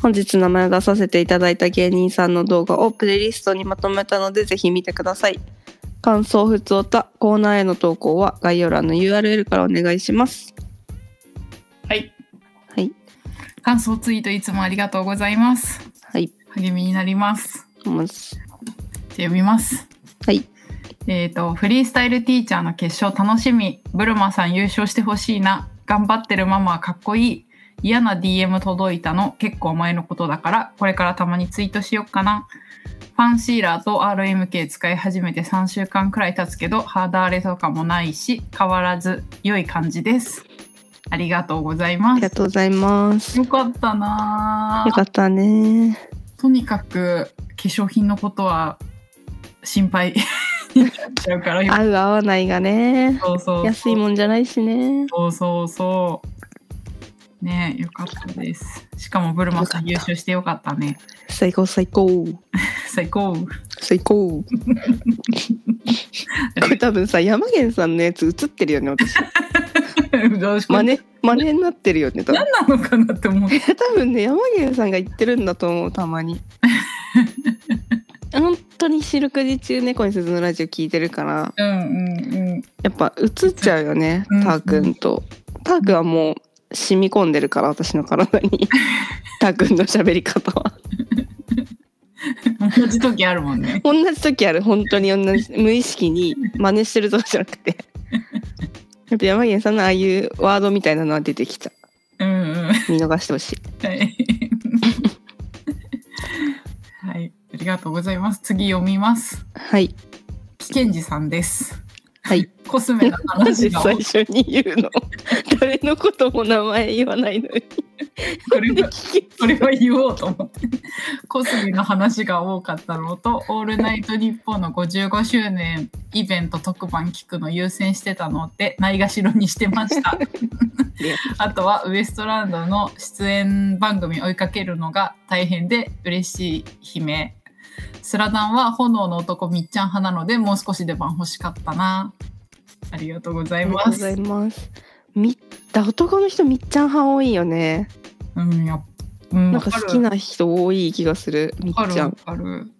A: 本日名前を出させていただいた芸人さんの動画をプレイリストにまとめたので、ぜひ見てください。感想、ふつおた、コーナーへの投稿は概要欄の URL からお願いします。
B: はい
A: はい。
B: 感想ツイートいつもありがとうございます
A: はい。
B: 励みになります
A: まず
B: じゃあ読みます。
A: はい。
B: えっ、と、フリースタイルティーチャーの決勝楽しみ。ブルマさん優勝してほしいな。頑張ってるママはかっこいい。嫌な DM 届いたの結構前のことだから、これからたまにツイートしよっかな。ファンシーラーと RMK 使い始めて3週間くらい経つけど、肌荒れとかもないし、変わらず良い感じです。ありがとうござい
A: あ
B: ま
A: りが
B: す。
A: とうございます。よ
B: よかったなぁ
A: かったね。
B: とにかく化粧品のことは心配になっちゃうから
A: 合う合わないがね。
B: そうそうそう
A: 安いもんじゃないしね。
B: そうそうそうねえよかったですしかもブルマさん優
A: よかった
B: 勝してよかったね
A: 最高最高。
B: 最 高
A: 最 高。これ多分さ山源さんのやつ映ってるよね 私
B: どうし
A: 真似真似になってるよね多分
B: 何なのかなって思って
A: 多分ね山源さんが言ってるんだと思うたま に本当に四六時中猫に鈴のラジオ聞いてるから
B: うんうんうん
A: やっぱ映っちゃうよね
B: うん
A: たーくんとたーくんはもう染み込んでるから私の体 にたーくんの喋り方は
B: 同じ時あるもんね
A: 同じ時ある本当に同じ無意識に真似してるとかじゃなくてやっぱ山源さんのああいうワードみたいなのは出てきた
B: うんうん
A: 見逃してほしい
B: はい。はい、ありがとうございます。次読みます。
A: はい
B: 危険児さんです。
A: はい。
B: コスメの
A: なん
B: 話
A: で
B: が
A: 最初に言うの誰のことも名前言わないのに
B: それは
A: 聞け
B: それは言おうと思ってコスメの話が多かったのと「オールナイトニッポン」の55周年イベント特番聞くの優先してたのでないがしろにして ましたあとはウエストランドの出演番組追いかけるのが大変で嬉しい悲鳴スラダンは炎の男みっちゃん派なのでもう少し出番欲しかったなありがとうござ
A: あ
B: い
A: りが
B: ま
A: とうござい
B: す
A: ますみ男の人みっちゃん派多いよね
B: うんやっうん
A: なんか好きな人多い気がするみっ
B: わか
A: ち
B: る
A: ゃ
B: わ
A: ん
B: かる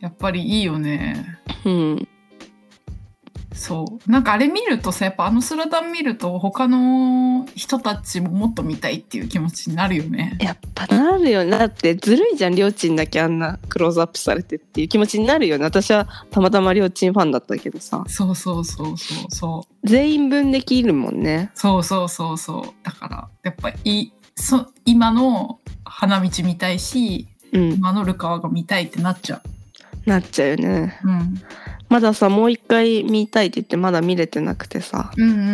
B: やっぱりいいよね
A: うん
B: そうなんかあれ見るとさやっぱあのスラダン見ると他の人たちももっと見たいっていう気持ちになるよね
A: やっぱなるよねだってずるいじゃんりょーちんだけあんなクローズアップされてっていう気持ちになるよね私はたまたまりょーちんファンだったけどさ
B: そうそうそうそうそう
A: 全員分できるもんね
B: そうそうそうそうだからやっぱいそ今の花道見たいし
A: うん
B: 今のルカワが見たいってなっちゃ
A: なっちゃうよね
B: う、うん、
A: まださもう一回見たいって言ってまだ見れてなくてさ
B: うんうんうんう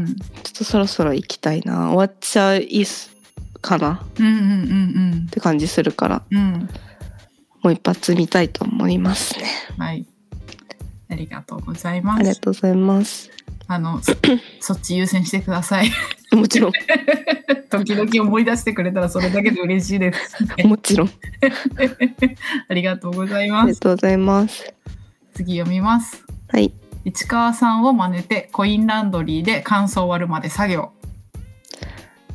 B: ん
A: ちょっとそろそろ行きたいな終わっちゃいっすかなっ
B: うんうんうん
A: て感じするから
B: うんうん
A: もう一発見たいと思いますね
B: はいありがとうござい
A: あ
B: ま
A: りが
B: す
A: とうございます
B: あのそ そっち優先してください
A: もちろん
B: 時々思い出してくれたらそれだけで嬉しいです、
A: もちろん
B: ありがとうござい
A: あ
B: ま
A: りが
B: す
A: とうございます
B: 次読みます
A: はい
B: 市川さんを真似てコインランドリーで乾燥終わるまで作業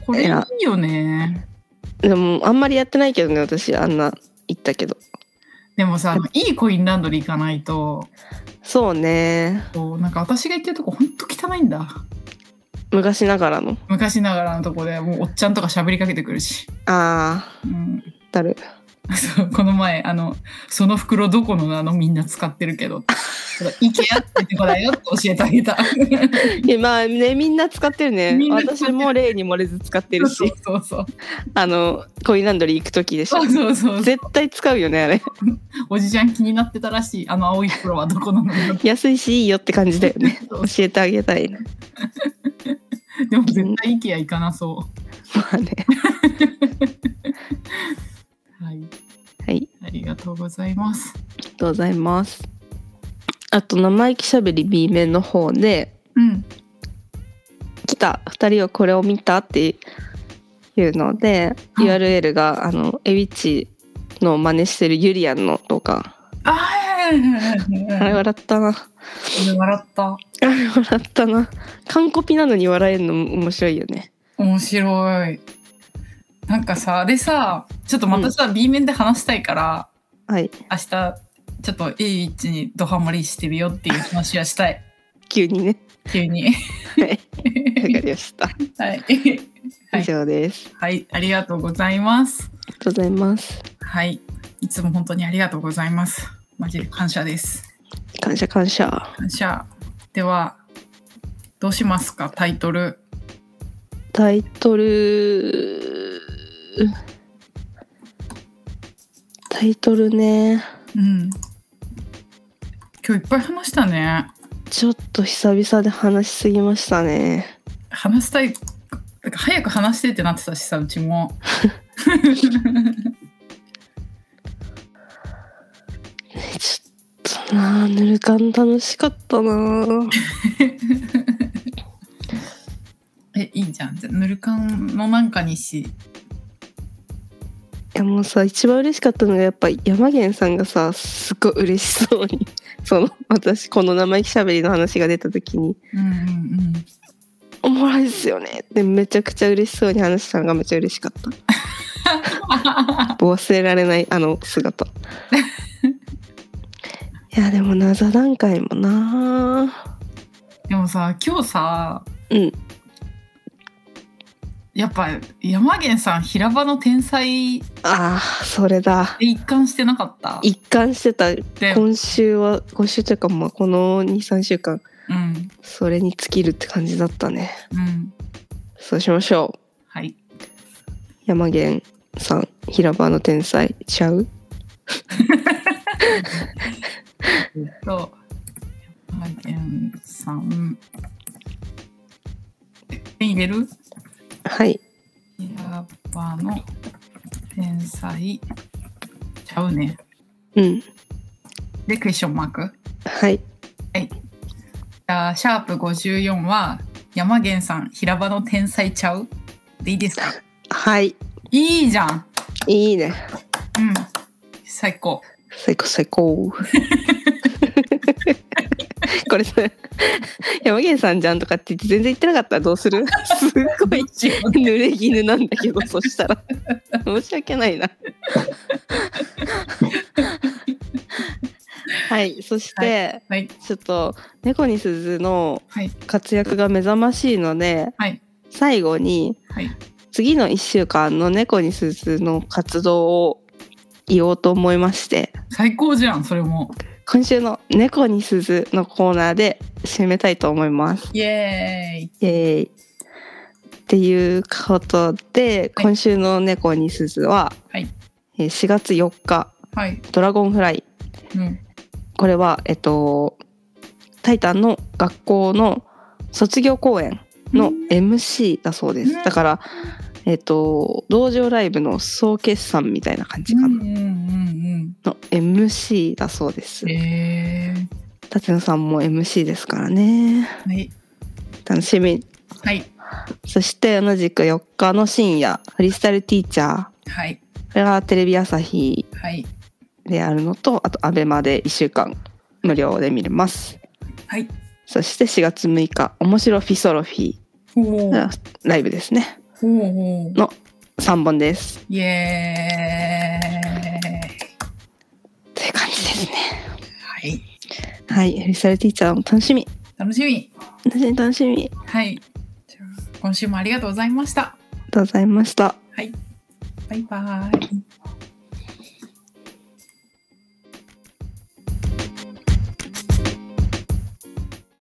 B: これい
A: いや
B: いよね
A: でもあんまりやってないけどね私あんな行ったけど
B: でもさあのいいコインランドリー行かないと
A: そうね
B: こうなんか私が行ってるとこほんと汚いんだ
A: 昔ながらの
B: 昔ながらのとこでもうおっちゃんとか喋りかけてくるし、
A: あ
B: うん、
A: ーだる
B: そうこの前あの「その袋どこのなのみんな使ってるけど」イケアってとこだよ」って教えてあげた
A: いやまあねみんな使ってるね
B: みんな使って
A: 私
B: る
A: も例に漏れず使ってる
B: そう
A: し
B: そうそう
A: あのコインランドリー行く時でしょ
B: そうそうそう
A: 絶対使うよねあれ
B: おじちゃん気になってたらしいあの青い袋はどこなのよ
A: 安いしいいよって感じだよね
B: そう
A: 教えてあげたいな
B: でも絶対 IKEA 行かなそ
A: まあね
B: う。はい、
A: はい
B: ありがとうございます。
A: ありがとうございますあと生意気しゃべり B 面の方で
B: うん、
A: 来た2人はこれを見たっていうので
B: はい
A: URL があのエビチの真似してるユリアンの動画
B: あはいはいはい
A: あ
B: はいは
A: れ
B: い
A: 笑ったな
B: 俺笑った。
A: あれ笑ったな完コピなのに笑えるの面白いよね
B: 面白い。なんかさ、あれさ、ちょっとまたさ、B 面で話したいから、
A: はい
B: 明日、ちょっといい位置にドハマりしてるよっていう話はしたい。
A: 急にね
B: 急に。
A: はいわかりました
B: はい。はい
A: 以上です、
B: はい、ありがとうございます。
A: ありがとうございます
B: はい。いつも本当にありがとうございます。マジで感謝です。
A: 感謝感謝
B: 感謝。では、どうしますかタイトル。
A: タイトルタイトルね
B: うん。今日いっぱい話したね。
A: ちょっと久々で話しすぎましたね
B: 話したい。なんか早く話してってなってたしさ、うちも。
A: ちょっとなあぬるかん楽しかったなあ
B: え、いいじゃん。じゃあ、ぬるかんのなんかにし。
A: いやもうさ一番嬉しかったのがやっぱ山源さんがさすごい嬉しそうに その私この生意気しゃべりの話が出た時に
B: うんうんうん。
A: 「おもろいっすよね」ってめちゃくちゃ嬉しそうに話したのがめっちゃ嬉しかった忘れられないあの姿いやでもな座談会もな
B: でもさ、今日さ、
A: うん
B: やっぱ山源さん平場の天才で
A: あーそれだ
B: 一貫してなかった
A: 一貫してた
B: で
A: 今週は今週というかまあこの23週間
B: うん
A: それに尽きるって感じだったね
B: うん
A: そうしましょう
B: はい
A: 山源さん平場の天才ちゃう
B: と山源さんペン入れる
A: はい
B: 平場の天才ちゃうね
A: うん
B: でクエスチョンマーク
A: はい
B: あーシャープ54は山源さん平場の天才ちゃうでいいですか
A: はい
B: いいじゃん
A: いいね
B: うん最高
A: 最高最 高これさ山源さんじゃんとかって言って全然言ってなかったらどうす るすごい濡れ衣なんだけどそしたら 申し訳ないなはい、そして、
B: はい
A: ちょっと猫に鈴の
B: はい
A: 活躍が目覚ましいので、
B: はい
A: 最後に
B: はい
A: 次の1週間の猫に鈴の活動を言おうと思いまして、
B: 最高じゃんそれも
A: 今週の猫に鈴のコーナーで締めたいと思います。
B: イエーイ
A: イエーイっていうことで、
B: はい
A: 今週の猫に鈴は、
B: はい
A: えー4月4日、
B: はい
A: ドラゴンフライ。
B: うん
A: これは、えっと、タイタンの学校の卒業公演の MC だそうです。
B: うん
A: だから、えっと、道場ライブの総決算みたいな感じ
B: うん
A: か
B: う
A: な。
B: んうん
A: の MC だそうです
B: うん。えー
A: 舘野さんも MC ですからね。
B: はい
A: 楽しみ。
B: はい
A: そして同じく4日の深夜、フリースタイルティーチャー。
B: はい
A: これがテレビ朝日
B: はい
A: であるのと、あとアベマで1週間無料で見れます。
B: はい
A: そして4月6日、面白フィソロフィ
B: ほう
A: ー、ライブですね。
B: ほうほう
A: 3本です。
B: イエーイ
A: という感じですね。
B: はい
A: はい。フリースタイルティーチャーも楽しみ。
B: 楽しみ
A: 楽しみ、楽しみ。あり
B: はいじゃあ今週もありがとうございました
A: がとうございました。
B: バイバイ